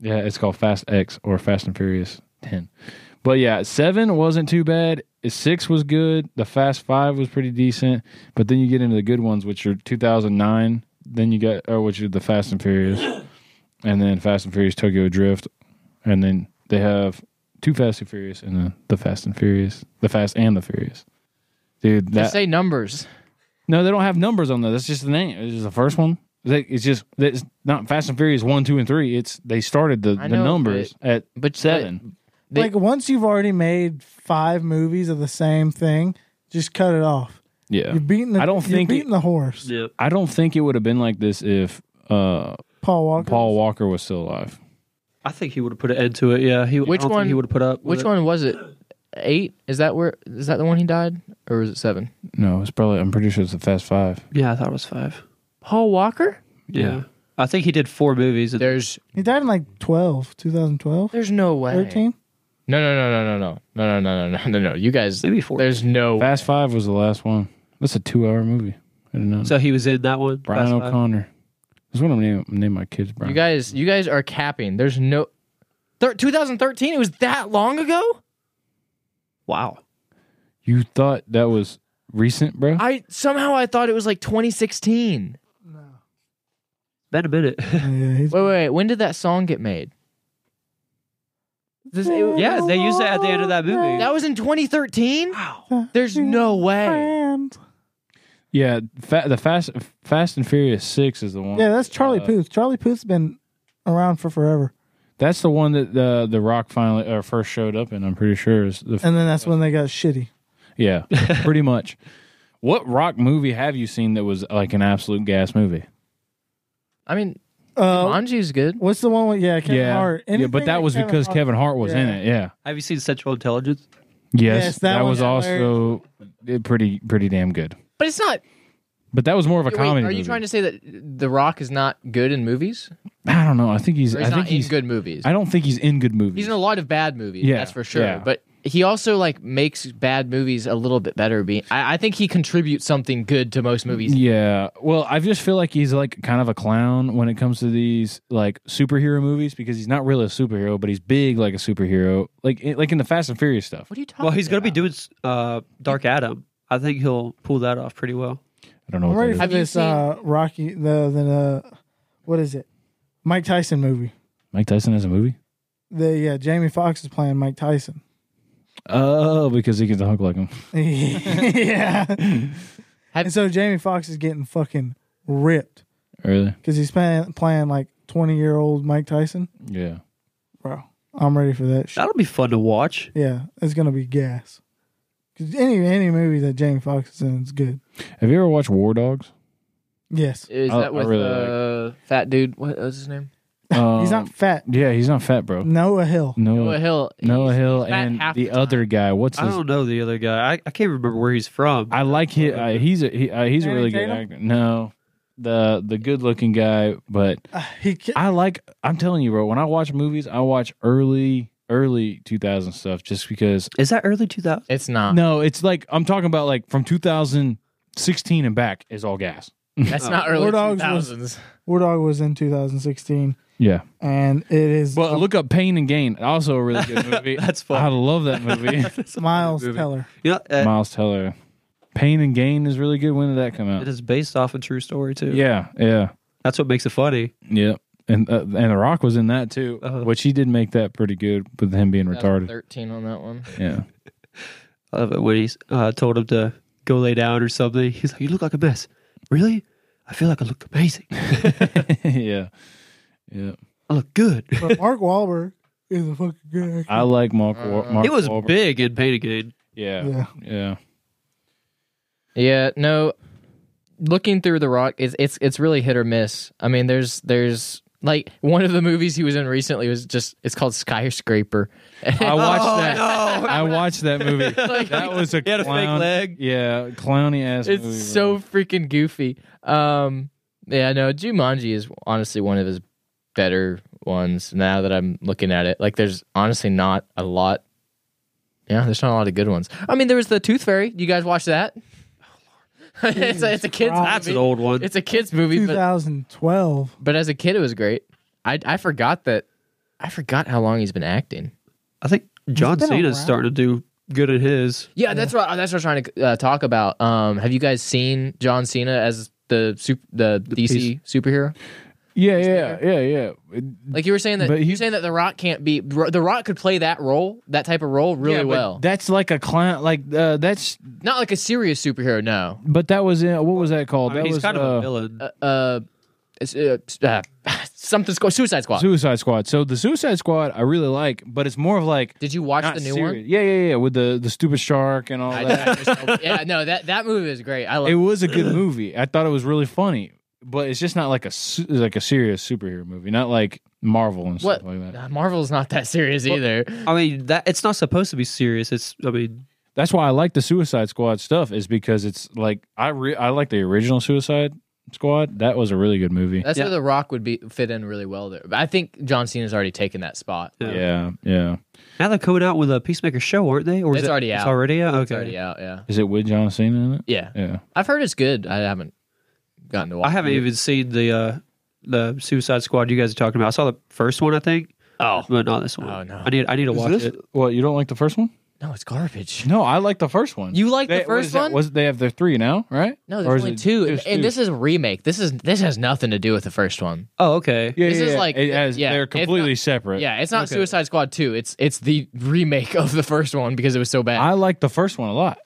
Speaker 2: Yeah, it's called Fast X or Fast and Furious 10. But yeah, seven wasn't too bad. Six was good. The Fast Five was pretty decent. But then you get into the good ones, which are 2009. Then you got, or which are the Fast and Furious, and then Fast and Furious Tokyo Drift, and then they have two Fast and Furious, and then the Fast and Furious, the Fast and the Furious. Dude, that
Speaker 1: Just say numbers.
Speaker 2: no, they don't have numbers on there. That's just the name. It's just the first one. They, it's just it's not Fast and Furious one, two, and three. It's they started the,
Speaker 1: I
Speaker 2: the
Speaker 1: know,
Speaker 2: numbers at
Speaker 1: But
Speaker 2: seven.
Speaker 1: They-
Speaker 3: like once you've already made five movies of the same thing, just cut it off.
Speaker 2: yeah,
Speaker 3: You're beating. The,
Speaker 2: I don't
Speaker 3: you're
Speaker 2: think it-
Speaker 3: beating the horse.
Speaker 4: Yeah.
Speaker 2: I don't think it would have been like this if uh,
Speaker 3: Paul Walker.
Speaker 2: Paul Walker was still alive.
Speaker 4: I think he would have put an end to it. Yeah. He,
Speaker 1: Which
Speaker 4: I don't
Speaker 1: one-
Speaker 4: Think he would have put up. with
Speaker 1: Which
Speaker 4: it.
Speaker 1: one was it? Eight? Is that where? Is that the one he died, or was it seven?
Speaker 2: No, it's probably. I'm pretty sure it's the Fast Five.
Speaker 4: Yeah, I thought it was five.
Speaker 1: Paul Walker?
Speaker 4: Yeah.
Speaker 2: Yeah.
Speaker 4: I think he did four movies. And,
Speaker 1: There's
Speaker 3: He died in like 12, 2012,
Speaker 1: there's no way.
Speaker 3: 13.
Speaker 1: No, no, no, no, no, no, no, no, no, no, no, no. You guys,
Speaker 4: maybe four.
Speaker 1: there's no.
Speaker 2: Fast Five was the last one. That's a two-hour movie. I don't know.
Speaker 4: so he was in that one.
Speaker 2: Brian
Speaker 4: Fast Five?
Speaker 2: O'Connor. That's what I'm naming, naming my kids. Brian.
Speaker 1: You guys, you guys are capping. There's no. Thir- 2013. It was that long ago.
Speaker 4: Wow.
Speaker 2: you thought that was recent, bro?
Speaker 1: I somehow I thought it was like 2016.
Speaker 4: Been a minute.
Speaker 3: yeah, he's,
Speaker 1: Wait, wait, wait. When did that song get made? This- it-
Speaker 4: yeah, they used it at the end of that movie.
Speaker 1: that was in 2013.
Speaker 4: wow.
Speaker 1: There's no way.
Speaker 3: And-
Speaker 2: yeah, fa- the Fast Fast and Furious Six is the one.
Speaker 3: Yeah, that's Charlie
Speaker 2: Uh,
Speaker 3: Puth. Charlie Puth's been around for forever,
Speaker 2: That's the one that the the Rock finally or first showed up in. I'm pretty sure is the
Speaker 3: and then that's when they got shitty.
Speaker 2: yeah, pretty much. What Rock movie have you seen that was like an absolute gas movie?
Speaker 1: I mean,
Speaker 3: Uh,
Speaker 1: Manji's good.
Speaker 3: what's the one with yeah Kevin
Speaker 2: yeah, yeah,
Speaker 3: Hart?
Speaker 2: but
Speaker 3: Anything
Speaker 2: that was
Speaker 3: with
Speaker 2: because
Speaker 3: Hart-
Speaker 2: Kevin Hart was in
Speaker 3: Yeah.
Speaker 2: it. Yeah,
Speaker 4: Have you seen Central Intelligence?
Speaker 2: yes,
Speaker 3: Yes, that
Speaker 2: that, was
Speaker 3: one's
Speaker 2: also eh, pretty pretty damn good.
Speaker 1: But it's not.
Speaker 2: But that was more of a
Speaker 1: Wait,
Speaker 2: comedy.
Speaker 1: are you
Speaker 2: movie.
Speaker 1: trying to say that The Rock is not good in movies?
Speaker 2: I don't know. I think he's.
Speaker 1: Or he's
Speaker 2: I
Speaker 1: not
Speaker 2: think
Speaker 1: in
Speaker 2: he's.
Speaker 1: good movies.
Speaker 2: I don't think he's in good movies.
Speaker 1: He's in a lot of bad movies.
Speaker 2: Yeah,
Speaker 1: that's for sure.
Speaker 2: yeah.
Speaker 1: But he also like makes bad movies a little bit better. Being, I, I think he contributes something good to most movies.
Speaker 2: Yeah. Well, I just feel like he's like kind of a clown when it comes to these like superhero movies because he's not really a superhero, but he's big like a superhero, like like in the Fast and Furious stuff.
Speaker 1: What are you talking?
Speaker 4: Well, he's going to be
Speaker 1: about?
Speaker 4: doing uh, Dark Adam. I think he'll pull that off pretty well.
Speaker 2: I don't know.
Speaker 3: I'm
Speaker 2: What
Speaker 3: ready
Speaker 2: that is.
Speaker 3: for
Speaker 1: Have you
Speaker 3: this
Speaker 1: seen-
Speaker 3: uh, Rocky the the uh, what is it? Mike Tyson movie.
Speaker 2: Mike Tyson has a movie.
Speaker 3: The yeah Jamie Foxx is playing Mike Tyson.
Speaker 2: Oh, because he can talk like him.
Speaker 3: yeah.
Speaker 1: Have-
Speaker 3: and so Jamie Foxx is getting fucking ripped
Speaker 2: Really?
Speaker 3: because he's playing playing like twenty year old Mike Tyson.
Speaker 2: Yeah.
Speaker 3: Bro, I'm ready for that shit.
Speaker 4: That'll be fun to watch.
Speaker 3: Yeah, it's gonna be gas. 'Cause any any movie that Jamie Foxx is in is good.
Speaker 2: Have you ever watched War Dogs?
Speaker 3: Yes,
Speaker 1: Is
Speaker 2: Oh, I- I
Speaker 1: that with
Speaker 2: really
Speaker 1: uh, fat dude? What was his name?
Speaker 2: Um,
Speaker 3: he's not fat.
Speaker 2: Yeah, he's not fat, bro.
Speaker 3: Noah Hill.
Speaker 1: Noah
Speaker 2: Noah,
Speaker 1: Hill.
Speaker 2: Noah
Speaker 1: He's-
Speaker 2: Hill
Speaker 1: he's fat
Speaker 2: and
Speaker 1: half
Speaker 2: the other guy. What's
Speaker 4: I
Speaker 2: his?
Speaker 4: don't know the other guy. I, I can't remember where he's from.
Speaker 2: I like him. Uh, he's a he, uh, he's a
Speaker 3: Channing
Speaker 2: really good
Speaker 3: Tatum?
Speaker 2: actor. No, the the good looking guy, but
Speaker 3: Uh, he ki-
Speaker 2: I like. I'm telling you, bro. When I watch movies, I watch early, early 2000 stuff, just because.
Speaker 4: Is that early 2000?
Speaker 1: It's not.
Speaker 2: No, it's like I'm talking about like from 2016 and back is all gas.
Speaker 1: That's not early
Speaker 3: War Dogs was-
Speaker 1: 2000s.
Speaker 3: War Dog was in 2016,
Speaker 2: Yeah,
Speaker 3: and it is
Speaker 2: but look up Pain and Gain. Also a really good movie.
Speaker 4: That's
Speaker 2: I
Speaker 4: fun.
Speaker 2: love that movie.
Speaker 3: Miles
Speaker 4: movie.
Speaker 3: Teller.
Speaker 4: You know, uh,
Speaker 2: Miles Teller. Pain and Gain is really good. When did that come
Speaker 4: it
Speaker 2: out?
Speaker 4: is based off a true story, too.
Speaker 2: Yeah, yeah,
Speaker 4: That's what makes it funny.
Speaker 2: yeah. And uh, and The Rock was in that too,
Speaker 4: Uh-huh.
Speaker 2: which he did make that pretty good with him being retarded.
Speaker 1: Thirteen on that one.
Speaker 2: Yeah.
Speaker 4: I love it when he uh, told him to go lay down or something. He's like, You look like a mess. Really? I feel like I look amazing.
Speaker 2: yeah. Yeah.
Speaker 4: I look good.
Speaker 3: But Mark Wahlberg is a fucking good actor.
Speaker 2: I like Mark. Wa-
Speaker 1: Uh,
Speaker 2: Mark
Speaker 4: He was
Speaker 2: Wahlberg.
Speaker 4: big in Pain Again.
Speaker 2: Yeah.
Speaker 3: Yeah.
Speaker 2: Yeah.
Speaker 1: Yeah, no. Looking through The Rock, it's it's it's really hit or miss. I mean, there's there's like one of the movies he was in recently was just it's called Skyscraper.
Speaker 2: I watched that.
Speaker 4: no.
Speaker 2: I watched that movie.
Speaker 1: Like,
Speaker 2: that was a
Speaker 4: He had a fake
Speaker 2: clown-
Speaker 4: leg.
Speaker 2: Yeah, clowny ass.
Speaker 1: it's
Speaker 2: movie,
Speaker 1: so freaking goofy. Um, yeah, no, Jumanji is honestly one of his better ones. Now that I'm looking at it, like there's honestly not a lot. Yeah, there's not a lot of good ones. I mean, there was the Tooth Fairy. You guys watch that? it's, a, it's a kids.
Speaker 3: Christ.
Speaker 4: That's an
Speaker 1: movie.
Speaker 4: old one.
Speaker 1: It's a kids movie, but
Speaker 3: 2012.
Speaker 1: But as a kid, it was great. I I forgot that. I forgot how long he's been acting.
Speaker 4: I think John
Speaker 3: been
Speaker 4: Cena's
Speaker 3: around.
Speaker 4: starting to do good at his.
Speaker 1: Yeah, that's what that's what I'm trying to uh, talk about. Um, have you guys seen John Cena as the sup- the DC superhero?
Speaker 2: Yeah, yeah, yeah, yeah. It-
Speaker 1: Like you were saying that
Speaker 2: But
Speaker 1: you're
Speaker 2: he-
Speaker 1: saying that The Rock can't be Ro- The Rock could play that role, that type of role, really
Speaker 2: yeah, but
Speaker 1: well.
Speaker 2: That's like a client. Like uh, that's.
Speaker 1: Not like a serious superhero, no.
Speaker 2: But that was in. What was that called?
Speaker 4: I mean,
Speaker 2: that
Speaker 4: he's
Speaker 2: was,
Speaker 4: kind of
Speaker 2: uh,
Speaker 4: a villain.
Speaker 1: Uh, uh, it's, uh, uh something squad, Suicide Squad.
Speaker 2: Suicide Squad. So the Suicide Squad, I really like, but it's more of like
Speaker 1: Did you watch the new one?
Speaker 2: serious. Yeah, yeah, yeah. With the the stupid shark and all
Speaker 1: I,
Speaker 2: that.
Speaker 1: I just, yeah, no, that that movie is great. I love.
Speaker 2: it was a good movie. I thought it was really funny, but it's just not like a su- like a serious superhero movie. Not like Marvel and
Speaker 1: what
Speaker 2: stuff like that.
Speaker 1: uh, Marvel's not that serious either.
Speaker 4: I mean, that it's not supposed to be serious. It's I mean,
Speaker 2: That's why I like the Suicide Squad stuff is because it's like I re- I like the original Suicide Squad. That was a really good movie.
Speaker 1: That's
Speaker 4: Yeah.
Speaker 1: where The Rock would be fit in really well there. But I think John Cena's already taken that spot.
Speaker 4: yeah.
Speaker 2: yeah, yeah.
Speaker 4: Now they're coming out with a Peacemaker show, aren't they? Or is
Speaker 1: It's
Speaker 4: it-
Speaker 1: already out.
Speaker 4: It's already out. Okay.
Speaker 1: It's already out. Yeah,
Speaker 2: Is it with John Cena in it?
Speaker 1: yeah.
Speaker 2: Yeah.
Speaker 1: I've heard it's good. I haven't gotten to watch.
Speaker 4: I haven't
Speaker 1: it.
Speaker 4: even seen the uh, the Suicide Squad you guys are talking about. I saw the first one, I think,
Speaker 1: Oh
Speaker 4: but not this one.
Speaker 1: Oh, no.
Speaker 4: I need I need to
Speaker 2: Is
Speaker 4: watch
Speaker 2: this-
Speaker 4: it.
Speaker 2: What you don't like the first one?
Speaker 1: no, it's garbage.
Speaker 2: No, I like the first one.
Speaker 1: You like the
Speaker 2: They- what is
Speaker 1: first
Speaker 2: that-
Speaker 1: one?
Speaker 2: Was they have their three now, right?
Speaker 1: No,
Speaker 2: Or
Speaker 1: there's
Speaker 2: is
Speaker 1: only
Speaker 2: it
Speaker 1: two, and,
Speaker 2: just
Speaker 1: and
Speaker 2: two?
Speaker 1: this is a remake. This is this has nothing to do with the first one.
Speaker 4: Oh, okay.
Speaker 2: Yeah,
Speaker 1: this
Speaker 2: yeah,
Speaker 1: is
Speaker 2: yeah.
Speaker 1: like-
Speaker 2: It has-
Speaker 1: yeah,
Speaker 2: they're
Speaker 1: it's
Speaker 2: completely separate.
Speaker 1: Yeah, it's not Suicide Squad two. It's it's the remake of the first one because it was so bad. I,
Speaker 2: I like the first one a lot.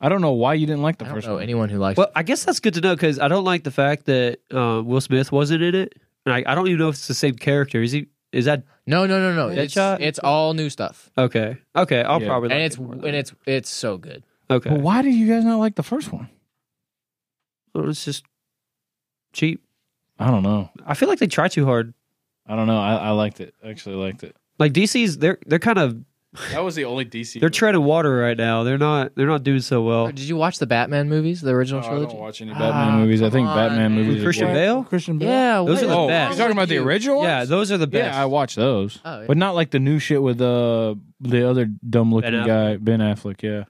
Speaker 2: I don't know why you didn't like the
Speaker 1: don't
Speaker 2: first
Speaker 1: know
Speaker 2: one.
Speaker 1: anyone who likes.
Speaker 4: Well, I guess that's good to know because I don't like the fact that uh, Will Smith wasn't in it, and I, I don't even know if it's the same character. Is he? Is that
Speaker 1: no, no, no, no. It's,
Speaker 4: Deadshot?
Speaker 1: it's all new stuff,
Speaker 4: okay? Okay, I'll
Speaker 2: Yeah.
Speaker 4: probably.
Speaker 1: and
Speaker 4: like
Speaker 1: it's
Speaker 4: it more
Speaker 1: and
Speaker 4: then.
Speaker 1: it's it's so good.
Speaker 4: okay.
Speaker 2: But why did you guys not like the first one?
Speaker 4: Well, it's just cheap.
Speaker 2: I don't know.
Speaker 4: I feel like they try too hard.
Speaker 2: I don't know. I, I liked it. Actually liked it.
Speaker 4: Like DC's, they're they're kind of
Speaker 2: That was the only DC.
Speaker 4: they're treading water right now. They're not they're not doing so
Speaker 2: Oh.
Speaker 4: well.
Speaker 1: Did you watch the Batman movies, the original trilogy?
Speaker 2: watch any
Speaker 1: Batman Ah, movies. I think come on, Batman man. movies
Speaker 4: are Christian
Speaker 3: What?
Speaker 4: Bale?
Speaker 3: Christian Bale.
Speaker 1: Yeah,
Speaker 4: Those
Speaker 1: what
Speaker 4: are the
Speaker 1: is
Speaker 2: Oh,
Speaker 4: best.
Speaker 1: wrong
Speaker 2: you're talking
Speaker 1: with
Speaker 2: about the
Speaker 1: you?
Speaker 2: original ones?
Speaker 4: Yeah, those are the best.
Speaker 2: Yeah, I watched those,
Speaker 1: Oh, yeah.
Speaker 2: but not like the new shit with the the other dumb looking
Speaker 4: Ben Affleck.
Speaker 2: guy, Ben Affleck. Yeah,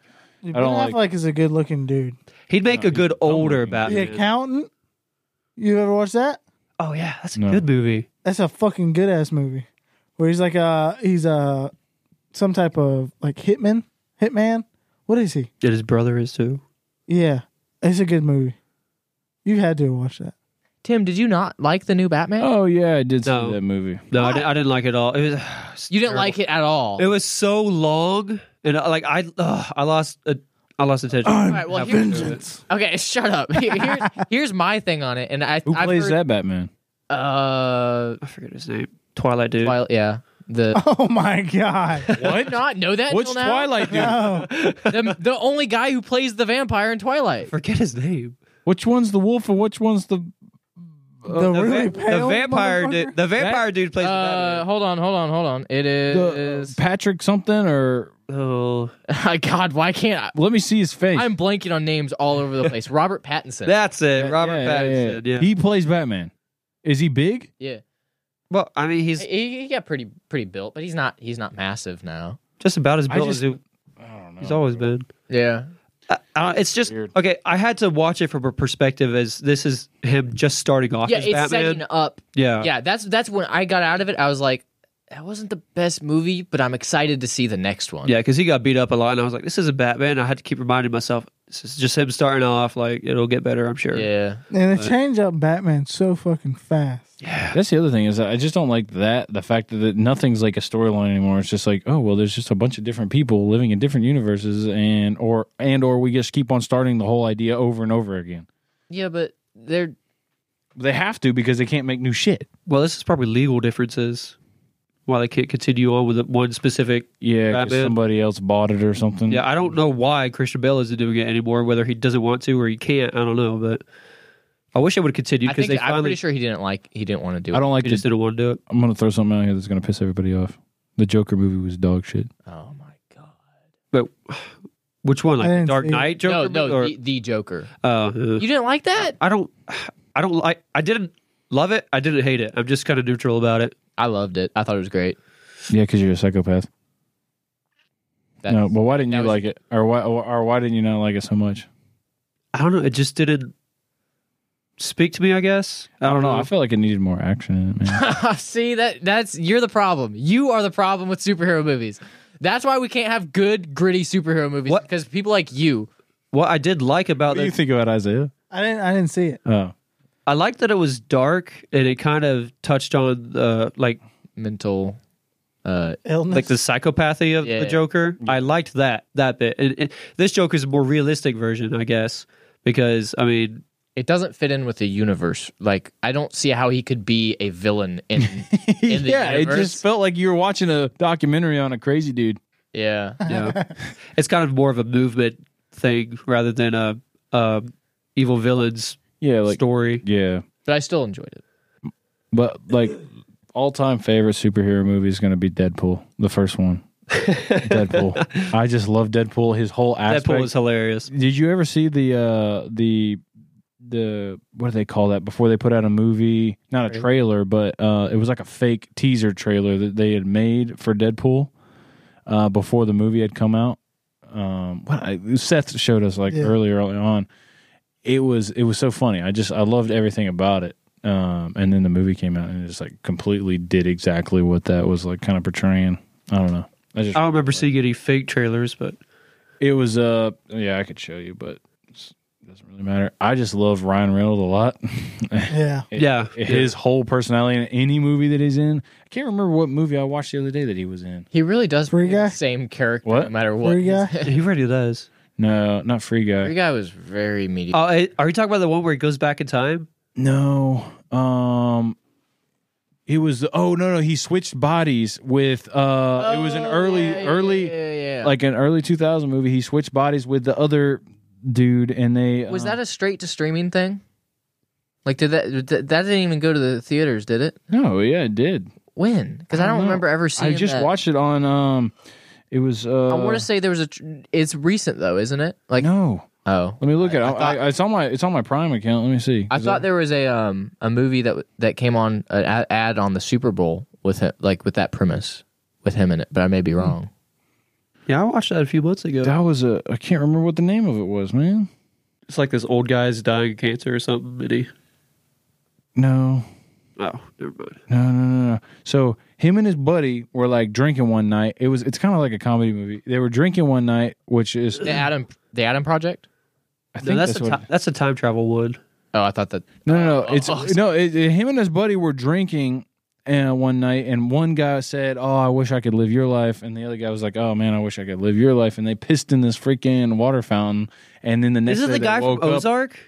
Speaker 3: Dude,
Speaker 2: I don't
Speaker 3: ben Affleck
Speaker 2: like-
Speaker 3: is a good looking dude.
Speaker 4: He'd make
Speaker 2: No,
Speaker 4: a good
Speaker 2: he's dumb
Speaker 4: older
Speaker 2: looking.
Speaker 3: The
Speaker 4: Batman.
Speaker 3: accountant. You ever watch that?
Speaker 4: Oh yeah, that's a
Speaker 2: No.
Speaker 4: good movie.
Speaker 3: That's a fucking good ass movie. Where he's like uh he's uh some type of like hitman, hitman. What is he?
Speaker 4: That his brother is too.
Speaker 3: Yeah, it's a good movie. You had to watch that.
Speaker 1: Tim, did you not like the new Batman?
Speaker 2: oh yeah, I did see
Speaker 4: No.
Speaker 2: that movie.
Speaker 4: No, I didn't, I didn't like it at all. It was
Speaker 1: you didn't like it at all.
Speaker 4: It was so long, and uh, like I, uh, I lost, uh, I lost attention.
Speaker 1: all right, well, here- okay, shut up. Here- here's, here's my thing on it, and I
Speaker 2: Who
Speaker 1: I've
Speaker 2: plays
Speaker 1: heard,
Speaker 2: that Batman?
Speaker 1: that? Uh,
Speaker 4: I forget his name. Twilight dude.
Speaker 1: Twilight, yeah, the.
Speaker 3: Oh my god!
Speaker 1: Did not know that
Speaker 2: Which
Speaker 1: till now?
Speaker 2: Twilight dude?
Speaker 3: No,
Speaker 1: the, the only guy who plays the vampire in Twilight.
Speaker 4: Forget his name.
Speaker 2: Which one's the wolf and which one's the?
Speaker 3: the
Speaker 4: The,
Speaker 3: really
Speaker 4: va-
Speaker 3: pale
Speaker 4: the vampire
Speaker 3: motherfucker?
Speaker 4: dude. The vampire dude plays.
Speaker 1: Uh,
Speaker 4: the
Speaker 1: hold on, hold on, hold on. It
Speaker 2: the
Speaker 1: is.
Speaker 2: Patrick something or
Speaker 4: Batman. oh,
Speaker 1: God, why can't I?
Speaker 2: let me see his face.
Speaker 1: I'm blanking on names all over the place. Robert Pattinson.
Speaker 4: that's it. Robert
Speaker 2: Yeah, yeah, yeah.
Speaker 4: Pattinson. Yeah.
Speaker 2: He plays Batman. Is he big?
Speaker 1: yeah,
Speaker 4: well, I mean, he's
Speaker 1: he, he got pretty pretty built, but he's not he's not massive now.
Speaker 4: just about as
Speaker 2: I
Speaker 4: built
Speaker 2: just-
Speaker 4: as he,
Speaker 2: I don't know.
Speaker 4: he's always been.
Speaker 1: Yeah,
Speaker 4: I, I don't, it's just
Speaker 2: Weird.
Speaker 4: okay. I had to watch it from a perspective as this is him just starting off
Speaker 1: yeah.
Speaker 4: as
Speaker 1: It's
Speaker 4: Batman. Uh,
Speaker 1: setting up.
Speaker 4: yeah,
Speaker 1: Yeah, that's that's when I got out of it. I was like, that wasn't the best movie, but I'm excited to see the next one.
Speaker 4: Yeah, because he got beat up a lot, and I was like, "This isn't Batman." I had to keep reminding myself, "This is just him starting off. Like, it'll get better, I'm sure."
Speaker 1: yeah.
Speaker 3: and they change up Batman so fucking fast.
Speaker 2: That's the other thing is I just don't like that the fact that it- nothing's like a storyline anymore. It's just like oh well, there's just a bunch of different people living in different universes and or and or we just keep on starting the whole idea over and over again.
Speaker 1: yeah, but they're
Speaker 2: They have to because they can't make new shit.
Speaker 4: Well, this is probably legal differences why they can't continue on with one specific.
Speaker 2: Yeah, 'cause
Speaker 4: Batman.
Speaker 2: somebody else bought it or something.
Speaker 4: Yeah, I don't know why Christian Bale isn't doing it anymore. Whether he doesn't want to or he can't, I don't know. But I wish it would continue
Speaker 1: I
Speaker 4: because
Speaker 1: think
Speaker 4: they
Speaker 1: I'm
Speaker 4: finally
Speaker 1: pretty sure he didn't like he didn't want to do it.
Speaker 2: I don't like
Speaker 4: they
Speaker 2: this.
Speaker 4: just didn't want to do it.
Speaker 2: I'm gonna throw something out here that's gonna piss everybody off. The Joker movie was dog shit.
Speaker 1: Oh my god.
Speaker 4: But which one,
Speaker 3: I
Speaker 4: like the
Speaker 3: didn't
Speaker 4: Dark
Speaker 3: see it.
Speaker 4: Knight Joker?
Speaker 1: no, no,
Speaker 4: or,
Speaker 1: the, the Joker.
Speaker 4: uh, uh,
Speaker 1: You didn't like that?
Speaker 4: I don't, I don't like. I didn't love it. I didn't hate it. I'm just kind of neutral about it.
Speaker 1: I loved it. I thought it was great.
Speaker 2: Yeah, because you're a psychopath.
Speaker 1: That's,
Speaker 2: no, but why didn't
Speaker 1: that
Speaker 2: you
Speaker 1: was-
Speaker 2: like it, or why, or, or why didn't you not like it so much?
Speaker 4: I don't know. It just didn't speak to me. I guess I don't know.
Speaker 2: I felt like it needed more action in it, man.
Speaker 1: See that that's you're the problem. You are the problem with superhero movies. That's why we can't have good gritty superhero movies
Speaker 5: What?
Speaker 1: because people like you.
Speaker 4: What I did like about
Speaker 2: What do you
Speaker 4: that,
Speaker 2: think about Isaiah?
Speaker 3: I didn't. I didn't see it.
Speaker 2: Oh,
Speaker 4: I liked that it was dark and it kind of touched on uh, like
Speaker 1: Mental. Uh,
Speaker 3: Illness.
Speaker 4: like the psychopathy of
Speaker 1: Yeah.
Speaker 4: the Joker. I liked that that bit. And, and this Joker's a more realistic version, I guess, because I mean,
Speaker 1: it doesn't fit in with the universe. Like I don't see how he could be a villain in in the
Speaker 2: yeah. It
Speaker 1: universe.
Speaker 2: just felt like you were watching a documentary on a crazy dude.
Speaker 1: yeah.
Speaker 4: you know, it's kind of more of a movement thing rather than a, a evil villain's
Speaker 2: Yeah, like
Speaker 4: story.
Speaker 2: yeah,
Speaker 1: But I still enjoyed it.
Speaker 2: but like all time favorite superhero movie is going to be Deadpool, the first one. Deadpool. I just love Deadpool. His whole aspect.
Speaker 4: Deadpool was hilarious.
Speaker 2: Did you ever see the uh the the what do they call that before they put out a movie? Not a trailer, but uh it was like a fake teaser trailer that they had made for Deadpool uh before the movie had come out. Um what I, Seth showed us like
Speaker 3: Yeah.
Speaker 2: earlier early on. It was it was so funny. I just I loved everything about it. Um and then the movie came out and it just like completely did exactly what that was like kind of portraying. I don't know. I just
Speaker 4: I don't remember seeing any fake trailers, but
Speaker 2: it was uh yeah, I could show you, but it's- it doesn't really matter. I just love Ryan Reynolds a lot.
Speaker 3: yeah.
Speaker 4: yeah,
Speaker 2: His whole personality in any movie that he's in. I can't remember what movie I watched the other day that he was in.
Speaker 1: He really does
Speaker 3: Free
Speaker 1: play the
Speaker 3: Guy?
Speaker 1: same character
Speaker 2: What?
Speaker 1: no matter what.
Speaker 3: Free Guy?
Speaker 4: he really does.
Speaker 2: No, not Free Guy.
Speaker 1: Free guy was very mediocre.
Speaker 4: Oh, I- are you talking about the one where he goes back in time?
Speaker 2: No. Um it was oh no no he switched bodies with uh it was an early
Speaker 1: Oh, yeah, yeah,
Speaker 2: early
Speaker 1: yeah, yeah, yeah.
Speaker 2: like an early 2000 movie he switched bodies with the other dude and they
Speaker 1: was
Speaker 2: uh,
Speaker 1: that a straight to streaming thing? Like did that th- that didn't even go to the theaters, did it?
Speaker 2: No, yeah, it did.
Speaker 1: When? Because I, don't
Speaker 2: know.
Speaker 1: remember ever seeing.
Speaker 2: I just
Speaker 1: that.
Speaker 2: watched it on um it was uh
Speaker 1: I want to say there was a. Tr- it's recent though, isn't it? Like
Speaker 2: No.
Speaker 1: oh,
Speaker 2: Let me look at it.
Speaker 1: I- I
Speaker 2: I,
Speaker 1: thought-
Speaker 2: I- it's on my it's on my Prime account. Let me see.
Speaker 1: I
Speaker 2: Is
Speaker 1: thought
Speaker 2: that-
Speaker 1: there was a um a movie that w- that came on an ad- ad on the Super Bowl with it, like with that premise with him in it, but I may
Speaker 2: Hmm.
Speaker 1: be wrong.
Speaker 4: Yeah, I watched that a few months ago.
Speaker 2: that was a I can't remember what the name of it was, man.
Speaker 4: It's like this old guy's dying of cancer or something, and he.
Speaker 2: No.
Speaker 4: Oh, never mind.
Speaker 2: No, no, no, no. So him and his buddy were like drinking one night. It was it's kind of like a comedy movie. They were drinking one night, which is
Speaker 1: The Adam the Adam Project.
Speaker 2: I think
Speaker 4: No, that's
Speaker 2: that's
Speaker 4: a
Speaker 2: what,
Speaker 4: ti- that's a time travel one.
Speaker 1: Oh, I thought that.
Speaker 2: No, no, no. It's
Speaker 1: Oh,
Speaker 2: no. It, it- him and his buddy were drinking uh, one night, and one guy said, "Oh, I wish I could live your life," and the other guy was like, "Oh man, I wish I could live your life." And they pissed in this freaking water fountain, and then the next
Speaker 4: Is it
Speaker 2: day
Speaker 4: the
Speaker 2: they
Speaker 4: guy from
Speaker 2: woke up-
Speaker 4: Ozark?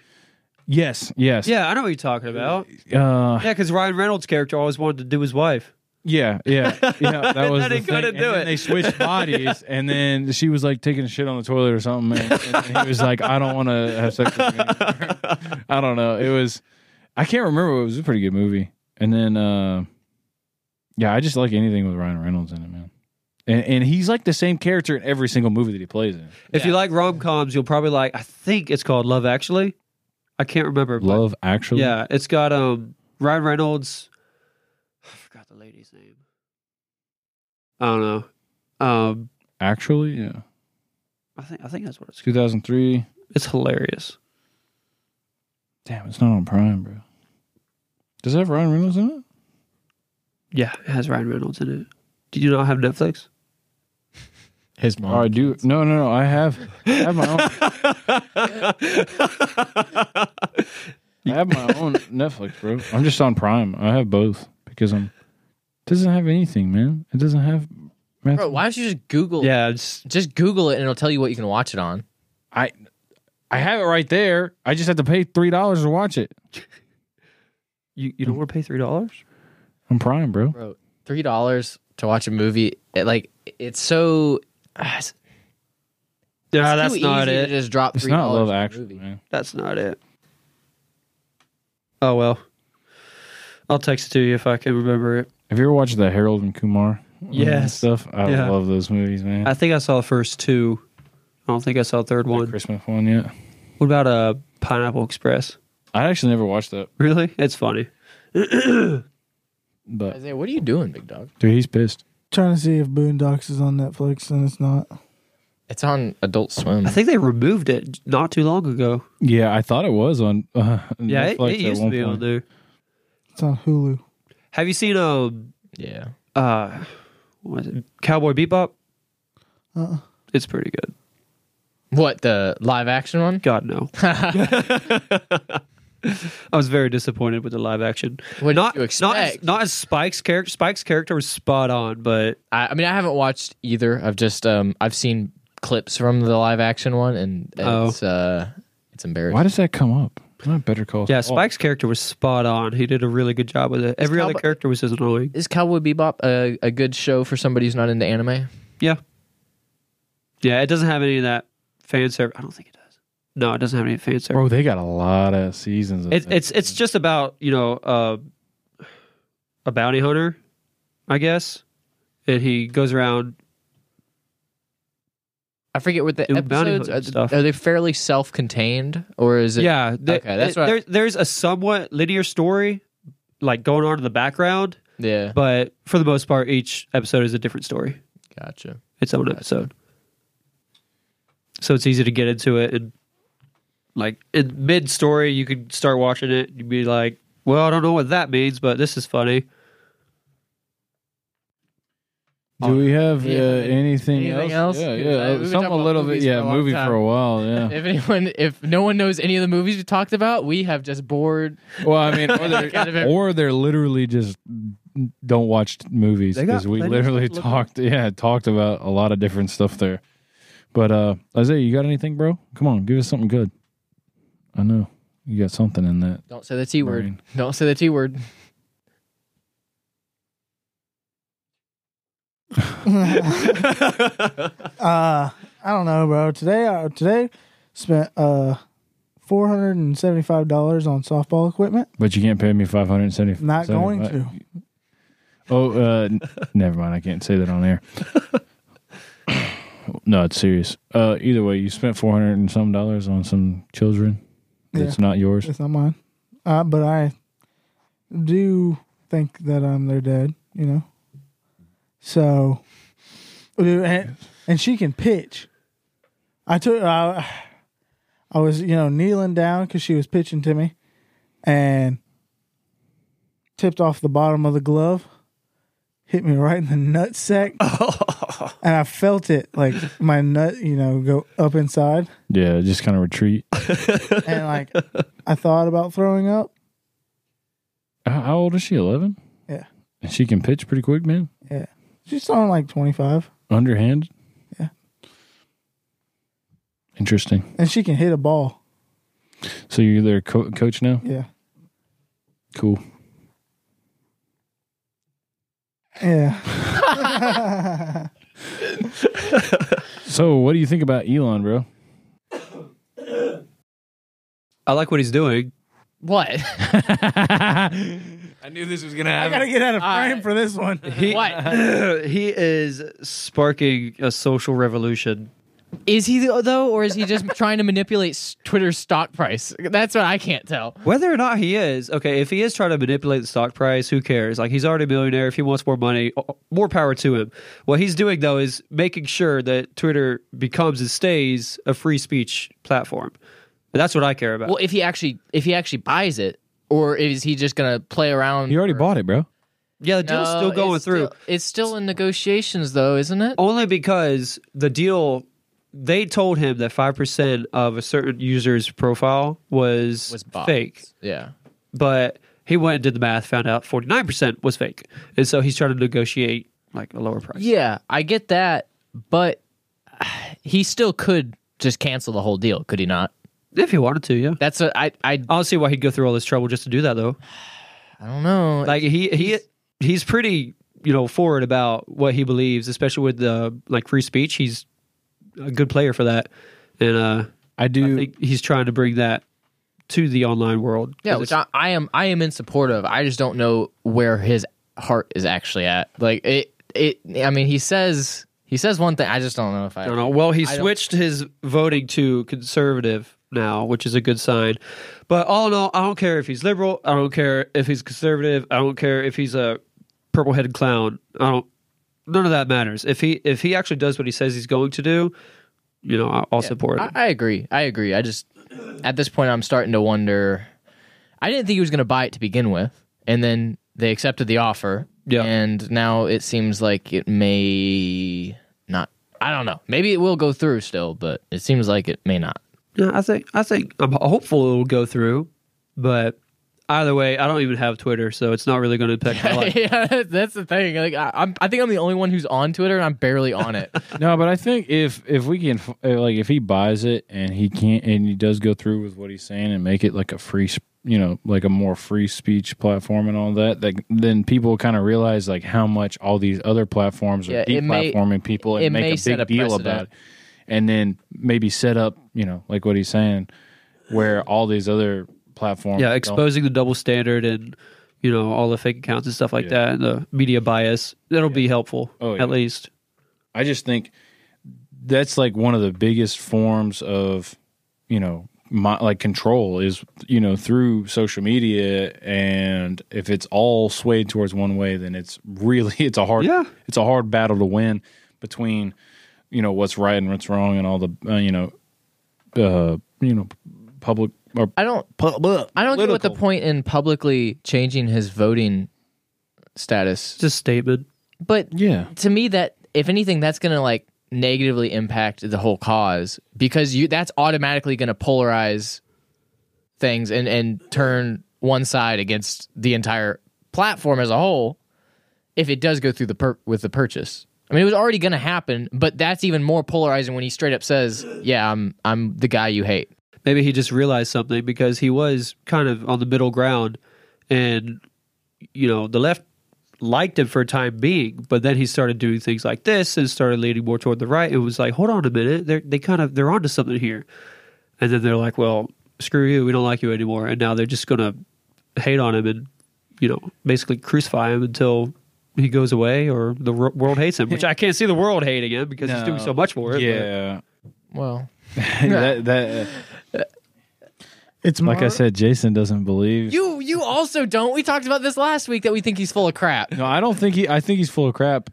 Speaker 2: Yes, yes.
Speaker 4: Yeah, I know what you're talking about.
Speaker 2: Uh,
Speaker 4: Yeah, because Ryan Reynolds' character always wanted to do his wife.
Speaker 2: Yeah, yeah, yeah. That was
Speaker 4: then
Speaker 2: the
Speaker 4: he
Speaker 2: thing.
Speaker 4: couldn't
Speaker 2: And
Speaker 4: do
Speaker 2: then
Speaker 4: it.
Speaker 2: They switched bodies, and then she was like taking a shit on the toilet or something, and, and he was like, "I don't want to have sex with you." anymore." I don't know. It was, I can't remember. It was a pretty good movie. And then, uh, yeah, I just like anything with Ryan Reynolds in it, man. And and he's like the same character in every single movie that he plays in.
Speaker 4: If you
Speaker 1: Yeah.
Speaker 4: like rom coms, you'll probably like. I think it's called Love Actually. I can't remember. but-
Speaker 2: Love Actually.
Speaker 4: Yeah, it's got um Ryan Reynolds. I forgot the lady's name. I don't know. Um,
Speaker 2: Actually, yeah.
Speaker 4: I think I think that's what it's called.
Speaker 2: Two thousand three.
Speaker 4: It's hilarious.
Speaker 2: Damn, it's not on Prime, bro. Does it have Ryan Reynolds in it?
Speaker 4: Yeah, it has Ryan Reynolds in it. Did you not have Netflix?
Speaker 1: His
Speaker 2: Oh, I do. No, no, no. I have, I have my own. I have my own Netflix, bro. I'm just on Prime. I have both because I'm. It doesn't have anything, man. It doesn't have. Matthew.
Speaker 1: Bro, why don't you just Google?
Speaker 4: Yeah, it's
Speaker 1: Just Google it and it'll tell you what you can watch it on.
Speaker 2: I, I have it right there. I just have to pay three dollars to watch it
Speaker 4: you. You don't want to pay three dollars?
Speaker 2: on Prime, bro.
Speaker 1: Bro, three dollars to watch a movie. It, like it's so. ah, It's,
Speaker 4: No,
Speaker 1: it's
Speaker 4: that's
Speaker 1: too
Speaker 4: not
Speaker 1: easy
Speaker 4: it.
Speaker 1: To just drop.
Speaker 2: It's
Speaker 1: $3
Speaker 2: not Love
Speaker 1: on a
Speaker 2: Actually,
Speaker 1: movie.
Speaker 2: man.
Speaker 4: That's not it. Oh well. I'll text it to you if I can remember it.
Speaker 2: Have you ever watched the Harold and Kumar? uh,
Speaker 4: Yes.
Speaker 2: Stuff. I
Speaker 4: Yeah.
Speaker 2: love those movies, man.
Speaker 4: I think I saw the first two. I don't think I saw the third
Speaker 2: The
Speaker 4: one.
Speaker 2: Christmas one yet?
Speaker 4: What about uh Pineapple Express?
Speaker 2: I actually never watched that,
Speaker 4: Really? It's funny.
Speaker 2: but
Speaker 1: Isaiah, what are you doing, big dog?
Speaker 2: dude, he's pissed.
Speaker 3: Trying to see if Boondocks is on Netflix, and it's not.
Speaker 1: It's on Adult Swim.
Speaker 4: I think they removed it not too long ago.
Speaker 2: Yeah, I thought it was on. Uh,
Speaker 4: Yeah, it,
Speaker 2: Netflix
Speaker 4: it
Speaker 2: at
Speaker 4: used to
Speaker 2: one
Speaker 4: be on
Speaker 2: point.
Speaker 4: there.
Speaker 3: It's on Hulu.
Speaker 4: Have you seen um
Speaker 1: Yeah.
Speaker 4: uh what was it? Cowboy Bebop?
Speaker 1: Uh-uh.
Speaker 4: It's pretty good.
Speaker 1: What the live action one?
Speaker 4: God no. I was very disappointed with the live action.
Speaker 1: What did
Speaker 4: not,
Speaker 1: you
Speaker 4: Not as,
Speaker 1: expect?
Speaker 4: not as Spike's character. Spike's character was spot on, but
Speaker 1: I, I mean, I haven't watched either. I've just um, I've seen clips from the live action one, and
Speaker 4: Oh.
Speaker 1: it's uh, it's embarrassing.
Speaker 2: Why does that come up? Not Better Call
Speaker 1: Oh.
Speaker 4: yeah,
Speaker 2: Saul.
Speaker 4: Spike's character was spot on. He did a really good job with it. Every
Speaker 1: It's
Speaker 4: other
Speaker 1: Cowboy-
Speaker 4: character was just annoying.
Speaker 1: Is Cowboy Bebop a, a good show for somebody who's not into anime?
Speaker 4: Yeah, yeah. It doesn't have any of that fan service. I don't think it does. No, it doesn't have any fan service.
Speaker 2: Bro, they got a lot of seasons.
Speaker 1: Oh.
Speaker 2: Of
Speaker 4: It,
Speaker 2: that.
Speaker 4: it's it's just about you know uh, a bounty hunter, I guess, and he goes around
Speaker 1: I forget what the
Speaker 4: Dude, bounty
Speaker 1: episodes
Speaker 4: hunting
Speaker 1: are.
Speaker 4: stuff.
Speaker 1: Are they fairly self-contained, or is it?
Speaker 4: yeah, the-
Speaker 1: okay, that's
Speaker 4: it-
Speaker 1: what I-
Speaker 4: there- there's a somewhat linear story, like going on in the background,
Speaker 1: Yeah.
Speaker 4: but for the most part, each episode is a different story.
Speaker 1: Gotcha.
Speaker 4: Its own episode, so it's easy to get into it. And like in mid story, you could start watching it. You'd be like, "Well, I don't know what that means, but this is funny."
Speaker 2: Do we have uh,
Speaker 1: Yeah.
Speaker 2: anything,
Speaker 1: Anything
Speaker 2: else?
Speaker 1: else? Yeah,
Speaker 2: Yeah, yeah.
Speaker 1: we've been
Speaker 2: something
Speaker 1: talking
Speaker 2: a
Speaker 1: about
Speaker 2: little bit.
Speaker 1: movies for
Speaker 2: Yeah,
Speaker 1: a long
Speaker 2: movie
Speaker 1: time.
Speaker 2: for a while. Yeah.
Speaker 1: If anyone, if no one knows any of the movies we talked about, we have just bored.
Speaker 2: well, I mean, or
Speaker 1: Kind of
Speaker 2: they're,
Speaker 1: a-
Speaker 2: or they're literally just don't watch movies
Speaker 4: They got
Speaker 2: because we
Speaker 4: plenty of
Speaker 2: literally
Speaker 4: stuff to look up.
Speaker 2: talked. Yeah, talked about a lot of different stuff there. But uh Isaiah, you got anything, bro? Come on, give us something good. I know you got something in that.
Speaker 1: Don't say the T word.
Speaker 2: Brain.
Speaker 1: Don't say the T word.
Speaker 3: Uh, I don't know, bro. Today, I today spent uh four hundred and seventy five dollars on softball equipment.
Speaker 2: But you can't pay me five hundred seventy.
Speaker 3: Not going to.
Speaker 2: Oh, uh, n- never mind. I can't say that on air. no, it's serious. Uh, either way, you spent four hundred and some dollars on some children. That's not yours.
Speaker 3: It's not mine. Uh, but I do think that I'm their dad, you know? So, dude, and, and she can pitch. I took, I, I was, you know, kneeling down because she was pitching to me and tipped off the bottom of the glove, hit me right in the nut sack. and I felt it like my nut, you know, go up inside
Speaker 2: Yeah, just kind of retreat.
Speaker 3: and like I thought about throwing up.
Speaker 2: How, how old is she? Eleven.
Speaker 3: Yeah.
Speaker 2: And she can pitch pretty quick, man.
Speaker 3: She's throwing like twenty five,
Speaker 2: Underhand.
Speaker 3: Yeah.
Speaker 2: Interesting.
Speaker 3: and she can hit a ball.
Speaker 2: So you're their co- coach now.
Speaker 3: Yeah,
Speaker 2: Cool.
Speaker 3: yeah.
Speaker 2: So what do you think about Elon, bro?
Speaker 4: I like what he's doing.
Speaker 1: What?
Speaker 2: I knew this was gonna
Speaker 3: I
Speaker 2: happen.
Speaker 3: gotta get out of
Speaker 1: I-
Speaker 3: frame for this one.
Speaker 4: He,
Speaker 1: What?
Speaker 4: he is sparking a social revolution.
Speaker 1: Is he the- though, or is he just trying to manipulate s- Twitter's stock price? That's what I can't tell.
Speaker 4: Whether or not he is, okay, if he is trying to manipulate the stock price, who cares? Like, he's already a millionaire. If he wants more money, uh, more power to him. What he's doing, though, is making sure that Twitter becomes and stays a free speech platform. And that's what I care about.
Speaker 1: Well, if he actually if he actually buys it, or is he just gonna play around?
Speaker 2: You already
Speaker 1: for-
Speaker 2: bought it, bro.
Speaker 4: yeah, the
Speaker 1: No,
Speaker 4: deal's still going
Speaker 1: it's
Speaker 4: through. Oh,
Speaker 1: still- it's still in negotiations, though, isn't it?
Speaker 4: only because the deal, they told him that 5% of a certain user's profile was,
Speaker 1: Was bots.
Speaker 4: fake.
Speaker 1: Yeah.
Speaker 4: but he went and did the math, found out 49% was fake. And so he's trying to negotiate like a lower price.
Speaker 1: Yeah, I get that, but he still could just cancel the whole deal, could he not?
Speaker 4: If he wanted to, yeah.
Speaker 1: That's what I I
Speaker 4: I don't see why he'd go through all this trouble just to do that though.
Speaker 1: I don't know.
Speaker 4: Like he he he's pretty, you know, forward about what he believes, especially with the like free speech. He's a good player for that. And uh
Speaker 2: I do.
Speaker 4: I think he's trying to bring that to the online world.
Speaker 1: yeah,
Speaker 4: 'Cause
Speaker 1: which
Speaker 4: it's-
Speaker 1: I, I am I am in support of. I just don't know where his heart is actually at. Like it it I mean, he says he says one thing. I just don't know if I
Speaker 4: I don't know. Well, he
Speaker 1: don't-
Speaker 4: switched his voting to conservative now, which is a good sign. But all in all, I don't care if he's liberal. I don't care if he's conservative. I don't care if he's a purple-headed clown. I don't. None of that matters. If he if he actually does what he says he's going to do, you know, I'll, I'll support
Speaker 1: I,
Speaker 4: him.
Speaker 1: I agree. I agree. I just at this point I'm starting to wonder. I didn't think he was going to buy it to begin with, and then they accepted the offer.
Speaker 4: Yeah.
Speaker 1: And now it seems like it may not I don't know. Maybe it will go through still, but it seems like it may not.
Speaker 4: No, I think
Speaker 5: I think
Speaker 4: I'm hopeful it'll go through, but either way, I don't even have Twitter, so it's not really going to impact my life.
Speaker 1: yeah, that's- that's the thing. Like, I, I'm, I think I'm the only one who's on Twitter, and I'm barely on it.
Speaker 2: No, but I think if if we can f- uh, like if he buys it and he can't and he does go through with what he's saying and make it like a free sp- you know like a more free speech platform and all that, like then people kind of realize like how much all these other platforms are
Speaker 1: Yeah, it may-
Speaker 2: deplatforming people and
Speaker 1: it may
Speaker 2: make a
Speaker 1: set
Speaker 2: big
Speaker 1: a
Speaker 2: deal
Speaker 1: precedent.
Speaker 2: about it, and then maybe set up you know like what he's saying where all these other platforms
Speaker 4: Yeah,
Speaker 2: don't-
Speaker 4: exposing the double standard and you know all the fake accounts and stuff like
Speaker 2: Yeah.
Speaker 4: that, and the media bias. That'll be helpful
Speaker 2: Oh, yeah.
Speaker 4: at least.
Speaker 2: I just think that's like one of the biggest forms of, you know, my, like control is, you know, through social media. And if it's all swayed towards one way, then it's really, it's a hard,
Speaker 4: Yeah.
Speaker 2: it's a hard battle to win between, you know, what's right and what's wrong and all the, uh, you know, uh, you know, public or
Speaker 1: I don't. I don't get what the
Speaker 2: Political.
Speaker 1: point in publicly changing his voting status.
Speaker 4: It's a statement.
Speaker 1: But
Speaker 2: yeah,
Speaker 1: to me, that if anything, that's gonna like negatively impact the whole cause because you that's automatically gonna polarize things and and turn one side against the entire platform as a whole. If it does go through the per- with the purchase, I mean, it was already gonna happen, but that's even more polarizing when he straight up says, "Yeah, I'm I'm the guy you hate."
Speaker 4: Maybe he just realized something because he was kind of on the middle ground, and you know the left liked him for a time being, but then he started doing things like this and started leaning more toward the right. It was like, hold on a minute, they're, they kind of they're onto something here, and then they're like, well, screw you, we don't like you anymore, and now they're just gonna hate on him and you know basically crucify him until he goes away or the wor- world hates him, which I can't see the world hating him because he's doing so much for it. but-
Speaker 2: yeah,
Speaker 1: Well,
Speaker 2: that, that,
Speaker 3: It's
Speaker 2: like I
Speaker 3: Mar-
Speaker 2: said, Jason doesn't believe
Speaker 1: You you also don't. We talked about this last week that we think he's full of crap.
Speaker 2: No, I don't think he. I think he's full of crap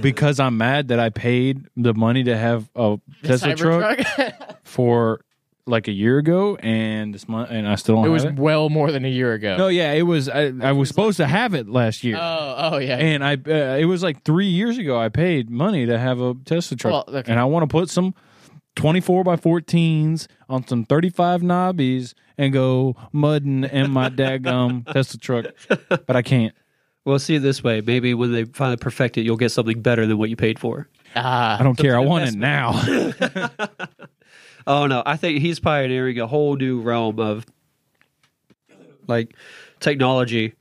Speaker 2: because I'm mad that I paid the money to have a Tesla truck for like a year ago, and this month, and I still don't
Speaker 1: it
Speaker 2: have
Speaker 1: was
Speaker 2: it.
Speaker 1: well more than a year ago.
Speaker 2: No, yeah, it was. I, I was supposed to have it last year,
Speaker 1: Oh oh yeah.
Speaker 2: and I. Uh, it was like three years ago. I paid money to have a Tesla truck,
Speaker 1: Well, okay.
Speaker 2: and I want to put some. 24 by 14s on some 35 knobbies and go mudding in my daggum Tesla truck, but I can't.
Speaker 4: Well, see it this way. Maybe when they finally perfect it, you'll get something better than what you paid for.
Speaker 1: Ah,
Speaker 2: I don't care. I want it now.
Speaker 4: Oh no, I think he's pioneering a whole new realm of like technology.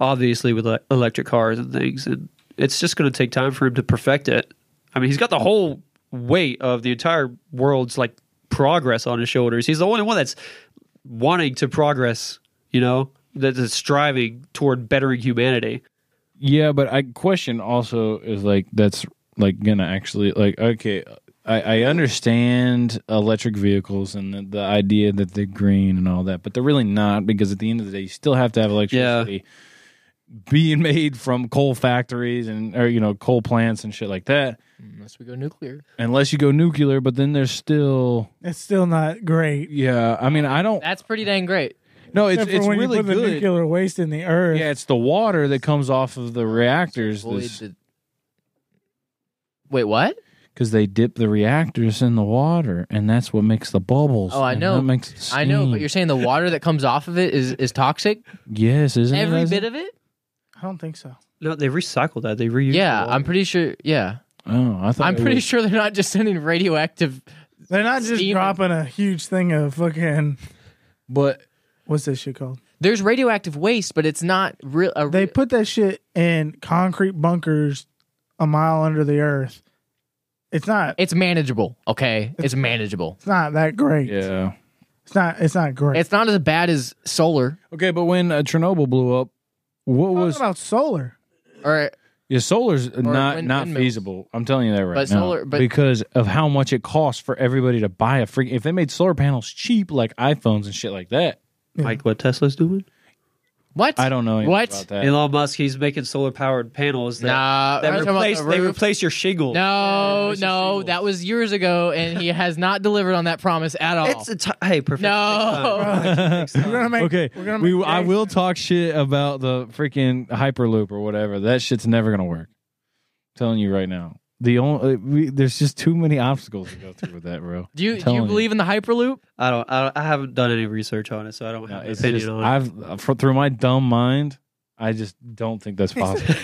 Speaker 4: Obviously, with like, electric cars and things, and it's just going to take time for him to perfect it. I mean, he's got the whole weight of the entire world's like progress on his shoulders. He's the only one that's wanting to progress. You know, that is striving toward bettering humanity.
Speaker 2: Yeah, but I question also is like that's like gonna actually like okay, I, I understand electric vehicles and the, the idea that they're green and all that, but they're really not because at the end of the day, you still have to have electricity being made from coal factories and or you know coal plants and shit like that.
Speaker 1: unless we go nuclear.
Speaker 2: Unless you go nuclear, but then there's still
Speaker 3: it's still not great.
Speaker 2: yeah. I mean, I don't
Speaker 1: That's pretty dang great.
Speaker 2: no, it's
Speaker 3: Except for
Speaker 2: it's
Speaker 3: when
Speaker 2: really
Speaker 3: you put the
Speaker 2: good.
Speaker 3: nuclear waste in the earth.
Speaker 2: Yeah, it's the water that comes off of the reactors
Speaker 1: Avoid
Speaker 2: because
Speaker 1: the- Wait, what?
Speaker 2: they dip the reactors in the water, and that's what makes the bubbles.
Speaker 1: Oh, I
Speaker 2: and
Speaker 1: know.
Speaker 2: that makes the
Speaker 1: I know, but
Speaker 2: steam.
Speaker 1: you're saying the water that comes off of it is is toxic.
Speaker 2: yes, isn't it?
Speaker 1: Every
Speaker 2: Isaac?
Speaker 1: bit of it.
Speaker 3: I don't think so.
Speaker 4: No, they recycle that. They reuse. the
Speaker 1: Yeah,
Speaker 4: water.
Speaker 1: I'm pretty sure. Yeah,
Speaker 2: Oh, I thought
Speaker 1: I'm
Speaker 2: it
Speaker 1: pretty
Speaker 2: was-
Speaker 1: sure they're not just sending radioactive.
Speaker 3: They're not just
Speaker 1: Steam.
Speaker 3: dropping a huge thing of fucking
Speaker 2: But
Speaker 3: what's this shit called?
Speaker 1: There's radioactive waste, but it's not real. a-
Speaker 3: They put that shit in concrete bunkers a mile under the earth. It's not.
Speaker 1: It's manageable. Okay, it's manageable.
Speaker 3: It's not that great.
Speaker 2: yeah.
Speaker 3: It's not. It's not great.
Speaker 1: It's not as bad as solar
Speaker 2: Okay, but when uh, Chernobyl blew up, what
Speaker 3: Talking
Speaker 2: was
Speaker 3: about solar.
Speaker 1: or
Speaker 2: yeah, solar's not
Speaker 1: wind-
Speaker 2: not
Speaker 1: windmills.
Speaker 2: feasible. I'm telling you that right
Speaker 1: But
Speaker 2: now
Speaker 1: solar- but-
Speaker 2: because of how much it costs for everybody to buy a freaking. If they made solar panels cheap like iPhones and shit like that,
Speaker 4: like what Tesla's doing.
Speaker 1: what?
Speaker 2: I don't know anything
Speaker 1: What?
Speaker 2: about that.
Speaker 4: Elon Musk, he's making solar powered panels that,
Speaker 1: Nah,
Speaker 4: that
Speaker 1: I'm talking about
Speaker 4: replace
Speaker 1: the
Speaker 4: they
Speaker 1: roof.
Speaker 4: replace your shingle.
Speaker 1: No,
Speaker 4: it's just
Speaker 1: no,
Speaker 4: shingles.
Speaker 1: that was years ago, and he has not delivered on that promise at all.
Speaker 4: it's a t- hey perfect.
Speaker 1: no,
Speaker 3: We're gonna make.
Speaker 2: okay,
Speaker 3: We're gonna
Speaker 2: we,
Speaker 3: make
Speaker 2: I
Speaker 3: Jay-
Speaker 2: will talk shit about the freaking Hyperloop or whatever. That shit's never gonna work. telling you right now. the only we, there's just too many obstacles to go through with that, bro.
Speaker 1: Do you
Speaker 2: I'm
Speaker 1: do you
Speaker 2: telling
Speaker 1: believe in the hyperloop?
Speaker 4: I don't, I don't. I haven't done any research on it, so I don't
Speaker 2: No,
Speaker 4: have an
Speaker 2: it's
Speaker 4: opinion
Speaker 2: just-
Speaker 4: on it.
Speaker 2: I've for, through my dumb mind, I just don't think that's possible.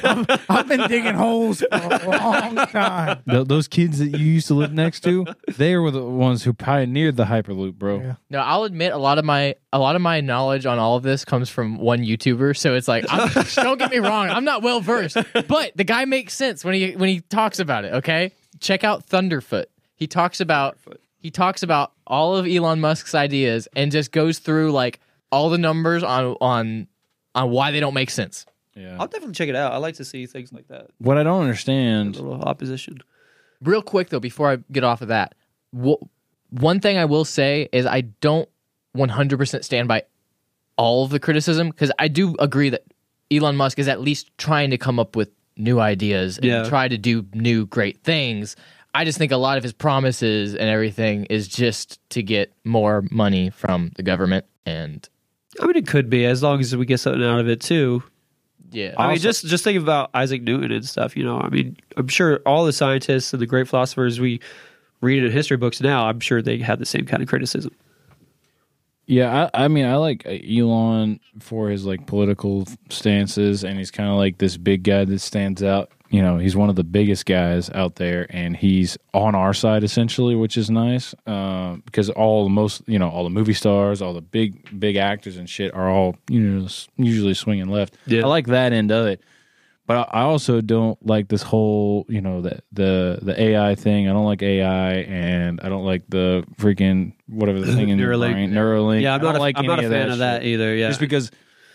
Speaker 3: I've been digging holes for a long time.
Speaker 2: Th- those kids that you used to live next to, they were the ones who pioneered the hyperloop, bro.
Speaker 3: Yeah.
Speaker 1: No, I'll admit a lot of my a lot of my knowledge on all of this comes from one YouTuber. So it's like, I'm, don't get me wrong, I'm not well versed, but the guy makes sense when he when he talks about it. Okay, check out Thunderfoot. He talks about he talks about all of Elon Musk's ideas and just goes through like all the numbers on on on why they don't make sense.
Speaker 2: Yeah.
Speaker 4: I'll definitely check it out. I like to see things like that.
Speaker 2: What I don't
Speaker 4: A
Speaker 2: understand,
Speaker 4: little opposition.
Speaker 1: Real quick though, before I get off of that, wh- one thing I will say is I don't 100% stand by all of the criticism because I do agree that Elon Musk is at least trying to come up with new ideas and
Speaker 4: Yeah.
Speaker 1: try to do new great things. I just think a lot of his promises and everything is just to get more money from the government and
Speaker 4: I mean, it could be as long as we get something out of it too.
Speaker 1: yeah.
Speaker 4: I mean, just just think about Isaac Newton and stuff. You know, I mean, I'm sure all the scientists and the great philosophers we read in history books now, I'm sure they had the same kind of criticism.
Speaker 2: yeah, I, I mean, I like uh, Elon for his like political stances, and he's kind of like this big guy that stands out. You know, he's one of the biggest guys out there, and he's on our side essentially, which is nice uh, because all the most, you know, all the movie stars, all the big, big actors and shit are all you know s- usually swinging left.
Speaker 4: Yeah.
Speaker 2: I like that end of it. But I I also don't like this whole, you know, the the the AI thing. I don't like AI, and I don't like the freaking whatever the thing in your
Speaker 4: Neuralink.
Speaker 2: brain, Neuralink.
Speaker 4: Yeah, I'm
Speaker 2: I
Speaker 4: not.
Speaker 2: don't
Speaker 4: A,
Speaker 2: like
Speaker 4: I'm not
Speaker 2: any
Speaker 4: a fan of that,
Speaker 2: shit.
Speaker 4: either. Yeah,
Speaker 2: Just because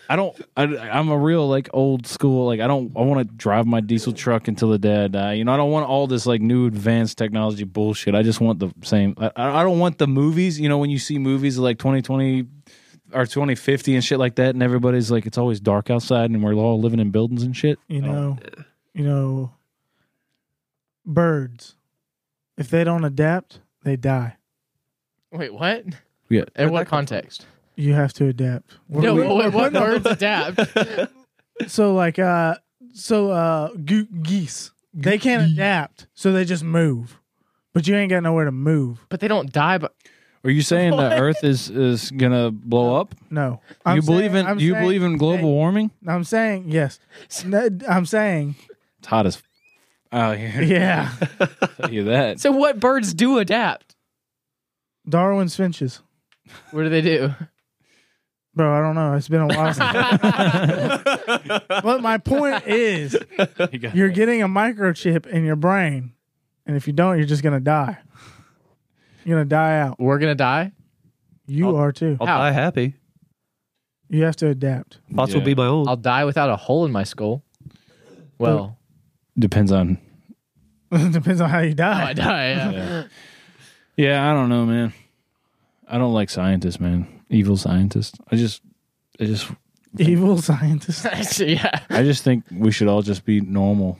Speaker 2: I don't, I, I'm a real like old school. Like I don't, I want to drive my diesel truck until the day I die. You know, I don't want all this like new advanced technology bullshit. I just want the same. I, I don't want the movies. You know, when you see movies like 2020 or 2050 and shit like that, and everybody's like, it's always dark outside, and we're all living in buildings and shit.
Speaker 3: You
Speaker 1: Oh,
Speaker 2: I don't-
Speaker 3: know, you know, birds. If they don't adapt, they die.
Speaker 1: Wait, what?
Speaker 2: Yeah.
Speaker 1: In what context?
Speaker 3: You have to adapt. What
Speaker 1: No,
Speaker 3: we-
Speaker 1: what, what words adapt?
Speaker 3: so like uh so uh goo geese they can't adapt so they just move but you ain't got nowhere to move
Speaker 1: But they don't die. But
Speaker 2: Are you saying the Earth is is gonna blow up?
Speaker 3: no
Speaker 2: you believe
Speaker 3: saying-
Speaker 2: in
Speaker 3: I'm
Speaker 2: you
Speaker 3: saying-
Speaker 2: believe in global warming?
Speaker 3: i'm saying yes No, i'm saying
Speaker 2: It's hot as f- out here.
Speaker 3: yeah
Speaker 2: tell you that.
Speaker 1: so what birds do adapt?
Speaker 3: darwin's finches
Speaker 1: What do they do?
Speaker 3: bro i don't know it's been a while since but my point is
Speaker 2: You got
Speaker 3: you're getting a microchip in your brain and if you don't you're just gonna die you're gonna die out
Speaker 1: We're gonna die.
Speaker 3: you
Speaker 4: I'll-
Speaker 3: are too
Speaker 4: I'll
Speaker 1: How?
Speaker 4: die happy.
Speaker 3: you have to adapt
Speaker 4: Thoughts
Speaker 2: Yeah.
Speaker 4: will be my own.
Speaker 1: I'll die without a hole in my skull. Well,
Speaker 2: depends on.
Speaker 3: depends on how you
Speaker 1: how
Speaker 3: die
Speaker 1: I die. Yeah.
Speaker 2: Yeah, I don't know, man. I don't like scientists, man. Evil scientists. I just, I just,
Speaker 3: evil scientist
Speaker 1: Actually, yeah.
Speaker 2: I just think we should all just be normal,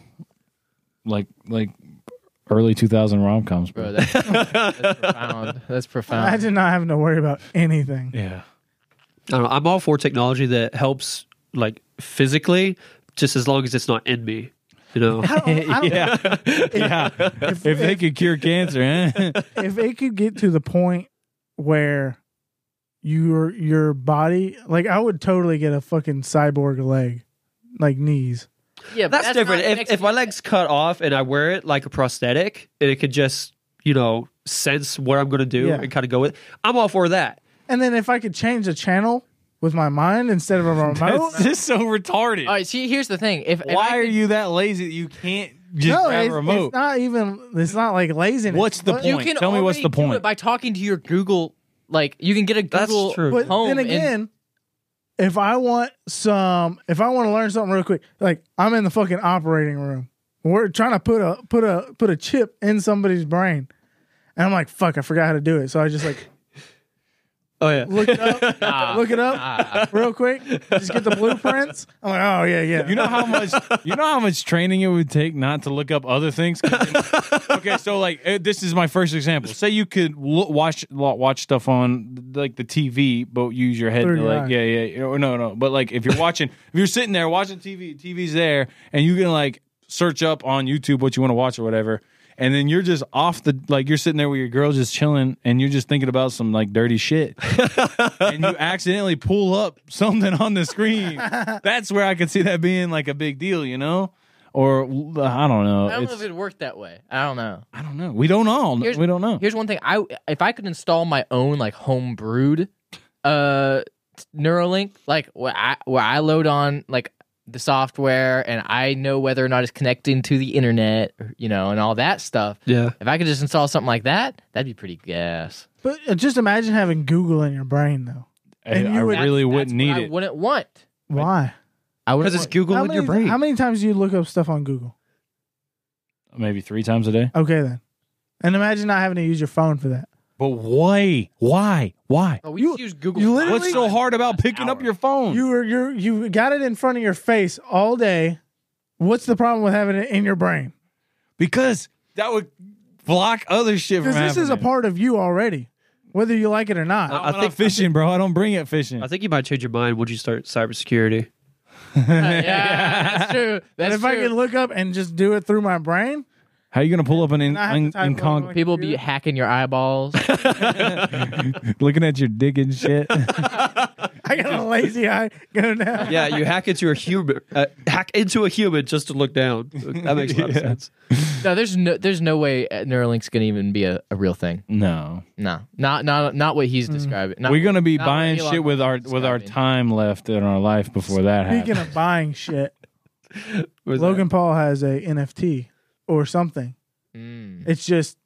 Speaker 2: like like early two thousand rom coms,
Speaker 1: Bro,
Speaker 2: bro.
Speaker 1: that's, that's profound. That's
Speaker 3: I
Speaker 1: profound.
Speaker 3: did not having to worry about anything.
Speaker 2: Uh, Yeah.
Speaker 4: I don't know, I'm all for technology that helps, like physically, just as long as it's not in me. You know,
Speaker 3: I don't, I don't,
Speaker 2: Yeah. yeah. If, they could cure cancer, eh?
Speaker 3: If it could get to the point where your your body, like I would totally get a fucking cyborg leg, like knees.
Speaker 1: Yeah, but
Speaker 4: that's, different.
Speaker 1: not
Speaker 4: If,
Speaker 1: next-
Speaker 4: if my leg's cut off and I wear it like a prosthetic, and it could just you know sense what I'm going to do
Speaker 3: Yeah.
Speaker 4: and kind of go with, I'm all for that.
Speaker 3: And then if I could change the channel with my mind instead of a remote,
Speaker 2: It's just so retarded.
Speaker 3: Oh,
Speaker 1: all right, see, here's the thing. If if I
Speaker 2: Why are
Speaker 1: could-
Speaker 2: you that lazy that you can't just
Speaker 3: no,
Speaker 2: grab
Speaker 3: it's,
Speaker 2: a
Speaker 3: it's
Speaker 2: remote?
Speaker 3: not even. It's not like laziness.
Speaker 2: What's the
Speaker 3: But-
Speaker 1: you
Speaker 2: point?
Speaker 1: can
Speaker 2: Tell me what's
Speaker 1: already do
Speaker 2: the point.
Speaker 1: it by talking to your Google. Like you can get a
Speaker 4: That's
Speaker 1: Google
Speaker 4: true.
Speaker 3: But
Speaker 1: home
Speaker 3: then
Speaker 1: and-
Speaker 3: again, if I want some, if I want to learn something real quick, like I'm in the fucking operating room, we're trying to put a put a put a chip in somebody's brain, and I'm like, fuck, I forgot how to do it, so I just like
Speaker 4: Oh yeah,
Speaker 3: look it up, look it
Speaker 1: Ah.
Speaker 3: up real quick, just get the blueprints. I'm like, oh yeah, yeah,
Speaker 2: You know how much you know how much training it would take not to look up other things. 'Cause- okay, so like eh, this is my first example. Say you could lo- watch lo- watch stuff on like the TV, but use your head.
Speaker 3: Through
Speaker 2: to,
Speaker 3: your
Speaker 2: like
Speaker 3: eye.
Speaker 2: yeah, yeah, or no, no. But like if you're watching, if you're sitting there watching TV, TV's there, and you can like search up on YouTube what you want to watch or whatever. And then you're just off the like you're sitting there with your girl just chilling and you're just thinking about some like dirty shit. and you accidentally pull up something on the screen. That's where I could see that being like a big deal, you know? Or uh, I don't know.
Speaker 1: I don't know
Speaker 2: It's-
Speaker 1: if it worked that way. I don't know.
Speaker 2: I don't know. We don't all.
Speaker 1: Here's-
Speaker 2: we don't know.
Speaker 1: Here's one thing: I if I could install my own like home brewed, uh, Neuralink, like where I where I load on like the software and I know whether or not it's connecting to the internet, you know, and all that stuff.
Speaker 4: Yeah.
Speaker 1: If I could just install something like that, that'd be pretty gas.
Speaker 3: But uh, just imagine having Google in your brain though.
Speaker 2: Hey,
Speaker 3: and
Speaker 2: I
Speaker 3: you would-
Speaker 2: really
Speaker 1: That's
Speaker 2: wouldn't
Speaker 1: what
Speaker 2: need
Speaker 1: I
Speaker 2: it.
Speaker 1: wouldn't want.
Speaker 3: Why?
Speaker 1: I would
Speaker 5: Because it's Google
Speaker 3: how
Speaker 5: in
Speaker 3: many,
Speaker 5: your brain.
Speaker 3: How many times do you look up stuff on Google?
Speaker 2: Maybe three times a day.
Speaker 3: Okay then. And imagine not having to use your phone for that.
Speaker 2: But why? Why? Why?
Speaker 1: Oh, we just use Google.
Speaker 3: you
Speaker 1: Fi-
Speaker 3: literally-
Speaker 2: What's so hard about picking up your phone?
Speaker 3: You were you you got it in front of your face all day. What's the problem with having it in your brain?
Speaker 2: because that would block other shit from
Speaker 3: Because this is a
Speaker 2: happening.
Speaker 3: part of you already, whether you like it or not.
Speaker 1: Uh,
Speaker 2: I, think fishing, bro. I don't bring it fishing.
Speaker 4: I think you might change your mind once you start cybersecurity.
Speaker 1: yeah, that's true.
Speaker 3: and
Speaker 1: That's
Speaker 3: if
Speaker 1: true.
Speaker 3: I could look up and just do it through my brain,
Speaker 2: How you gonna pull up an in,
Speaker 3: And I have to
Speaker 2: in,
Speaker 3: type
Speaker 2: in
Speaker 3: it
Speaker 2: con-
Speaker 3: on
Speaker 1: People be hacking your eyeballs.
Speaker 2: looking at your dick and shit?
Speaker 3: I got a lazy eye go down.
Speaker 4: Yeah, you hack into a human, uh, hack into a human just to look down. That makes a lot of sense.
Speaker 1: no, there's no, there's no way uh, Neuralink's gonna even be a, a real thing.
Speaker 2: no,
Speaker 1: No, not not not what
Speaker 3: Mm.
Speaker 1: he's describing. Not
Speaker 2: we're gonna be
Speaker 1: not
Speaker 2: buying
Speaker 1: Elon
Speaker 2: shit with our
Speaker 1: Musk's
Speaker 2: with our
Speaker 1: describing.
Speaker 2: time left in our life before that
Speaker 3: Speaking
Speaker 2: happens.
Speaker 3: of buying shit,
Speaker 4: Was
Speaker 3: Logan Paul has a NFT or something.
Speaker 1: Mm,
Speaker 3: It's just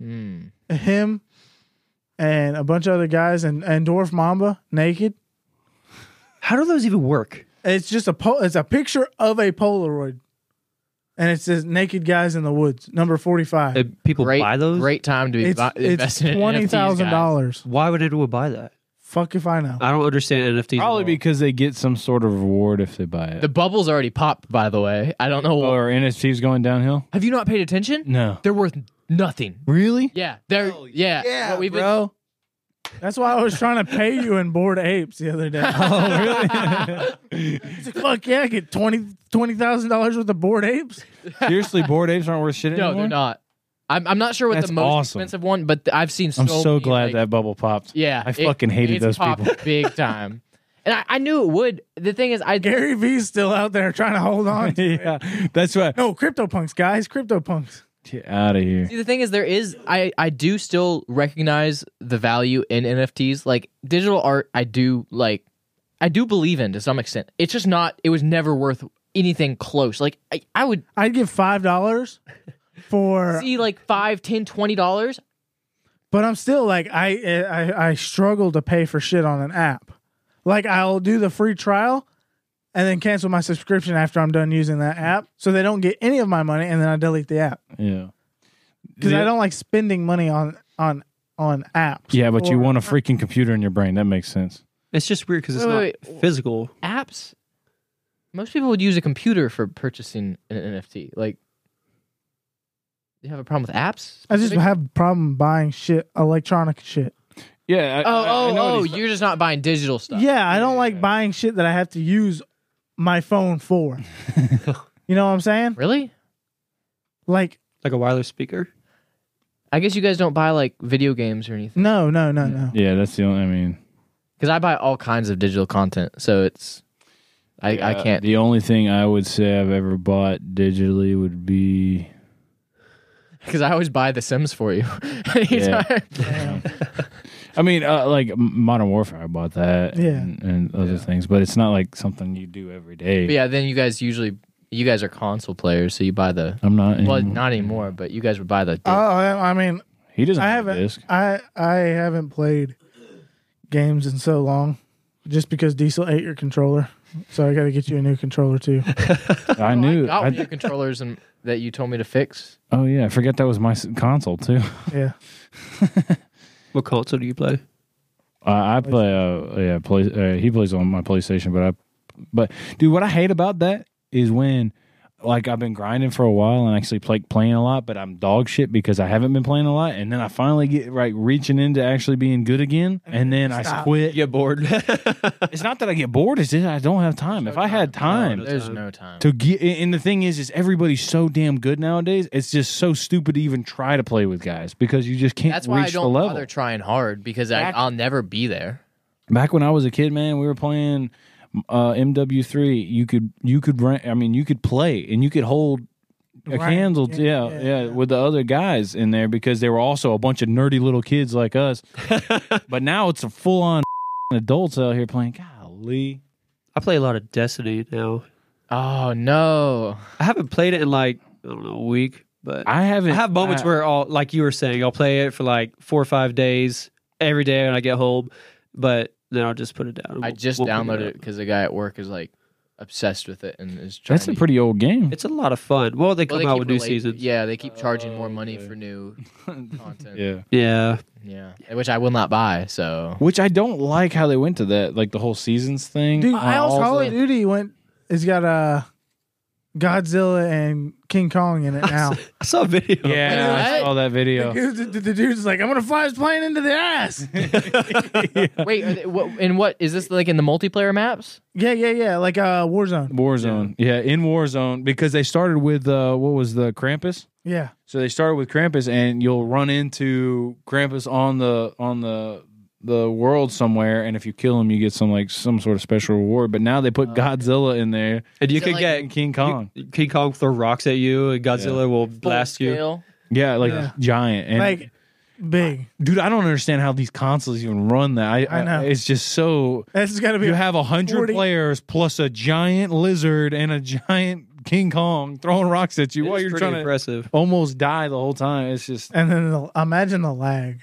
Speaker 1: mm.
Speaker 3: him and a bunch of other guys and, and Dwarf Mamba naked.
Speaker 4: How do those even work?
Speaker 3: It's just a po- it's a picture of a Polaroid, and it says naked guys in the woods, number forty five.
Speaker 4: Uh, people
Speaker 1: Great,
Speaker 4: buy those?
Speaker 1: great time to be
Speaker 3: It's
Speaker 1: bu-
Speaker 3: it's
Speaker 1: investing in
Speaker 3: twenty thousand
Speaker 1: NFTs,
Speaker 3: dollars.
Speaker 4: Why would anyone buy that?
Speaker 3: Fuck if I know.
Speaker 4: I don't understand NFTs. at
Speaker 2: Probably
Speaker 4: all.
Speaker 2: because they get some sort of reward if they buy
Speaker 1: guys.
Speaker 2: it. Oh,
Speaker 1: The bubble's already popped, by the way. I don't know. why.
Speaker 2: or NFTs going downhill?
Speaker 1: Have you not paid attention?
Speaker 2: No.
Speaker 1: They're worth nothing.
Speaker 2: Really?
Speaker 1: Yeah, they're yeah. what we've been-
Speaker 2: bro.
Speaker 3: That's why I was trying to pay you in bored apes the other day.
Speaker 2: oh, really?
Speaker 3: It's like, Fuck yeah, I get twenty twenty thousand dollars worth of bored apes.
Speaker 2: Seriously, board apes aren't worth shit
Speaker 1: no,
Speaker 2: anymore.
Speaker 1: they're not. I'm I'm not sure what
Speaker 2: That's
Speaker 1: the most
Speaker 2: awesome.
Speaker 1: expensive one, but th- I've seen. So
Speaker 2: I'm so
Speaker 1: many,
Speaker 2: glad
Speaker 1: like-
Speaker 2: that bubble popped.
Speaker 1: Yeah,
Speaker 2: I
Speaker 1: it-
Speaker 2: fucking hated
Speaker 1: it's
Speaker 2: those
Speaker 1: popped
Speaker 2: people.
Speaker 1: big time. And I, I knew it would. The thing is, I
Speaker 3: Gary V's still out there trying to hold on. To it.
Speaker 2: yeah, that's right.
Speaker 3: No, CryptoPunks, guys, CryptoPunks.
Speaker 2: Get out of here.
Speaker 1: See, the thing is, there is I I do still recognize the value in NFTs. Like digital art, I do like, I do believe in to some extent. It's just not. It was never worth anything close. Like I, I would
Speaker 3: I'd give five dollars for,
Speaker 1: see like five, ten, twenty dollars.
Speaker 3: but I'm still like I, I I struggle to pay for shit on an app. Like I'll do the free trial and then cancel my subscription after I'm done using that app, so they don't get any of my money, and then I delete the app
Speaker 2: Yeah.
Speaker 3: because
Speaker 2: Yeah.
Speaker 3: I don't like spending money on on on apps.
Speaker 2: Yeah, but you
Speaker 3: Or-
Speaker 2: want a freaking computer in your brain. That makes sense.
Speaker 4: It's just weird because it's
Speaker 1: Wait,
Speaker 4: not
Speaker 1: wait, wait.
Speaker 4: physical.
Speaker 1: Apps. Most people would use a computer for purchasing an NFT. Like, you have a problem with apps?
Speaker 3: I just have a problem buying shit, electronic shit.
Speaker 2: Yeah.
Speaker 1: Oh, oh, oh! You're just not buying digital stuff.
Speaker 3: Yeah, I don't like buying shit that I have to use my phone for. you know what I'm saying?
Speaker 1: Really?
Speaker 3: Like,
Speaker 4: Like a wireless speaker.
Speaker 1: I guess you guys don't buy like video games or anything.
Speaker 3: no, no, no, no.
Speaker 2: Yeah, that's the only. I mean,
Speaker 1: because I buy all kinds of digital content, so it's I, I
Speaker 2: uh,
Speaker 1: can't.
Speaker 2: The only thing I would say I've ever bought digitally would be
Speaker 1: Because I always buy The Sims for you.
Speaker 2: Yeah. I mean, uh, like M- Modern Warfare, I bought that.
Speaker 3: Yeah.
Speaker 2: and, and other things, but it's not like something you do every day.
Speaker 1: But yeah, then you guys usually you guys are console players, so you buy the
Speaker 2: I'm not.
Speaker 1: well,
Speaker 2: anymore.
Speaker 1: not anymore, but you guys would buy the.
Speaker 3: Oh, I I mean,
Speaker 2: he doesn't
Speaker 3: I
Speaker 2: have a
Speaker 3: haven't,
Speaker 2: disc.
Speaker 3: I, I haven't played games in so long, just because Diesel ate your controller, so I got to get you a new controller too.
Speaker 2: I
Speaker 1: Oh,
Speaker 2: knew.
Speaker 1: got
Speaker 2: I-
Speaker 1: one of your controllers and that you told me to fix.
Speaker 2: oh yeah, I forgot that was my s- console too.
Speaker 3: Yeah,
Speaker 2: Uh,
Speaker 4: What console do you play?
Speaker 2: I I play. Uh, yeah, play. Uh, he plays on my PlayStation, but I. But dude, what I hate about that is when like I've been grinding for a while and actually play, playing a lot, but I'm dog shit because I haven't been playing a lot. And then I finally get like reaching into actually being good again, and then I
Speaker 3: Stop.
Speaker 2: quit.
Speaker 5: Get bored.
Speaker 2: It's not that I get bored; it's just I don't have time. If I had time
Speaker 1: There's no time.
Speaker 2: to get, and the thing is, is everybody's so damn good nowadays. It's just so stupid to even try to play with guys because you just can't
Speaker 1: That's why
Speaker 2: reach
Speaker 1: I
Speaker 2: the
Speaker 1: don't
Speaker 2: level.
Speaker 1: bother trying hard because I,
Speaker 2: Back-
Speaker 1: I'll never be there.
Speaker 2: back when I was a kid, man, we were playing uh, MW3. You could you could rank, I mean, you could play and you could hold a
Speaker 3: Right.
Speaker 2: candle,
Speaker 3: Yeah,
Speaker 2: yeah,
Speaker 3: yeah,
Speaker 2: yeah,
Speaker 3: yeah.
Speaker 2: with the other guys in there because they were also a bunch of nerdy little kids like us. but now it's a full on adults out here playing. Golly,
Speaker 4: I play a lot of Destiny now.
Speaker 1: Oh no!
Speaker 4: I haven't played it in like I don't know a week, but
Speaker 2: I
Speaker 4: I,
Speaker 2: haven't.
Speaker 4: have moments
Speaker 2: I-
Speaker 4: where I'll like you were saying I'll play it for like four or five days every day when I get home, but then I'll just put it down. and
Speaker 1: I
Speaker 4: won't-
Speaker 1: just
Speaker 4: won't pick
Speaker 1: downloaded it
Speaker 4: up.
Speaker 1: because the guy at work is like obsessed with it and is trying.
Speaker 2: that's a pretty old game.
Speaker 4: It's a lot of fun. Well, they
Speaker 1: Well,
Speaker 4: come
Speaker 1: they
Speaker 4: out
Speaker 1: keep
Speaker 4: with new
Speaker 1: relate-
Speaker 4: seasons.
Speaker 1: Yeah, they keep charging more
Speaker 2: Oh,
Speaker 1: money
Speaker 2: okay.
Speaker 1: for new content. yeah.
Speaker 2: yeah.
Speaker 4: yeah.
Speaker 1: which I will not buy. So
Speaker 2: Which I don't like how they went to that, like the whole seasons thing.
Speaker 3: Dude,
Speaker 2: on
Speaker 3: House
Speaker 2: all
Speaker 3: Call
Speaker 2: the-
Speaker 3: of Duty went. It's got uh, Godzilla and King Kong in it now.
Speaker 4: I saw a video.
Speaker 2: Yeah,
Speaker 1: Wait,
Speaker 2: I
Speaker 1: what?
Speaker 2: saw that video.
Speaker 3: Dude, the, the dude's like, I'm gonna fly his plane into the ass.
Speaker 1: wait, are they, what, and what is this like in the multiplayer maps?
Speaker 3: yeah, yeah, yeah. Like uh, Warzone.
Speaker 2: Warzone. Yeah. in Warzone because they started with uh, what was the Krampus?
Speaker 3: Yeah,
Speaker 2: So they started with Krampus, and you'll run into Krampus on the on the the world somewhere, and if you kill him, you get some like some sort of special reward. But now they
Speaker 3: Oh,
Speaker 2: put Godzilla in there
Speaker 4: And you
Speaker 1: Is it
Speaker 4: can
Speaker 1: like-
Speaker 4: get
Speaker 2: and King Kong.
Speaker 4: King Kong throw rocks at you, and Godzilla will
Speaker 1: Full
Speaker 4: blast you.
Speaker 1: scale?
Speaker 2: yeah, like
Speaker 3: Yeah.
Speaker 2: giant. And
Speaker 3: like big.
Speaker 2: dude, I don't understand how these consoles even run that. I,
Speaker 3: I
Speaker 2: I
Speaker 3: know.
Speaker 2: know it's just so.
Speaker 3: This is gotta be.
Speaker 2: You have a hundred
Speaker 3: 40
Speaker 2: players plus a giant lizard and a giant King Kong throwing rocks at you
Speaker 4: It
Speaker 2: while
Speaker 4: is
Speaker 2: you're
Speaker 4: pretty
Speaker 2: trying to
Speaker 4: impressive.
Speaker 2: almost die the whole time. It's just
Speaker 3: and then the, imagine the lag.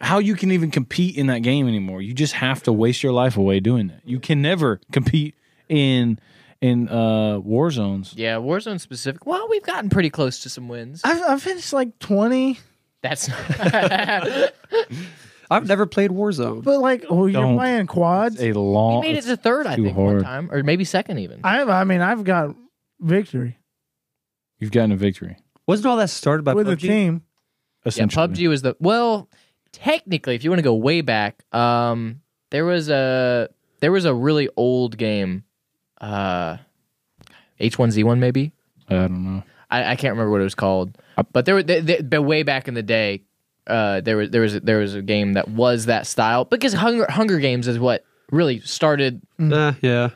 Speaker 2: how you can even compete in that game anymore. You just have to waste your life away doing that. You can never compete in in uh war zones.
Speaker 1: Yeah, Warzone specific. Well, we've gotten pretty close to some wins.
Speaker 3: I've, I've finished like 20,
Speaker 1: That's not.
Speaker 4: I've never played Warzone.
Speaker 3: but like, oh, you're
Speaker 2: Don't.
Speaker 3: playing quads.
Speaker 2: It's a long
Speaker 1: we made it to third, I
Speaker 2: too
Speaker 1: think, one
Speaker 2: hard.
Speaker 1: time, or maybe second even.
Speaker 3: I have. I mean, I've got victory
Speaker 2: you've gotten a victory.
Speaker 4: Wasn't all that started by
Speaker 3: with
Speaker 4: PUBG?
Speaker 3: a team.
Speaker 1: yeah, PUBG was the well. Technically, if you want to go way back, um, there was a there was a really old game, uh, H1Z1 maybe.
Speaker 2: I don't know.
Speaker 1: I, I can't remember what it was called, but there were th th- but way back in the day, uh, there was there was a, there was a game that was that style because Hunger Hunger Games is what really started.
Speaker 4: Uh, yeah.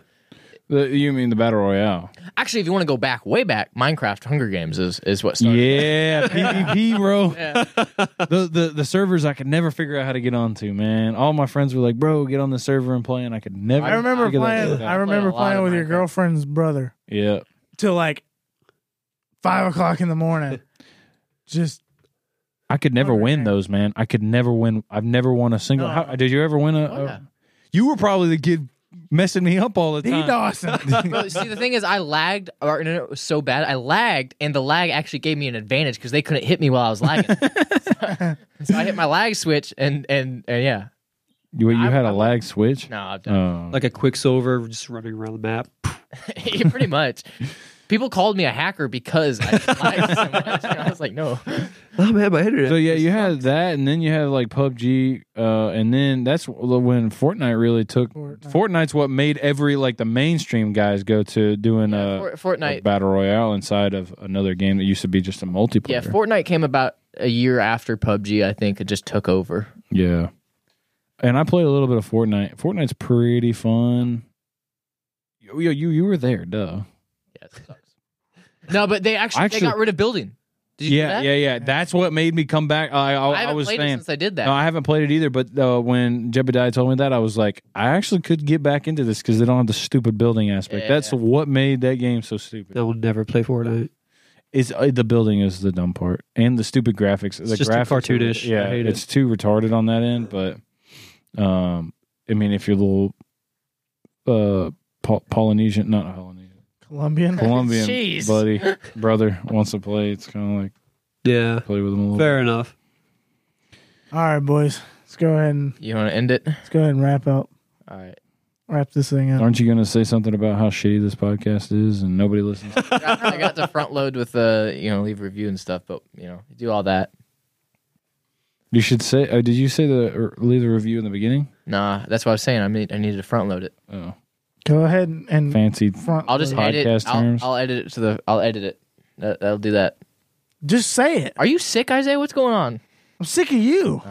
Speaker 2: The, you mean the battle royale?
Speaker 1: Actually, if you want to go back way back, Minecraft Hunger Games is is what started.
Speaker 2: Yeah, PvP, bro. the, the the servers I could never figure out how to get onto, man. All my friends were like, "Bro, get on the server and play," and I could never.
Speaker 3: I remember
Speaker 2: figure that
Speaker 3: playing.
Speaker 2: shit
Speaker 3: I
Speaker 2: out.
Speaker 3: remember
Speaker 1: Played a lot
Speaker 3: playing
Speaker 1: of
Speaker 3: with your
Speaker 1: Minecraft.
Speaker 3: girlfriend's brother
Speaker 2: Yeah,
Speaker 3: till like five o'clock in the morning. Just
Speaker 2: I could never
Speaker 3: Hunger
Speaker 2: win
Speaker 3: Games.
Speaker 2: those, man. I could never win. I've never won a single.
Speaker 3: No.
Speaker 2: How, did you ever win a,
Speaker 1: Oh, yeah.
Speaker 2: a- You were probably the kid messing me up all the time.
Speaker 3: DDoSing.
Speaker 1: Bro, see, the thing is, I lagged. Our internet was so bad. I lagged, and the lag actually gave me an advantage because they couldn't hit me while I was lagging. so I hit my lag switch, and and, and yeah,
Speaker 2: You, you
Speaker 1: I-
Speaker 2: had a
Speaker 1: I-
Speaker 2: lag switch.
Speaker 1: no, I've done
Speaker 2: Oh.
Speaker 4: Like a Quicksilver just running around the map.
Speaker 1: Yeah, pretty much. People called me a hacker because I lagged so much. And I was like, no.
Speaker 4: Oh man, my internet.
Speaker 2: so yeah, you had that, and then you had like PUBG, uh, and then that's when Fortnite really took.
Speaker 3: Fortnite.
Speaker 2: Fortnite's what made every like the mainstream guys go to doing uh
Speaker 1: Fort-
Speaker 2: a
Speaker 1: Fortnite.
Speaker 2: battle royale inside of another game that used to be just a multiplayer.
Speaker 1: Yeah, Fortnite came about a year after PUBG. I think it just took over.
Speaker 2: Yeah. And I played a little bit of Fortnite. Fortnite's pretty fun. Yo, yo, you you were there, duh.
Speaker 1: Yeah, it sucks. No, but they actually,
Speaker 2: Actually-
Speaker 1: they got rid of building. Did you
Speaker 2: yeah,
Speaker 1: do that?
Speaker 2: yeah, yeah. That's what made me come back. I I,
Speaker 1: I
Speaker 2: I
Speaker 1: haven't
Speaker 2: was
Speaker 1: played it
Speaker 2: saying,
Speaker 1: since I did that.
Speaker 2: no, I haven't played it either. But uh, when Jebediah told me that, I was like, I actually could get back into this because they don't have the stupid building aspect.
Speaker 1: Yeah.
Speaker 2: That's what made that game so stupid.
Speaker 4: I will never play Fortnite.
Speaker 2: Is uh, the building is the dumb part and the stupid graphics. the
Speaker 4: just too
Speaker 2: graphics are-
Speaker 4: cartoonish. I
Speaker 2: Yeah,
Speaker 4: hate it.
Speaker 2: it's too retarded on that end. But um, I mean, if you're a little uh Pol- Polynesian, not Polynesian,
Speaker 3: Colombian.
Speaker 2: Colombian
Speaker 1: Jeez.
Speaker 2: buddy brother wants to play, it's kind of like
Speaker 4: Yeah,
Speaker 2: play with him a little.
Speaker 4: fair enough.
Speaker 3: All right, boys. Let's go ahead and
Speaker 1: you want to end it?
Speaker 3: let's go ahead and wrap up.
Speaker 1: All right.
Speaker 3: wrap this thing up.
Speaker 2: Aren't you going to say something about how shitty this podcast is and nobody listens?
Speaker 1: I got to front load with uh, you know, leave a review and stuff, but you know, do all that.
Speaker 2: you should say. Oh, did you say the or leave the review in the beginning?
Speaker 1: Nah, that's what I was saying. I mean, I needed to front load it.
Speaker 2: Oh,
Speaker 3: Go ahead and, and
Speaker 2: fancy.
Speaker 3: front.
Speaker 1: I'll just
Speaker 3: load.
Speaker 1: edit.
Speaker 2: Podcast
Speaker 1: I'll,
Speaker 2: terms.
Speaker 1: I'll edit it to the. I'll edit it. That, that'll do that.
Speaker 3: just say it.
Speaker 1: Are you sick, Isaiah? What's going on?
Speaker 3: I'm sick of you.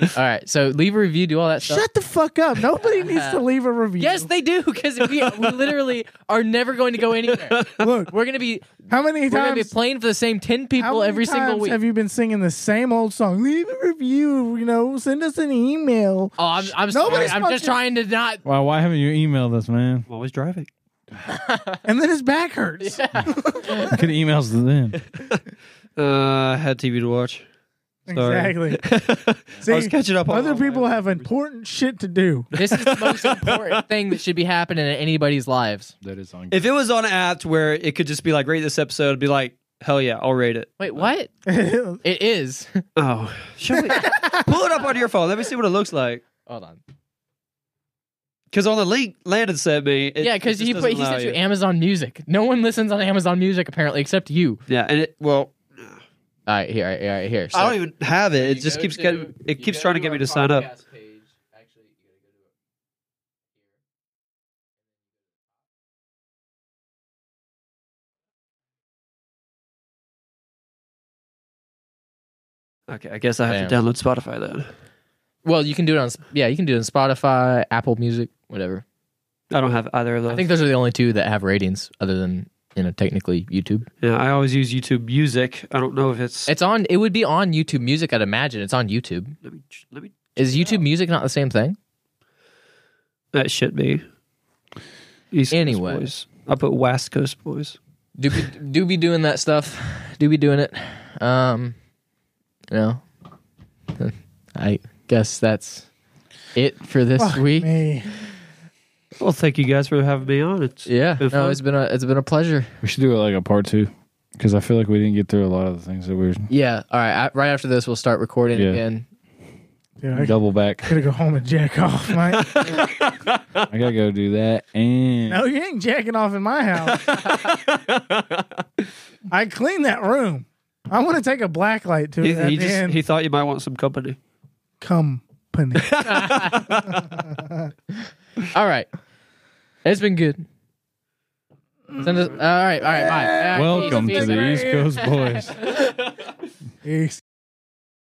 Speaker 1: All right, so leave a review, do all that stuff.
Speaker 3: Shut the fuck up. Nobody needs to leave a review.
Speaker 1: Yes, they do because we, we literally are never going to go anywhere.
Speaker 3: Look,
Speaker 1: We're gonna be
Speaker 3: how many
Speaker 1: we're gonna be
Speaker 3: times?
Speaker 1: playing for the same ten
Speaker 3: how
Speaker 1: people
Speaker 3: many
Speaker 1: every single
Speaker 3: times
Speaker 1: week.
Speaker 3: Have you been singing the same old song? Leave a review. You know, send us an email.
Speaker 1: oh, I'm I'm, sorry.
Speaker 3: Nobody's
Speaker 1: I'm just
Speaker 3: fucking-
Speaker 1: trying to not.
Speaker 2: Wow, why haven't you emailed us, man?
Speaker 4: I'm always driving.
Speaker 3: And then his back hurts.
Speaker 2: Good emails to them.
Speaker 4: Uh, I had TV to watch. Sorry.
Speaker 3: Exactly.
Speaker 4: I was
Speaker 3: See,
Speaker 4: catching up. on
Speaker 3: Other
Speaker 4: all my-
Speaker 3: people have important shit to do.
Speaker 1: This is the most important thing that should be happening in anybody's lives.
Speaker 2: That is on.
Speaker 4: If it was on an app to where it could just be like, rate this episode, it'd be like, hell yeah, I'll rate it.
Speaker 1: Wait, what?
Speaker 3: All
Speaker 1: It is.
Speaker 4: Oh, show me. Pull it up on your phone. Let me see what it looks like.
Speaker 1: Hold on.
Speaker 4: Because on the link Landon sent me. It,
Speaker 1: yeah, because
Speaker 4: it just
Speaker 1: he
Speaker 4: doesn't
Speaker 1: put, he
Speaker 4: allow
Speaker 1: sent you Amazon Music. No one listens on Amazon Music apparently except you.
Speaker 4: Yeah, and it well,
Speaker 1: All right, here, all right, all right here. So
Speaker 4: I don't even have it. It
Speaker 1: you
Speaker 4: just
Speaker 1: go
Speaker 4: keeps
Speaker 1: to-
Speaker 4: getting. It
Speaker 1: you
Speaker 4: keeps
Speaker 1: go
Speaker 4: trying to get
Speaker 1: our
Speaker 4: me to sign up.
Speaker 1: podcast page. Actually, you gotta go to it.
Speaker 4: Okay, I guess I have
Speaker 1: Damn.
Speaker 4: to download Spotify then.
Speaker 1: Well, you can do it on yeah, you can do it on Spotify, Apple Music, whatever.
Speaker 4: I don't have either of those.
Speaker 1: I think those are the only two that have ratings, other than you know technically YouTube.
Speaker 4: yeah, I always use YouTube Music. I don't know if it's.
Speaker 1: It's on. It would be on YouTube Music, I'd imagine. It's on YouTube.
Speaker 4: let me. ch- Let me.
Speaker 1: Is YouTube Music not the same thing?
Speaker 4: That should be. East Coast
Speaker 1: Anyway.
Speaker 4: Boys. I put West Coast Boys.
Speaker 1: Do be, do be doing that stuff. Do be doing it. Um, you know, I guess that's it for this
Speaker 3: Fuck
Speaker 1: week.
Speaker 3: me.
Speaker 4: Well, thank you guys for having me on. It's
Speaker 1: Yeah,
Speaker 4: Been
Speaker 1: no,
Speaker 4: fun.
Speaker 1: it's been a it's been a pleasure.
Speaker 2: we should do it like a part two because I feel like we didn't get through a lot of the things that we were
Speaker 1: Yeah. All right. I, right after this, we'll start recording
Speaker 2: Yeah.
Speaker 1: again.
Speaker 3: Dude, I
Speaker 2: double back.
Speaker 3: gotta go home and jack off, mate.
Speaker 2: I gotta go do that and
Speaker 3: no, you ain't jacking off in my house. I cleaned that room. I want to take a black light to
Speaker 4: he,
Speaker 3: it at
Speaker 4: he
Speaker 3: the
Speaker 4: just
Speaker 3: end.
Speaker 4: he thought you might want some company.
Speaker 3: Company.
Speaker 1: All right. It's been good. Send us, all right. All right. Bye.
Speaker 2: welcome to the East Coast Boys.
Speaker 3: Peace.